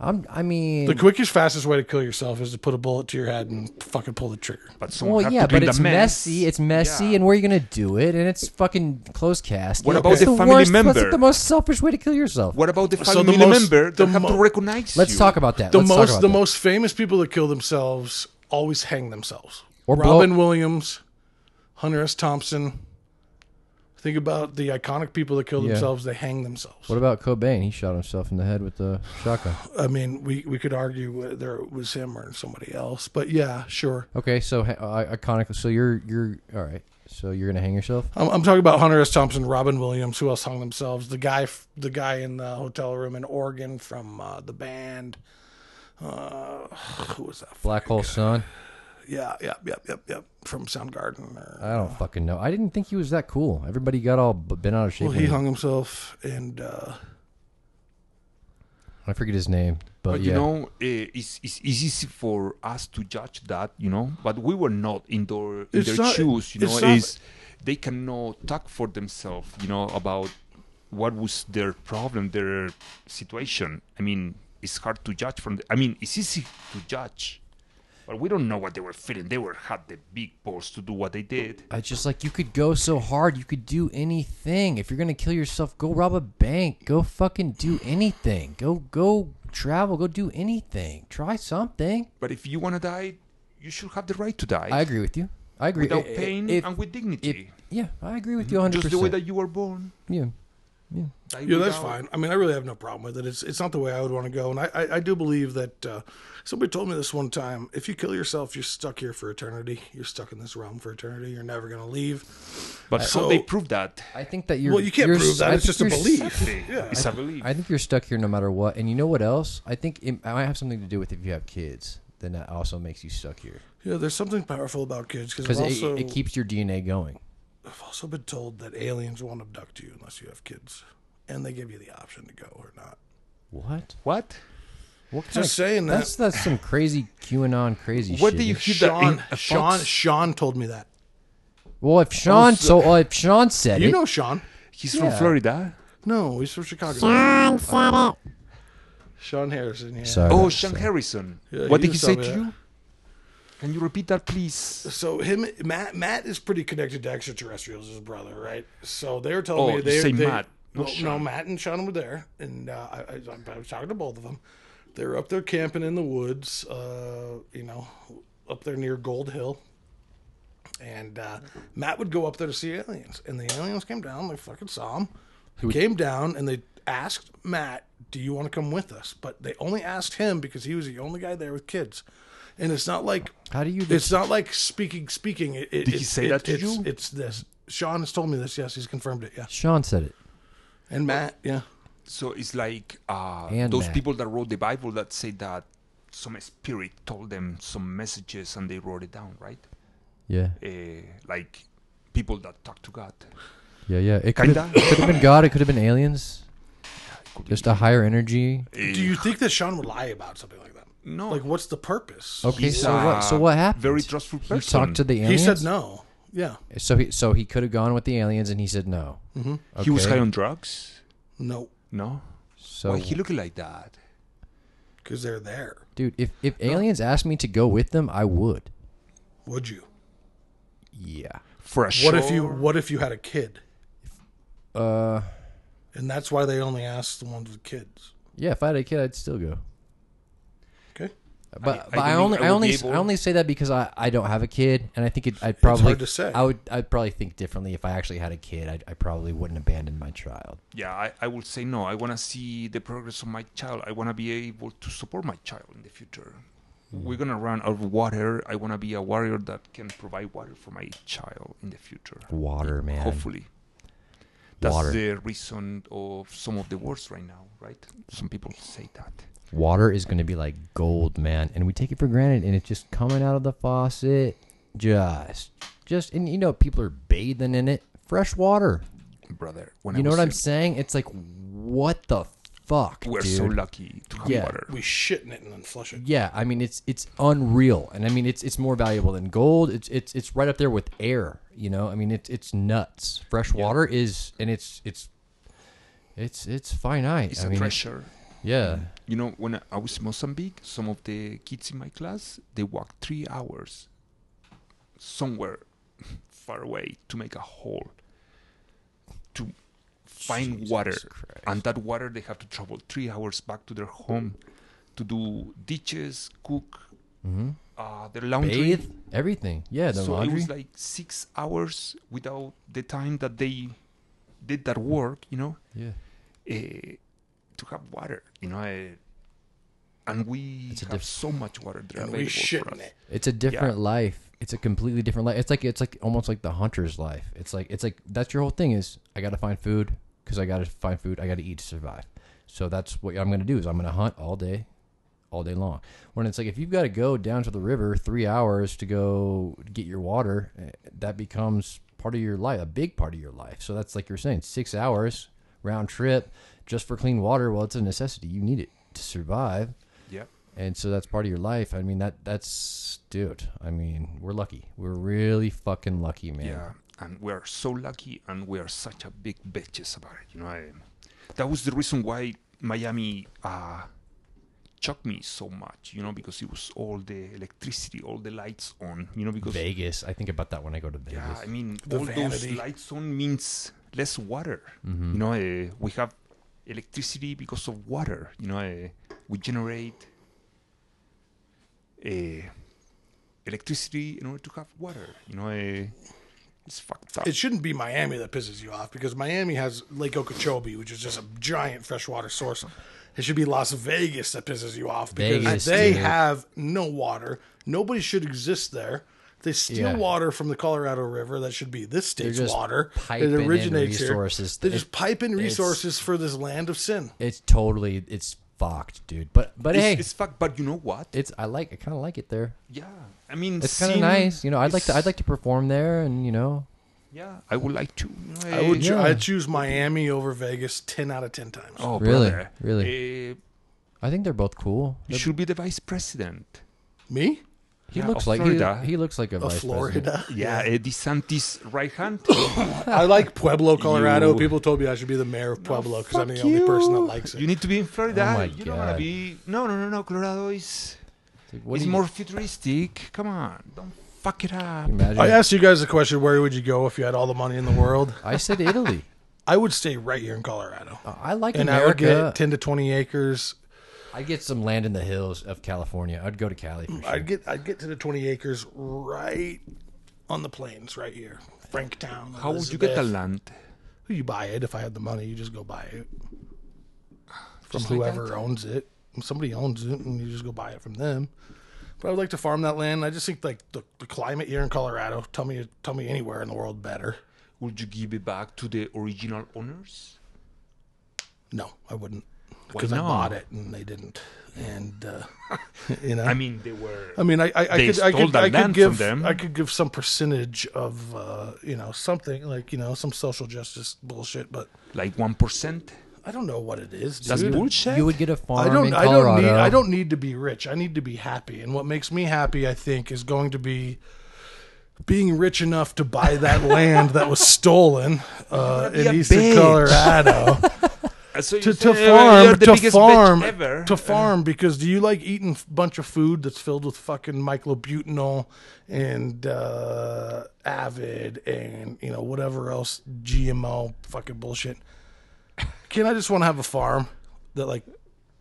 S4: I'm. I mean,
S1: The quickest, fastest way to kill yourself is to put a bullet to your head and fucking pull the trigger.
S2: But someone
S4: well,
S2: have
S4: yeah,
S2: to
S4: but
S2: clean
S4: it's
S2: the mess.
S4: messy. It's messy,
S2: Yeah.
S4: and where are you gonna do it? And it's fucking close cast.
S2: What
S4: Like,
S2: about
S4: what's
S2: the family
S4: worst, What's
S2: member?
S4: the most selfish way to kill yourself?
S2: What about the
S1: So the
S2: family
S1: most-
S2: member
S1: the
S2: that have to
S1: mo-
S2: recognize
S4: Let's
S2: you?
S4: talk about that.
S1: The
S4: Let's talk
S1: most,
S4: about
S1: the
S4: that.
S1: most famous people that kill themselves always hang themselves.
S4: Or blow-
S1: Robin Williams, Hunter S. Thompson. Think about the iconic people that kill
S4: Yeah.
S1: themselves; they hang themselves.
S4: What about Cobain? He shot himself in the head with the shotgun.
S1: I mean, we, we could argue whether it was him or somebody else, but yeah, sure.
S4: Okay, so ha- uh, iconic. So you're you're all right. So you're gonna hang yourself.
S1: I'm, I'm talking about Hunter S. Thompson, Robin Williams, who else hung themselves? The guy, f- the guy in the hotel room in Oregon from uh, the band. Uh, who was that?
S4: Black hole sun.
S1: Yeah, yeah, yep, yep, yep. From Soundgarden. Or,
S4: I don't fucking know. I didn't think he was that cool. Everybody got all b- bent out of shape.
S1: well,
S4: when
S1: he hung himself, and uh,
S4: I forget his name, but,
S2: But
S4: yeah.
S2: you know, eh, it's, it's easy for us to judge that, you know. But we were not in their, in
S1: It's
S2: their
S1: not-
S2: shoes, you
S1: it's
S2: know.
S1: not-
S2: Is they cannot talk for themselves, you know, about what was their problem, their situation. I mean, it's hard to judge from. The, I mean, it's easy to judge, but we don't know what they were feeling. They were had the big balls to do what they did.
S4: I just like you could go so hard, you could do anything. If you're gonna kill yourself, go rob a bank, go fucking do anything. Go go travel, go do anything. Try something.
S2: But if you wanna die, you should have the right to die
S4: I agree with you. I agree.
S2: without
S4: I- I-
S2: pain
S4: if-
S2: and with dignity,
S4: yeah, I agree with you 100.
S2: just the way that
S4: percent
S2: you were born.
S4: Yeah,
S2: Die
S1: yeah, that's
S2: without-
S1: fine. I mean, I really have no problem with it. It's it's not the way I would want to go, and I I, I do believe that uh, somebody told me this one time. If you kill yourself, you're stuck here for eternity. You're stuck in this realm for eternity. You're never gonna leave.
S2: But how they
S1: So-
S2: prove that?
S4: I think that you're.
S1: well, you can't
S4: you're,
S1: prove
S4: I
S1: that. It's
S4: think
S1: just a
S4: you're
S1: belief.
S2: It's a belief.
S4: I think you're stuck here no matter what. And you know what else? I think it might have something to do with if you have kids. Then that also makes you stuck here
S1: Yeah, there's something powerful about kids because
S4: because
S1: I've,
S4: it,
S1: also-
S4: it keeps your DNA going.
S1: I've also been told that aliens won't abduct you unless you have kids, and they give you the option to go or not.
S4: What?
S2: What?
S4: What kind
S1: Just saying that.
S4: That's that's some crazy QAnon crazy shit.
S2: What do you
S4: If-
S2: hear that in
S1: Sean,
S2: a
S1: Sean,
S2: Fox?
S1: Sean told me that.
S4: Well, if Sean so well, if Sean said
S1: You
S4: it,
S1: know Sean?
S2: He's from Florida.
S1: No, he's from Chicago.
S10: John said it.
S1: Sean Harrison. Yeah.
S4: Sorry,
S2: Oh,
S4: man.
S2: Sean Harrison.
S1: Yeah,
S2: what
S1: he
S2: did he
S1: was
S2: say to
S1: telling me
S2: you? Can you repeat that, please?
S1: So him, Matt, Matt is pretty connected to extraterrestrials. His brother, right? So they were telling
S2: Oh,
S1: me
S2: you
S1: they,
S2: say
S1: they-
S2: Matt, not
S1: well, no,
S2: Sean.
S1: Matt and Sean were there, and uh, I, I, I was talking to both of them. They were up there camping in the woods, uh, you know, up there near Gold Hill, And uh, Matt would go up there to see aliens, and the aliens came down. They fucking saw him. came down and they asked Matt, "Do you want to come with us?" But they only asked him because he was the only guy there with kids. And it's not like
S4: How do you?
S1: it's not like speaking. Speaking. It, it,
S2: Did he
S1: it's-
S2: say
S1: it-
S2: that to
S1: it's,
S2: you?
S1: It's this. Sean has told me this. Yes, he's confirmed it. Yeah.
S4: Sean said it.
S1: And Matt. Yeah.
S2: So it's like uh,
S4: And
S2: those
S4: Mac.
S2: people that wrote the Bible that say that some spirit told them some messages and they wrote it down, right?
S4: Yeah,
S2: Uh, like people that talk to God.
S4: yeah, yeah. It could
S2: Kinda.
S4: have been God. It could have been aliens.
S2: Could
S4: Just a higher energy.
S1: Do you think that Sean would lie about something like that?
S2: Uh, No.
S1: Like, what's the purpose?
S4: Okay,
S2: He's
S4: so what? So
S2: a
S4: what happened?
S2: very trustful
S4: He
S2: person.
S4: talked to the
S1: He
S4: aliens.
S1: said no. Yeah.
S4: So he so he could have gone with the aliens, and he said no.
S2: He was
S4: Okay.
S2: high on drugs.
S1: No.
S2: No.
S4: So
S2: Why he looking like that?
S1: Because they're there.
S4: dude, if if aliens asked me to go with them, I would.
S1: Would you?
S4: Yeah.
S2: For a show.
S1: What if you? What if you had a kid?
S4: Uh,
S1: And that's why they only asked the ones with kids.
S4: yeah. If I had a kid, I'd still go.
S1: Okay.
S2: I- I
S4: But, but
S2: don't
S4: I,
S2: think
S4: only
S2: I
S4: I,
S2: would
S4: only
S2: be
S4: s- I
S2: able-
S4: only say that because I, I don't have a kid, and I think it, I'd probably
S1: to say.
S4: I would I'd probably think differently if I actually had a kid. I, I probably wouldn't abandon my child.
S2: Yeah, I, I will say no. I want to see the progress of my child. I want to be able to support my child in the future.
S4: Mm.
S2: We're going to run out of water. I want to be a warrior that can provide water for my child in the future.
S4: Water, Oh, man.
S2: Mm, Hopefully. That's
S4: Water.
S2: the reason of some of the wars right now, right? Some people say that.
S4: Water is going to be like gold, man, and we take it for granted, and it's just coming out of the faucet, just just and you know people are bathing in it, fresh water.
S2: Brother, when I
S4: You know
S2: was
S4: what I'm
S2: young,
S4: saying? It's like what the fuck,
S2: We're
S4: dude.
S2: so lucky to have
S4: Yeah.
S2: water.
S1: We shit in it and then flush it.
S4: Yeah, I mean it's it's unreal, and I mean it's it's more valuable than gold. It's it's it's right up there with air. You know, I mean it's it's nuts. Fresh water is, and it's it's it's it's finite.
S2: It's
S4: I
S2: a
S4: mean,
S2: treasure.
S4: yeah,
S2: You know, when I was in Mozambique, some of the kids in my class they walked three hours somewhere far away to make a hole to find water, and that water they have to travel three hours back to their home to do ditches, cook, uh, their laundry.
S4: Mm-hmm. bathe, everything. Yeah, the
S2: so it
S4: laundry.
S2: was like six hours without the time that they did that work. You know
S4: yeah,
S2: uh, to have water, you know, uh, and we
S4: It's a
S2: have
S4: diff-
S2: so much water there
S1: And
S2: available
S1: we shit
S2: for us.
S1: in it.
S4: it's a different life. It's a completely different life. It's like it's like almost like the hunter's life. It's like it's like that's your whole thing is I got to find food because I got to find food. I got to eat to survive. So that's what I'm gonna do is I'm gonna hunt all day, all day long. When it's like if you've got to go down to the river three hours to go get your water, eh, that becomes part of your life, a big part of your life. So that's like you're saying, six hours round trip just for clean water. Well, it's a necessity. You need it to survive
S2: Yeah,
S4: and so that's part of your life. I mean that that's dude. I mean we're lucky. We're really fucking lucky, man.
S2: yeah, and we are so lucky, and we are such a big bitches about it. You know, I, that was the reason why Miami uh, shocked me so much. You know, because it was all the electricity, all the lights on. You know, because
S4: Vegas. I think about that when I go to
S2: yeah,
S4: Vegas.
S2: I mean,
S1: The
S2: all
S1: vanity.
S2: those lights on means less water.
S4: Mm-hmm.
S2: You know, uh, we have electricity because of water. You know, uh, we generate uh, electricity in order to have water. You know, uh, it's fucked up.
S1: It shouldn't be Miami that pisses you off because Miami has Lake Okeechobee, which is just a giant freshwater source. It should be Las Vegas that pisses you off because
S4: Vegas,
S1: they
S4: dude.
S1: have no water. Nobody should exist there. They steal
S4: Yeah.
S1: water from the Colorado River. That should be this state's
S4: just
S1: water.
S4: piping in resources.
S1: Here. They just
S4: It-
S1: pipe in
S4: it's-
S1: resources for this land of sin.
S4: It's totally it's fucked, dude. But but
S2: it's,
S4: hey,
S2: it's fucked. But you know what?
S4: it's I like I kind of like it there.
S2: yeah, I mean,
S4: It's kind of
S2: seeing-
S4: nice, you know. I'd like to
S2: it's-
S4: I'd like to perform there, and you know,
S2: Yeah, I would like to. you know,
S1: I would.
S2: eh,
S1: Cho-
S4: Yeah.
S1: I choose Miami over Vegas ten out of ten times.
S2: Oh,
S4: Really?
S2: brother.
S4: Really?
S2: Eh,
S4: I think they're both cool.
S2: you should be the vice president.
S1: Me?
S4: He
S2: Yeah,
S4: looks
S2: of
S4: like
S2: Florida. Oh,
S4: he, he looks like a,
S1: Of
S4: vice president.
S1: Florida.
S2: Yeah, eh, DeSantis' right hand.
S1: I like Pueblo, Colorado.
S2: You-
S1: People told me I should be the mayor of Pueblo because I'm
S2: Fuck
S1: the only person that
S2: you.
S1: likes it.
S2: You need to be in Florida.
S4: Oh my
S2: you don't want
S4: God.
S2: to be. No, no, no, no. Colorado is
S4: It's like, what
S2: is
S4: do you-
S2: more futuristic. Come on, don't fuck it up.
S4: you imagine?
S1: I asked you guys a question: Where would you go if you had all the money in the world?
S4: I said Italy.
S1: I would stay right here in Colorado,
S4: I like
S1: and I would
S4: America.
S1: get ten to twenty acres.
S4: I'd get some land in the hills of California. I'd go to Cali for sure.
S1: I'd get I'd get to the twenty acres right on the plains right here, Franktown.
S2: How would you get the
S1: Elizabeth.
S2: land?
S1: You buy it. If I had the money, you just go buy it from
S2: Just like
S1: whoever
S2: that?
S1: owns it. When Somebody owns it, and you just go buy it from them. But I would like to farm that land. I just think like the, the climate here in Colorado. Tell me, tell me anywhere in the world better.
S2: Would you give it back to the original owners?
S1: No, I wouldn't
S2: Why
S1: because I
S2: not?
S1: bought it and they didn't. And uh, you know,
S2: I mean, they were.
S1: I mean, I, I, I
S2: They
S1: could, I
S2: stole
S1: could,
S2: the
S1: I could
S2: land from
S1: give,
S2: them.
S1: I could give some percentage of, uh, you know, something like, you know, some social justice bullshit, but
S2: like one percent.
S1: I don't know what it is.
S2: That's
S1: dude.
S2: bullshit.
S4: You would get a farm
S1: I don't,
S4: in
S1: I don't
S4: Colorado.
S1: need, I don't need to be rich. I need to be happy. And what makes me happy, I think, is going to be being rich enough to buy that land that was stolen uh, in
S2: a
S1: eastern
S2: bitch.
S1: Colorado
S2: Uh, so you
S1: to,
S2: say,
S1: to
S2: uh, you're
S1: farm
S2: the
S1: to
S2: biggest bitch
S1: farm
S2: ever.
S1: to farm because do you like eating a bunch of food that's filled with fucking microbutanol and uh, avid and you know whatever else GMO fucking bullshit? Can I just want to have a farm that like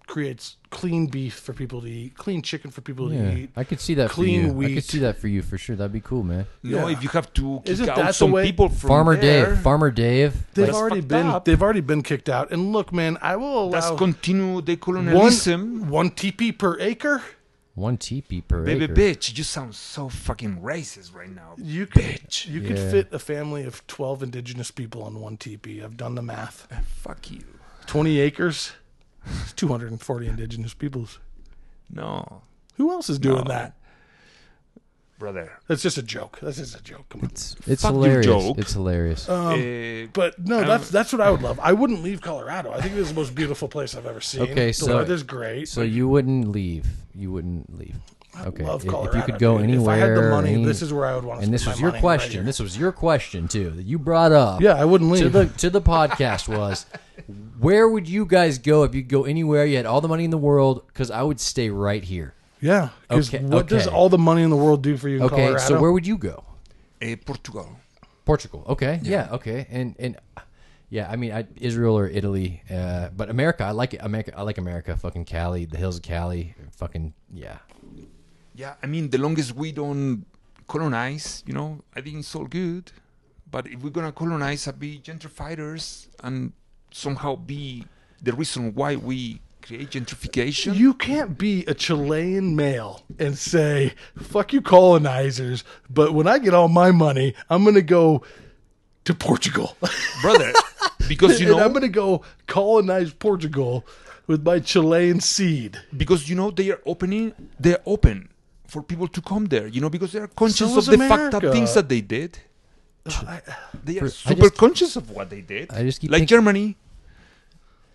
S1: creates clean beef for people to eat, clean chicken for people to
S4: Yeah,
S1: eat?
S4: I could see that.
S1: Clean
S4: for you. I
S1: wheat.
S4: could see that for you for sure. That'd be cool, man.
S2: No,
S1: Yeah.
S2: if you have to kick
S1: Isn't that the
S2: out some
S1: way-
S2: people from
S4: Farmer
S2: there,
S4: Dave. Farmer Dave.
S1: They've
S2: That's
S1: already
S2: fucked
S1: been
S2: up.
S1: they've already been kicked out. And look, man, I will
S2: that's
S1: allow
S2: continue the
S1: one,
S2: colonialism.
S1: one TP per acre.
S4: One teepee per
S2: Baby
S4: acre.
S2: bitch, you sound so fucking racist right now.
S1: You could,
S2: bitch.
S1: you could
S4: Yeah.
S1: fit a family of 12 indigenous people on one teepee. I've done the math.
S2: Fuck you.
S1: 20 acres, it's 240 indigenous peoples.
S2: No,
S1: Who else is doing
S2: No.
S1: that?
S2: brother.
S1: That's just a joke. That's just a joke. Uh, Come on. Um,
S4: It's, it's
S2: Fuck your
S4: hilarious.
S2: joke.
S4: It's hilarious.
S2: Eh,
S1: But no, that's that's what I would love. I wouldn't leave Colorado. I think it's the most beautiful place I've ever seen.
S4: Okay,
S1: the
S4: so-
S1: weather's great.
S4: so you wouldn't leave. You wouldn't leave. Okay.
S1: love
S4: if-
S1: Colorado.
S4: if you could go
S1: dude.
S4: anywhere,
S1: if I had the money,
S4: any-
S1: this is where I would want to.
S4: and this
S1: spend
S4: was
S1: my
S4: your
S1: money, right
S4: question.
S1: here.
S4: this was your question too that you brought up.
S1: yeah, I wouldn't
S4: to
S1: leave.
S4: the to the podcast was where would you guys go if you could go anywhere you had all the money in the world because i would stay right here
S1: yeah, because
S4: Okay,
S1: what does
S4: okay.
S1: all the money in the world do for you in
S4: okay
S1: Colorado?
S4: so where would you go
S2: eh, Portugal.
S4: portugal okay yeah, okay and and yeah i mean I, israel or italy uh, but america i like it america i like america fucking cali the hills of cali fucking yeah
S2: Yeah, I mean, the longest we don't colonize, you know, I think it's all good. But if we're gonna colonize, i be gentrifiers and somehow be the reason why we create gentrification.
S1: You can't be a Chilean male and say, fuck you colonizers, but when I get all my money, I'm going to go to Portugal.
S2: brother, because you
S1: and I'm
S2: know,
S1: going to go colonize Portugal with my Chilean seed.
S2: because you know, they are opening, they're open for people to come there, you know, because they are conscious
S1: So
S2: of
S1: is
S2: the fucked
S1: America.
S2: up things that they did. They are
S4: I
S2: super
S4: just-
S2: conscious of what they did.
S4: I just keep
S2: like
S4: think-
S2: Germany.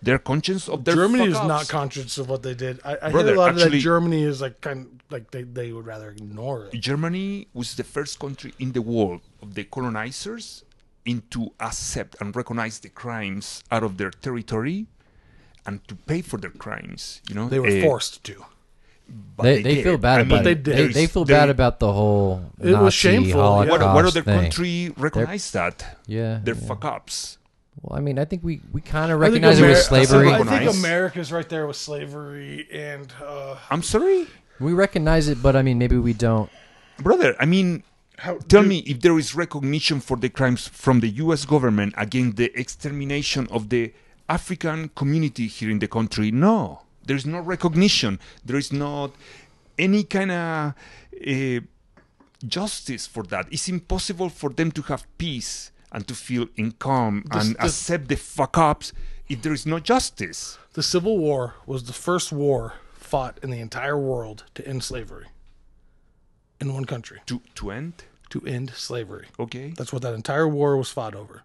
S2: They're conscious of their
S1: Germany is
S2: fuck-ups.
S1: not conscious of what they did. I, I hear
S2: Brother,
S1: a lot of that
S2: actually-
S1: Germany is like kind of like they, they would rather ignore it.
S2: Germany was the first country in the world of the colonizers into accept and recognize the crimes out of their territory and to pay for their crimes. You know,
S1: They were
S2: Eh,
S1: forced to.
S2: but
S4: they, they, feel
S2: did.
S4: bad
S2: I
S4: about
S2: mean,
S4: it.
S1: they
S4: They,
S1: did.
S4: they feel
S2: There-
S4: bad about the whole
S1: It was
S4: Nazi
S1: shameful, yeah.
S2: What, what other
S4: Holocaust thing.
S2: country recognize that?
S4: yeah
S2: Their
S4: yeah.
S2: fuck ups.
S4: well i mean i think we, we kind of
S1: I think
S4: recognize it was
S1: Ameri-
S4: slavery
S1: I think
S2: Recognize.
S1: America's right there with slavery and uh,
S2: I'm sorry,
S4: We recognize it, but I mean, maybe we don't.
S2: brother. I mean,
S1: how,
S2: tell
S1: dude,
S2: me if there is recognition for the crimes from the U.S. government against the extermination of the African community here in the country. No, there is no recognition. There is not any kind of uh, justice for that. It's impossible for them to have peace and to feel in calm and
S1: this-
S2: accept the fuck ups if there is no justice.
S1: The Civil War was the first war fought in the entire world to end slavery. In one country,
S2: To to end,
S1: to end slavery.
S2: okay.
S1: That's what that entire war was fought over.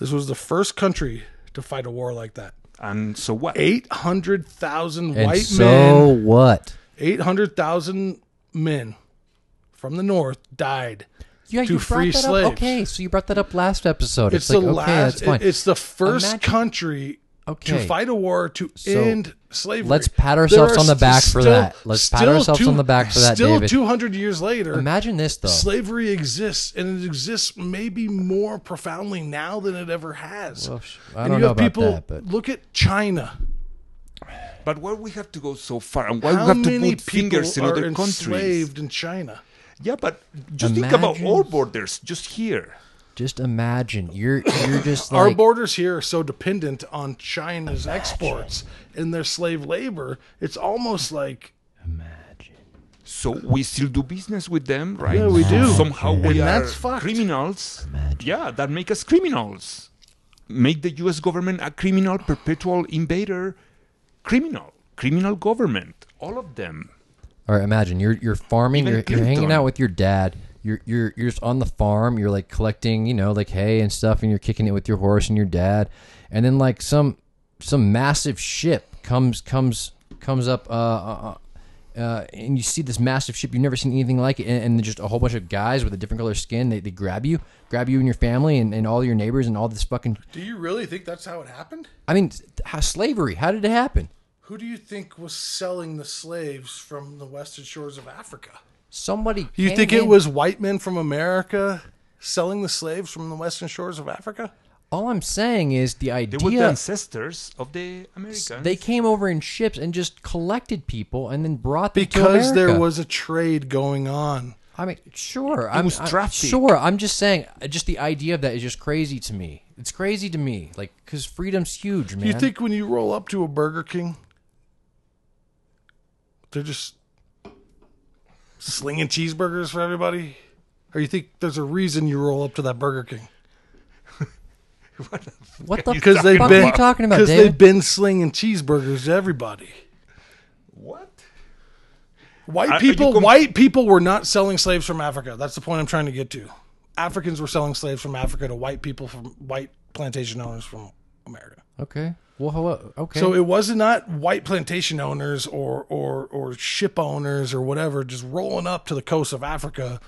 S1: This was the first country to fight a war like that.
S2: And so
S1: Eh,
S2: what?
S1: 800,000
S4: And
S1: white
S4: so
S1: men,
S4: what?
S1: 800,000 men from the north died.
S4: Yeah,
S1: To free
S4: that
S1: slaves.
S4: up. Okay, so you brought that up last episode.
S1: It's,
S4: It's,
S1: the
S4: like, okay,
S1: last
S4: that's fine.
S1: it- it's the first
S4: Imagine-
S1: country
S4: okay.
S1: to fight a war to
S4: So,
S1: end slavery.
S4: let's pat
S1: There
S4: ourselves
S1: are
S4: on the
S1: st-
S4: back for
S1: still-
S4: that. Let's pat
S1: still
S4: ourselves on the back for that,
S1: Still
S4: David.
S1: 200 years later,
S4: Imagine this though.
S1: slavery exists and it exists maybe more profoundly now than it ever has.
S4: Well, sh- I
S1: and
S4: don't
S1: you
S4: know
S1: have
S4: about
S1: people
S4: that, but
S1: look at China.
S2: But why we have to go so far, and why
S1: How
S2: we have to
S1: many
S2: put fingers in
S1: people are
S2: other countries?
S1: enslaved in China?
S2: Yeah, but just think about
S4: Imagine-
S2: all borders just here.
S4: Just imagine you're you're just
S1: Our
S4: like
S1: borders here are so dependent on China's exports and their slave labor. It's almost like
S2: So we still do business with them, right?
S1: Yeah, we do.
S2: Somehow we
S1: And
S2: are
S1: that's fucked.
S2: criminals. Yeah, that make us criminals. Make the U.S. government a criminal, perpetual invader, criminal, criminal government. All of them.
S4: All right, imagine you're you're farming,
S2: Even
S4: you're, you're hanging
S2: Clinton.
S4: out with your dad. You're you're you're just on the farm. You're like collecting, you know, like hay and stuff, and you're kicking it with your horse and your dad. And then like some some massive ship comes comes comes up, uh, uh, uh, uh, and you see this massive ship. You've never seen anything like it, and, and just a whole bunch of guys with a different color skin. They, they grab you, grab you and your family and, and all your neighbors and all this fucking.
S1: Do you really think that's how it happened?
S4: I mean, how slavery? How did it happen?
S1: Who do you think was selling the slaves from the western shores of Africa?
S4: Somebody.
S1: You
S4: came
S1: think it
S4: in-
S1: was white men from America selling the slaves from the western shores of Africa?
S4: All I'm saying is the
S2: They
S4: idea.
S2: were the ancestors of the Americans.
S4: They came over in ships and just collected people and then brought them
S1: Because
S4: to
S1: there
S4: America.
S1: was a trade going on.
S4: I mean, sure. I'm,
S2: was
S4: I-
S2: traffic.
S4: sure. I'm just saying. uh, Just the idea of that is just crazy to me. It's crazy to me, like because freedom's huge, man.
S1: Do you think when you roll up to a Burger King, they're just slinging cheeseburgers for everybody? Or you think there's a reason you roll up to that Burger King?
S4: what the
S1: Because
S4: fuck
S1: they've
S4: are
S1: been
S4: you talking about,
S1: Because they've
S4: David?
S1: been slinging cheeseburgers to everybody.
S2: what? Are-
S1: White
S2: are you
S1: people,
S2: com-
S1: white people were not selling slaves from Africa. That's the point I'm trying to get to. Africans were selling slaves from Africa to white people from white plantation owners from America.
S4: okay. Well, hello. Okay.
S1: So it was not white plantation owners or or or ship owners or whatever just rolling up to the coast of Africa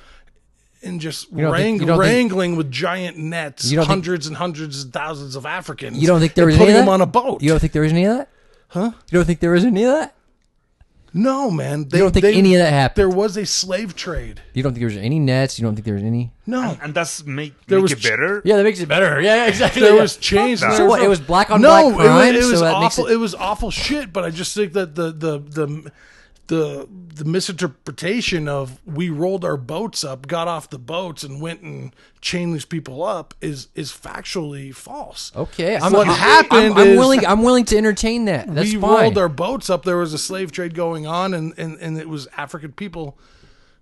S1: and just
S4: don't think-
S1: wrang-
S4: you don't think-
S1: wrangling with giant nets,
S4: You don't think-
S1: hundreds and hundreds and thousands of Africans.
S4: you don't think there
S1: and
S4: was any
S1: putting
S4: of that?
S1: them on a boat?
S4: You don't think there was any of that?
S1: Huh?
S4: You don't think there was any of that?
S1: no, man. They,
S4: don't think
S1: they-
S4: any of that happened?
S1: There was a slave trade.
S4: You don't think there was any nets? You don't think there was any?
S1: No,
S2: And that's make,
S1: There
S2: make
S1: was
S2: it
S1: ch-
S2: better.
S4: Yeah, that makes it better. Yeah, yeah, exactly.
S1: there
S4: yeah.
S1: was chains.
S2: that.
S1: there
S4: So
S1: was
S4: what?
S1: no-
S4: It was black on
S1: no,
S4: black crime.
S1: it was, it was
S4: so that makes
S1: awful.
S4: it-
S1: It was awful shit. But I just think that the the the the the misinterpretation of we rolled our boats up, got off the boats, and went and chained these people up is is factually false.
S4: Okay, I'm,
S1: What
S4: I'm-
S1: happened
S4: I'm, I'm
S1: is-
S4: willing. I'm willing to entertain that. That's
S1: we
S4: fine.
S1: rolled our boats up. There was a slave trade going on, and and and it was African people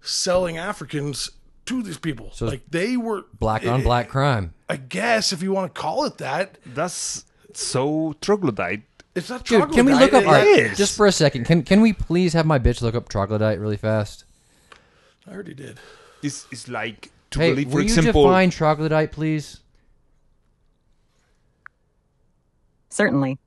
S1: selling Africans to these people. like they were
S4: black on black crime.
S1: I guess if you want to call it that,
S2: That's so troglodyte.
S1: it's not.
S4: Dude, can we
S1: troglodyte.
S4: look up
S1: It-
S4: all right,
S2: is.
S4: just for a second? Can can we please have my bitch look up troglodyte really fast?
S1: I already did.
S2: It's, it's like to
S4: Hey,
S2: believe,
S4: will
S2: for example,
S4: you define troglodyte, please?
S3: Certainly.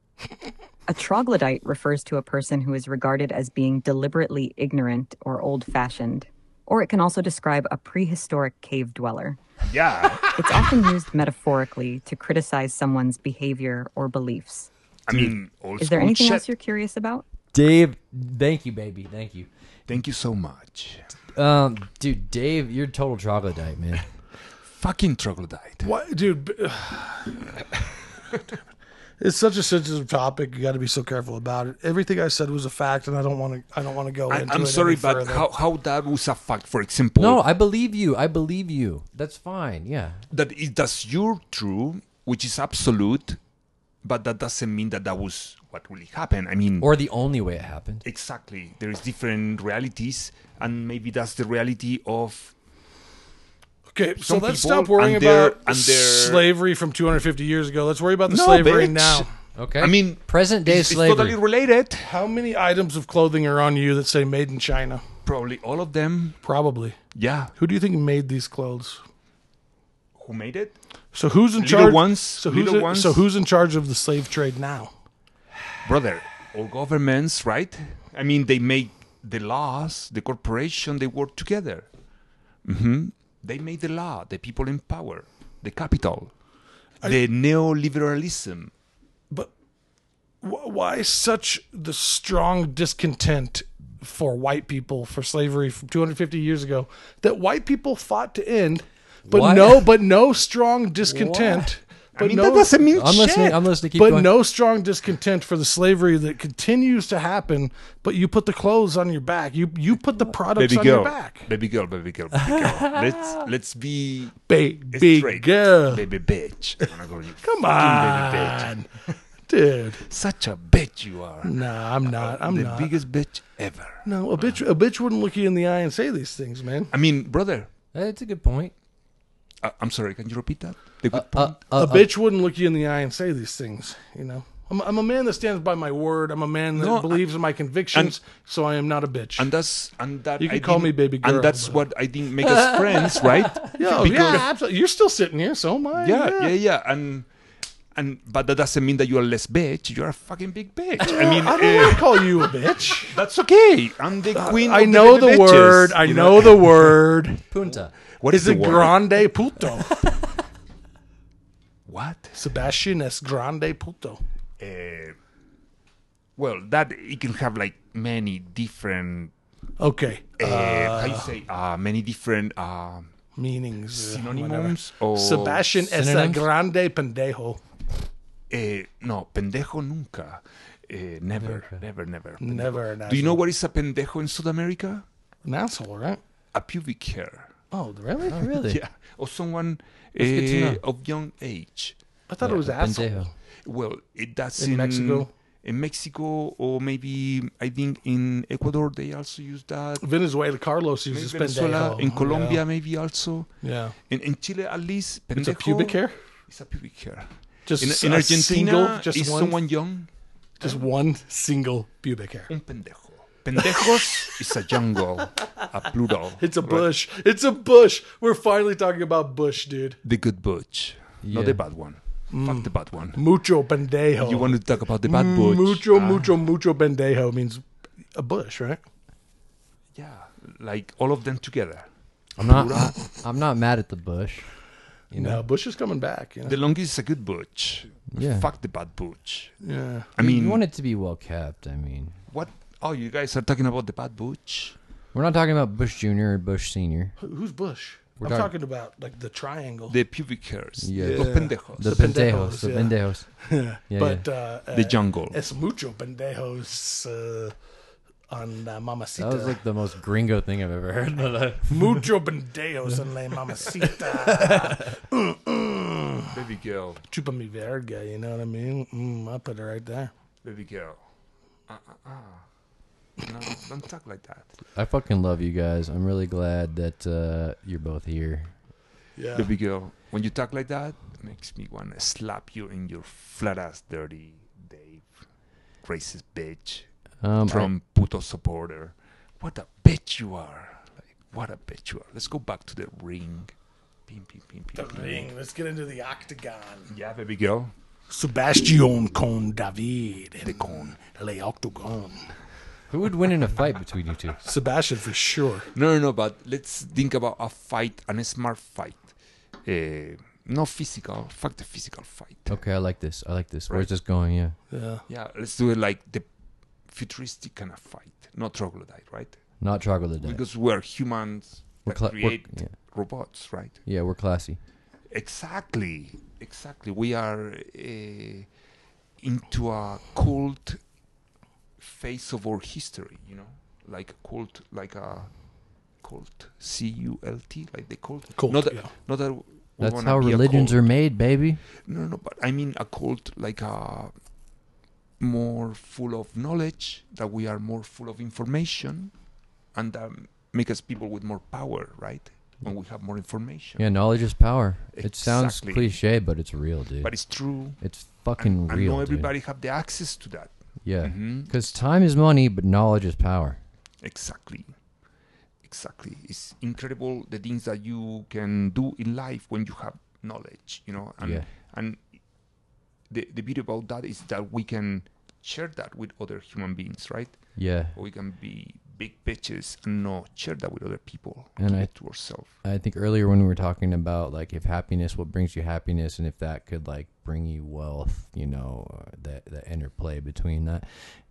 S3: A troglodyte refers to a person who is regarded as being deliberately ignorant or old fashioned, or it can also describe a prehistoric cave dweller.
S2: yeah.
S3: It's often used metaphorically to criticize someone's behavior or beliefs.
S2: I mean, old
S3: Is there
S2: school
S3: anything
S2: shit.
S3: else you're curious about?
S4: Dave, thank you, baby, thank you,
S2: Thank you so much.
S4: um, dude. Dave, you're total troglodyte, man.
S2: Fucking troglodyte.
S1: What, dude? b- it's such a sensitive topic. You got to be so careful about it. Everything I said was a fact, and I don't want to. I don't want to go
S2: I,
S1: into it.
S2: I'm
S1: any
S2: sorry, but
S1: further.
S2: how, how that was a fact, for example,
S4: No, I believe you. I believe you. That's fine. Yeah.
S2: that is that's your true, which is absolute, but that doesn't mean that that was what really happened. I mean,
S4: Or the only way it happened.
S2: exactly, there is different realities, and maybe that's the reality of
S1: Okay, so
S2: some
S1: let's
S2: people
S1: stop worrying
S2: and their-
S1: about
S2: and their-
S1: slavery from 250 years ago. Let's worry about the
S2: No,
S1: slavery
S2: bitch.
S1: now.
S4: Okay.
S2: I mean,
S4: present day
S2: it's, it's
S4: slavery.
S2: totally related.
S1: How many items of clothing are on you that say "Made in China"?
S2: Probably all of them.
S1: Probably.
S2: Yeah,
S1: Who do you think made these clothes?
S2: who made it?
S1: So who's in
S2: Little
S1: charge?
S2: ones,
S1: So who's
S2: little
S1: in,
S2: ones.
S1: so who's in charge of the slave trade now?
S2: brother, all governments, right? I mean, they make the laws, the corporation, they work together. hmm They make the law, the people in power, the capital, the neoliberalism.
S1: But wh- why such the strong discontent for white people for slavery from 250 years ago that white people fought to end, but
S4: Why-
S1: no, but no strong discontent
S2: I
S1: But
S2: mean,
S1: no-
S2: that doesn't mean
S4: I'm
S2: shit.
S4: listening. I'm listening. Keep
S1: but
S4: going.
S1: no strong discontent for the slavery that continues to happen. But you put the clothes on your back. You you put the products
S2: baby
S1: on
S2: girl,
S1: your back.
S2: baby girl, baby girl, baby girl. let's let's be
S1: Baby
S2: straight,
S1: girl,
S2: baby bitch. I'm gonna call you
S1: come
S2: fucking baby
S1: on,
S2: bitch.
S1: dude.
S2: Such a bitch you are.
S1: Nah, I'm not. I'm
S2: the
S1: not.
S2: biggest bitch ever.
S1: No, a bitch. A bitch wouldn't look you in the eye and say these things, man.
S2: I mean, brother.
S4: That's a good point.
S2: Uh, I'm sorry. Can you repeat that? The good
S4: Uh,
S2: point.
S1: a
S4: uh,
S1: bitch wouldn't look you in the eye and say these things. You know, I'm, I'm a man that stands by my word. I'm a man that
S2: No, I-
S1: believes in my convictions. so I am not a bitch.
S2: and that's and that
S1: You can
S2: I
S1: call me
S2: didn't-
S1: baby girl,
S2: And that's
S1: but-
S2: what I didn't make us friends, right?
S1: Yo, yeah, absolutely. You're still sitting here, so am I.
S2: yeah, yeah, yeah, and and but that doesn't mean that you are less bitch. You are a fucking big bitch. I mean,
S1: I don't want
S2: uh,
S1: to call you a bitch.
S2: that's okay. I'm the queen.
S1: I
S2: of
S1: know
S2: the,
S1: the,
S2: baby bitches,
S1: word. I
S2: you
S1: know the word.
S4: Punta.
S2: What
S1: Is
S2: is,
S1: it
S2: the word?
S1: grande puto?
S2: What?
S1: Sebastian es grande puto.
S2: Uh, well, that it can have like many different.
S1: Okay.
S2: Uh, how you say? Uh, many different. Uh,
S1: Meanings. uh, whatever.
S2: synonyms or
S1: Sebastian es a
S4: Synonyms?
S1: grande pendejo.
S2: Eh, no, pendejo nunca. Eh, never, never, never.
S1: Never an
S2: Do you
S1: asshole.
S2: know what is a pendejo in South America?
S1: An asshole, right?
S2: A pubic hair.
S1: Oh, really?
S4: Oh, really?
S2: Yeah, or someone
S4: good to
S2: eh,
S4: know.
S2: of young age.
S1: I thought it was asshole.
S4: Pendejo.
S2: Well, it does
S1: In
S2: in,
S1: Mexico?
S2: In Mexico, or maybe I think in Ecuador they also use that.
S1: Venezuela, Carlos
S2: Maybe
S1: uses
S2: Venezuela,
S1: pendejo.
S2: in Colombia, maybe also.
S1: Yeah. yeah.
S2: In, in Chile, at least, pendejo
S1: It's a pubic hair?
S2: It's a pubic hair.
S1: Just
S2: In,
S1: s-
S2: in
S1: a
S2: Argentina,
S1: single, just
S2: is
S1: one,
S2: someone young
S1: just one single pubic hair.
S2: un pendejo. Pendejos is a jungle, a plural.
S1: It's a bush. It's a bush. We're finally talking about bush, dude.
S2: The good butch, not
S4: Yeah. Mm.
S2: the bad one. Fuck the bad one.
S1: Mucho pendejo.
S2: You want to talk about the bad butch?
S1: Mucho,
S2: Ah,
S1: mucho, mucho pendejo means a bush, right?
S2: Yeah, like all of them together.
S4: I'm not. I, I'm not mad at the bush.
S1: You know, bush is coming back. You know?
S2: The longest is a good butch.
S4: Yeah.
S2: Fuck the bad butch.
S1: yeah.
S2: I mean,
S4: you want it to be well kept. I mean,
S2: what? Oh, you guys are talking about the bad butch?
S4: we're not talking about Bush Junior or Bush Senior.
S1: Who- Who's bush? I'm
S4: talking-
S1: talking about like the triangle.
S2: The pubic hairs.
S4: Yeah.
S2: Los pendejos.
S4: The
S2: The,
S1: pendejos,
S4: pendejos. The
S1: yeah.
S4: pendejos. Yeah,
S1: but uh, uh,
S2: jungle.
S1: es mucho pendejos uh, on la mamacita.
S4: That was like the most gringo thing I've ever heard.
S1: mucho pendejos en la mamacita. Mm,
S2: Baby girl.
S1: Chupa mi verga. You know what I mean? Mm, I put it right there.
S2: Baby girl. Uh, uh, uh. No, don't talk like that.
S4: I fucking love you guys. I'm really glad that uh, you're both here.
S1: Yeah.
S2: Baby girl, when you talk like that, makes me want to slap you in your flat ass, dirty Dave, racist bitch,
S4: Um, I-
S2: Trump puto supporter. What a bitch you are! Like, what a bitch you are! Let's go back to the ring. Ping, ping, ping,
S1: The
S2: ping, ping.
S1: ring. Let's get into the octagon.
S2: Yeah, baby girl.
S1: Sebastian con David.
S2: The con.
S1: Le octagon.
S4: who would win in a fight between you two?
S1: Sebastian for sure.
S2: No, no, no. But let's think about a fight, an smart fight. Uh, no physical. Fuck the physical fight.
S4: Okay, I like this. I like this.
S2: Right.
S4: Where's this going? Yeah.
S1: Yeah.
S2: Yeah, let's do it like the futuristic kind of fight, not troglodyte, right?
S4: Not troglodyte.
S2: Because we're humans
S4: We're
S2: that
S4: cla- we're-
S2: create
S4: yeah.
S2: robots, right?
S4: Yeah, we're classy.
S2: Exactly, exactly. We are uh, into a cold phase of our history, you know, like cold, like a cult, C U L T, like the cult.
S1: Cult,
S2: Not that,
S1: yeah.
S2: not that we
S4: That's
S2: wanna
S4: how
S2: be a
S4: religions
S2: cult.
S4: are made, baby.
S2: No, no, but I mean a cult like a more full of knowledge, that we are more full of information, and um, make us people with more power, right? When we have more information.
S4: Yeah, knowledge is power. It sounds
S2: Exactly.
S4: cliche, but it's real, dude.
S2: But it's true.
S4: it's fucking
S2: and, and
S4: real.
S2: not
S4: dude.
S2: everybody have the access to that.
S4: Yeah.
S2: Mhm.
S4: Because time is money, but knowledge is power.
S2: Exactly. Exactly. It's incredible the things that you can do in life when you have knowledge, you know? And
S4: Yeah.
S2: and the the beauty about that is that we can share that with other human beings, right?
S4: Yeah.
S2: Or we can be big bitches and not share that with other people.
S4: And
S2: Keep
S4: I-
S2: it to ourselves.
S4: I think earlier when we were talking about like if happiness, what brings you happiness, and if that could like bring you wealth, you know, uh, that the interplay between that.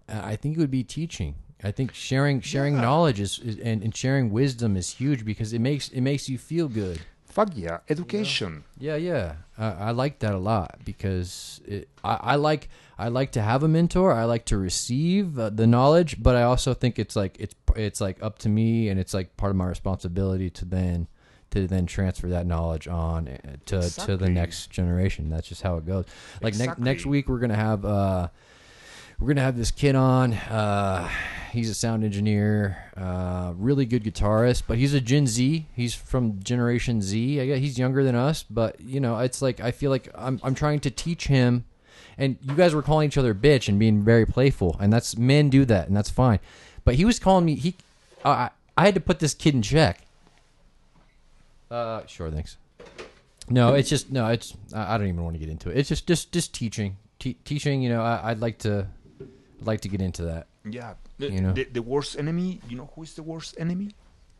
S4: Uh, I think it would be teaching. I think sharing sharing knowledge is, is and, and sharing wisdom is huge because it makes it makes you feel good.
S2: Fuck yeah, education.
S4: Yeah, yeah, I, I like that a lot because it, I, I like I like to have a mentor. I like to receive uh, the knowledge, but I also think it's like it's it's like up to me, and it's like part of my responsibility to then to then transfer that knowledge on uh, to to the
S2: Exactly.
S4: next generation. That's just how it goes. Like next next
S2: Exactly.
S4: week, we're gonna have. uh we're gonna have this kid on. Uh, he's a sound engineer, uh, really good guitarist, but he's a Gen Z. He's from Generation Z. I guess he's younger than us, but you know, it's like I feel like I'm I'm trying to teach him. And you guys were calling each other bitch and being very playful, and that's men do that, and that's fine. But he was calling me. He, I, I- I had to put this kid in check. Uh, sure, thanks. No, it's just no. It's I I don't even want to get into it. It's just just just teaching, Te- teaching. You know, I, I'd like to, I'd like to get into that.
S2: Yeah. The,
S4: You know.
S2: the, the worst enemy, you know who is the worst enemy?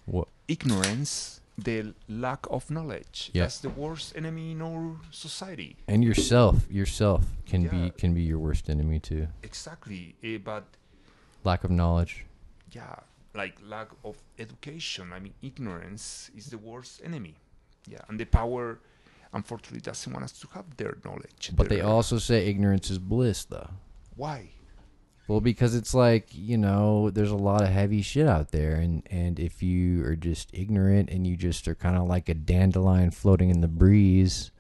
S4: What?
S2: Ignorance, the lack of knowledge.
S4: Yeah.
S2: That's the worst enemy in our society.
S4: And yourself, yourself can
S2: Yeah.
S4: be can be your worst enemy too.
S2: Exactly. eh, but
S4: Lack of knowledge.
S2: yeah, like lack of education. I mean, ignorance is the worst enemy. Yeah, and the power, unfortunately, doesn't want us to have their knowledge.
S4: But they
S2: their-
S4: also say ignorance is bliss, though.
S2: why?
S4: Well, because it's like you know, there's a lot of heavy shit out there, and and if you are just ignorant and you just are kind of like a dandelion floating in the breeze,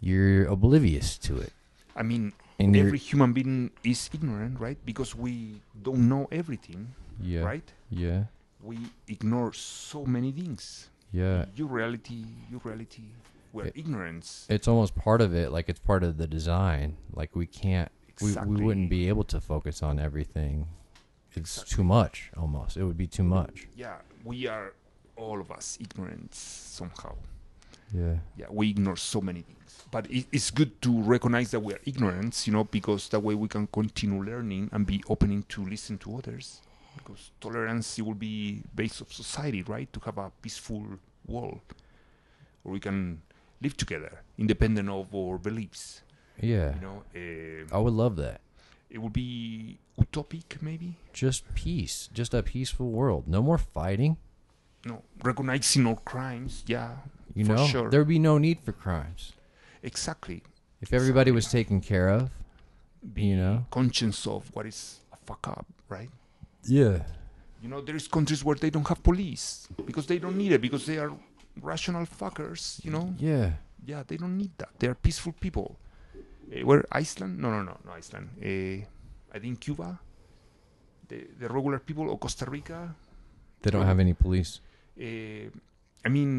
S4: you're oblivious to it.
S2: I mean,
S4: And you're-
S2: every human being is ignorant, right? Because we don't know everything,
S4: Yeah.
S2: right?
S4: Yeah.
S2: We ignore so many things.
S4: Yeah.
S2: your reality, your reality, we're
S4: Uh, Yeah.
S2: ignorance.
S4: It's almost part of it. Like it's part of the design. Like we can't. We, we
S2: Exactly.
S4: wouldn't be able to focus on everything. It's too much. Almost. It would be too much.
S2: Yeah, we are all of us ignorant somehow.
S4: Yeah.
S2: Yeah, we ignore so many things. But it, it's good to recognize that we are ignorant, you know, because that way we can continue learning and be opening to listen to others. Because tolerance it will be base of society, right? To have a peaceful world where we can live together, independent of our beliefs.
S4: Yeah.
S2: You know, uh,
S4: I would love that.
S2: it will be utopic, maybe.
S4: Just peace. Just a peaceful world. No more fighting.
S2: no recognizing our crimes yeah
S4: You
S2: for
S4: know,
S2: sure
S4: there'd be no need for crimes
S2: exactly
S4: if everybody was taken care of.
S2: be
S4: You know.
S2: conscious of what is a fuck up right
S4: Yeah.
S2: you know there is countries where they don't have police because they don't need it because they are rational fuckers you know
S4: Yeah.
S2: yeah they don't need that they are peaceful people uh, where iceland no no no no iceland uh, i think cuba the, the regular people or costa rica
S4: They don't have any police.
S2: uh, i mean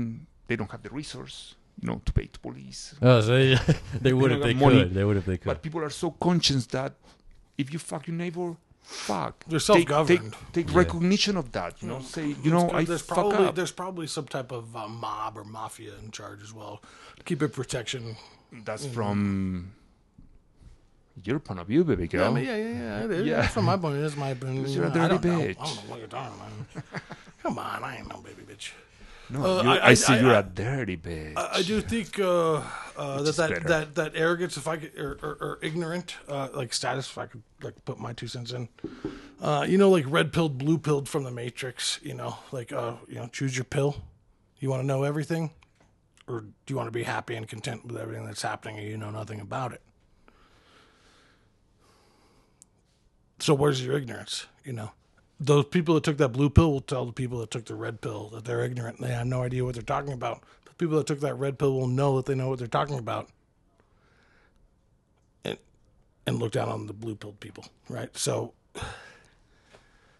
S2: they don't have the resource you know to pay to police
S11: Oh, so they, they would
S2: don't
S11: if they
S2: got money.
S11: could. They would if they could.
S2: But people are so conscious that if you fuck your neighbor, fuck.
S1: They're
S2: Take-
S1: self-governed. Mm.
S2: Take, take recognition of that. You know, say you know I
S1: there's
S2: fuck
S1: probably
S2: up.
S1: there's probably some type of uh, mob or mafia in charge as well. Keep it protection.
S2: That's
S1: Mm.
S2: from your point of view, baby girl.
S1: I mean, yeah, yeah, yeah. It is.
S2: Yeah.
S1: That's from my point. That's my opinion.
S2: you're a
S1: I don't
S2: dirty
S1: know.
S2: bitch.
S1: I don't know what you're talking about. Come on, I ain't no baby bitch.
S2: No,
S1: Uh,
S2: you,
S1: I-
S2: I,
S1: I-
S2: see
S1: I-
S2: you're
S1: I-
S2: a dirty bitch.
S1: I, I do think uh, uh, that
S2: is
S1: that,
S2: better.
S1: that that arrogance, if I could, or, or, or ignorant, uh, like status, if I could like put my two cents in, uh, you know, like red pilled, blue pilled from the Matrix, you know, like uh, you know, choose your pill. You want to know everything, or do you want to be happy and content with everything that's happening, and you know nothing about it? So where's your ignorance? You know. Those people that took that blue pill will tell the people that took the red pill that they're ignorant and they have no idea what they're talking about. The people that took that red pill will know that they know what they're talking about. And and look down on the blue pilled people, right? So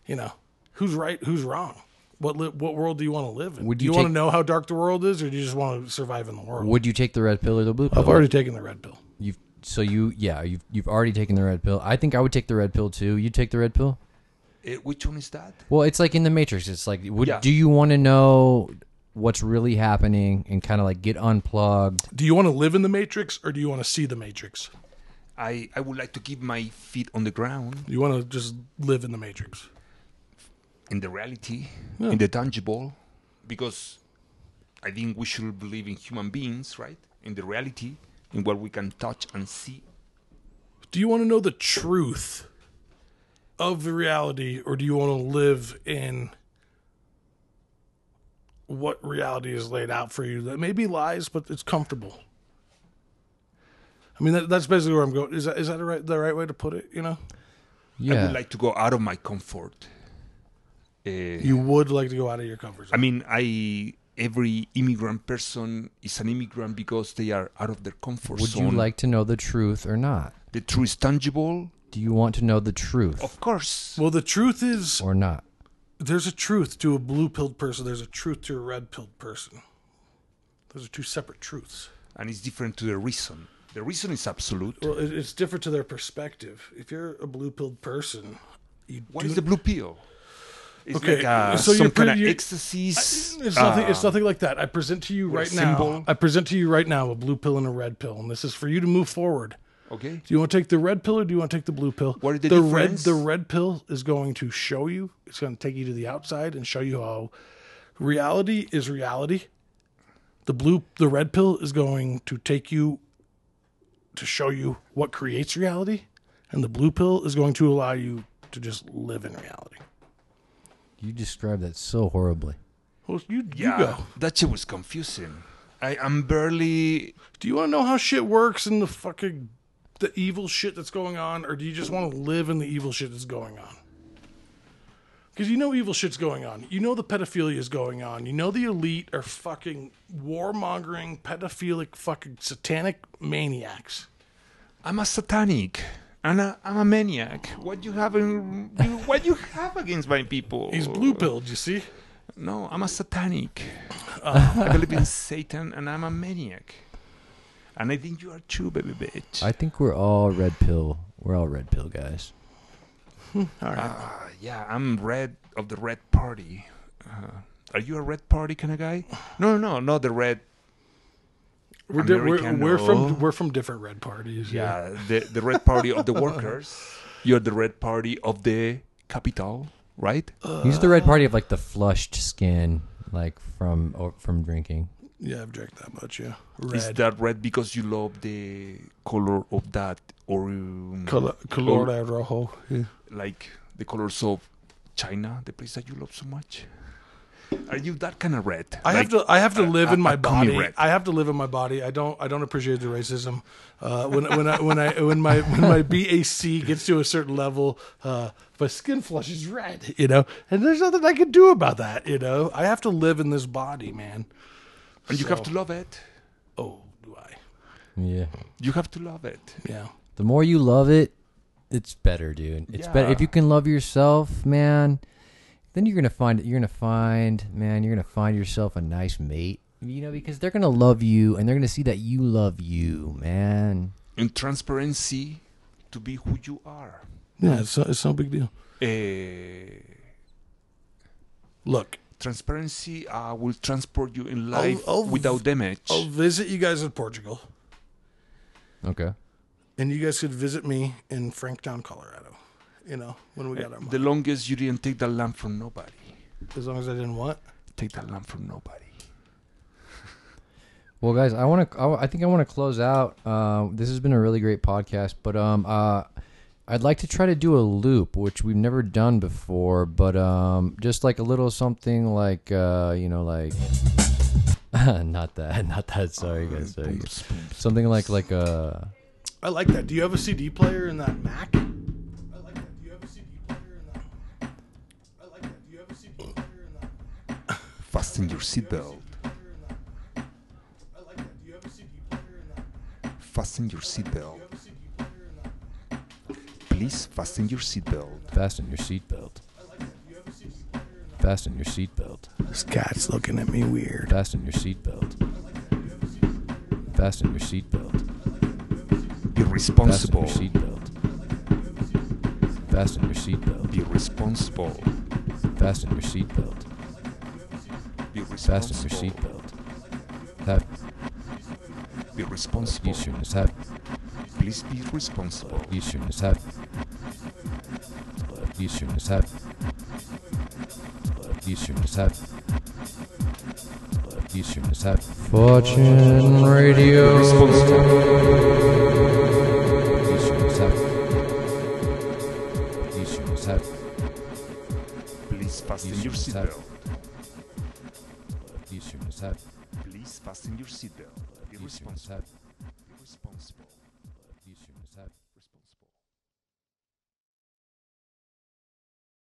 S1: you know, who's right, who's wrong? What li- what world do you want to live in?
S4: Would
S1: do
S4: you
S1: you want to
S4: take-
S1: know how dark the world is or do you just want to survive in the world?
S4: Would you take the red pill or the blue pill?
S1: I've already taken the red pill.
S4: You've so you yeah you've you've already taken the red pill. I think I would take the red pill too. You take the red pill.
S2: Eh, which one is that?
S4: Well, it's like in the Matrix. It's like would,
S2: Yeah.
S4: do you want to know what's really happening and kind of like get unplugged?
S1: Do you want to live in the matrix or do you want to see the matrix?
S2: I I would like to keep my feet on the ground
S1: You want to just live in the matrix.
S2: in the reality, in the tangible, because I think we should believe in human beings, right? In the reality, in what we can touch and see
S1: Do you want to know the truth of the reality or do you want to live in what reality is laid out for you that may be lies, but it's comfortable. I mean, that, that's basically where I'm going. Is that is that the right, the right way to put it? You know,
S2: I
S4: Yeah.
S2: would like to go out of my comfort. Uh,
S1: you would like to go out of your comfort
S2: I
S1: zone.
S2: mean, I every immigrant person is an immigrant because they are out of their comfort
S4: Would
S2: zone.
S4: you like to know the truth or not?
S2: the truth is tangible?
S4: Do you want to know the truth
S2: Of course.
S1: well, the truth is,
S4: or not?
S1: there's a truth to a blue pilled person. There's a truth to a red pilled person. Those are two separate truths.
S2: and it's different to the reason. The reason is absolute.
S1: Well, it, it's different to their perspective. If you're a blue pilled person, you
S2: What
S1: do
S2: is the blue pill? It's
S1: Okay,
S2: like uh,
S1: so you're
S2: some kind
S1: pretty-
S2: of
S1: you're-
S2: ecstasy.
S1: It's
S2: Ah.
S1: nothing. It's nothing like that. I present to you
S2: with a
S1: right now.
S2: symbol.
S1: I present to you right now a blue pill and a red pill, and this is for you to move forward.
S2: Okay.
S1: Do you want to take the red pill or do you want to take the blue pill?
S2: What are the
S1: red
S2: difference?
S1: the red pill is going to show you. It's going to take you to the outside and show you how reality is reality. The blue the red pill is going to take you to show you what creates reality, and the blue pill is going to allow you to just live in reality.
S4: You described that so horribly.
S1: Well, you,
S2: Yeah,
S1: you go.
S2: that shit was confusing. I am barely.
S1: Do you want to know how shit works and the fucking the evil shit that's going on, or do you just want to live in the evil shit that's going on? Because you know evil shit's going on. You know the pedophilia is going on. You know the elite are fucking warmongering, pedophilic, fucking satanic maniacs.
S2: I'm a satanic. And I, I'm a maniac. What you have in, you, what you have against my people?
S1: He's blue pilled, you see?
S2: No, I'm a satanic. Uh, I believe in Satan, and I'm a maniac. And I think you are too, baby bitch.
S4: I think we're all red pill. We're all red pill guys.
S2: Ah, yeah, I'm red of the red party. Uh, are you a red party kind of guy? No, no, no, not the red.
S1: We're, di- we're,
S2: American,
S1: we're
S2: no.
S1: from we're from different red parties.
S2: Yeah, the the red party of the workers. You're the red party of the capital, right?
S4: He's the red party of like the flushed skin, like from or from drinking.
S1: yeah. I've drank that much. Yeah,
S2: Is
S1: red
S2: that red because you love the color of that, or um,
S1: color, color rojo. Yeah.
S2: like the colors of China, the place that you love so much? Are you that kind of red?
S1: I
S2: Like-
S1: have to. I have to
S2: a-
S1: live
S2: a-
S1: in my
S2: a commie
S1: body.
S2: rat.
S1: I have to live in my body. I don't. I don't appreciate the racism. Uh, when when I when I when my when my BAC gets to a certain level, uh, my skin flushes red. You know, and there's nothing I can do about that. You know, I have to live in this body, man.
S2: and you have to love it.
S1: Oh, do I?
S4: Yeah.
S2: You have to love it.
S1: Yeah.
S4: The more you love it, it's better, dude. It's better if
S2: Yeah.
S4: you can love yourself, man. Then you're gonna find You're gonna find, man. You're gonna find yourself a nice mate. You know, because they're gonna love you and they're gonna see that you love you, man.
S2: and transparency to be who you are.
S1: Yeah. It's no, it's no big deal.
S2: Eh,
S1: Look,
S2: transparency uh, will transport you in life
S1: I'll v-
S2: without damage.
S1: I'll visit you guys in Portugal,
S4: Okay.
S1: and you guys could visit me in Franktown, Colorado. You know, when we got our
S2: the
S1: money.
S2: longest you didn't take that land from nobody.
S1: As long as I didn't what?
S2: Take that land from nobody.
S4: Well, guys, I want to. I, I think I want to close out. Um, this has been a really great podcast, but um, uh, I'd like to try to do a loop, which we've never done before. But um, just like a little something, like uh, you know, like not that, not that. Sorry, guys. Sorry. Something like like uh, a.
S1: I like that. Do you have a CD player in that Mac? I like that. Do you have a CD player in that Mac? I like that. Do you have a CD player in that Mac?
S2: Fasten your seatbelt.
S1: I like that. Do you have a CD player in that Mac?
S2: Fasten your seatbelt.
S1: Do you have a CD player in that Mac?
S2: Please fasten your seatbelt.
S4: Fasten your seatbelt. Fasten your seatbelt.
S1: This cat's looking at me weird.
S4: Fasten your seatbelt. Fasten your seatbelt.
S2: Be
S4: Fasten your
S2: responsible.
S4: seatbelt. Fasten your seatbelt.
S2: Be responsible.
S4: Fasten your seatbelt.
S2: Be
S4: Fasten your
S2: responsible.
S4: seatbelt. Have
S2: Be responsible.
S4: Easterners have
S2: Please be responsible.
S4: Easterners have Easterners have Easterners have Easterners have Fortune Radio. Easterners have Easterners have
S2: Please fasten your
S4: Easterners have
S2: seatbelt.
S4: that.
S2: Please fasten your seatbelt. Be
S4: You too.
S2: responsible.
S4: That.
S2: Be responsible.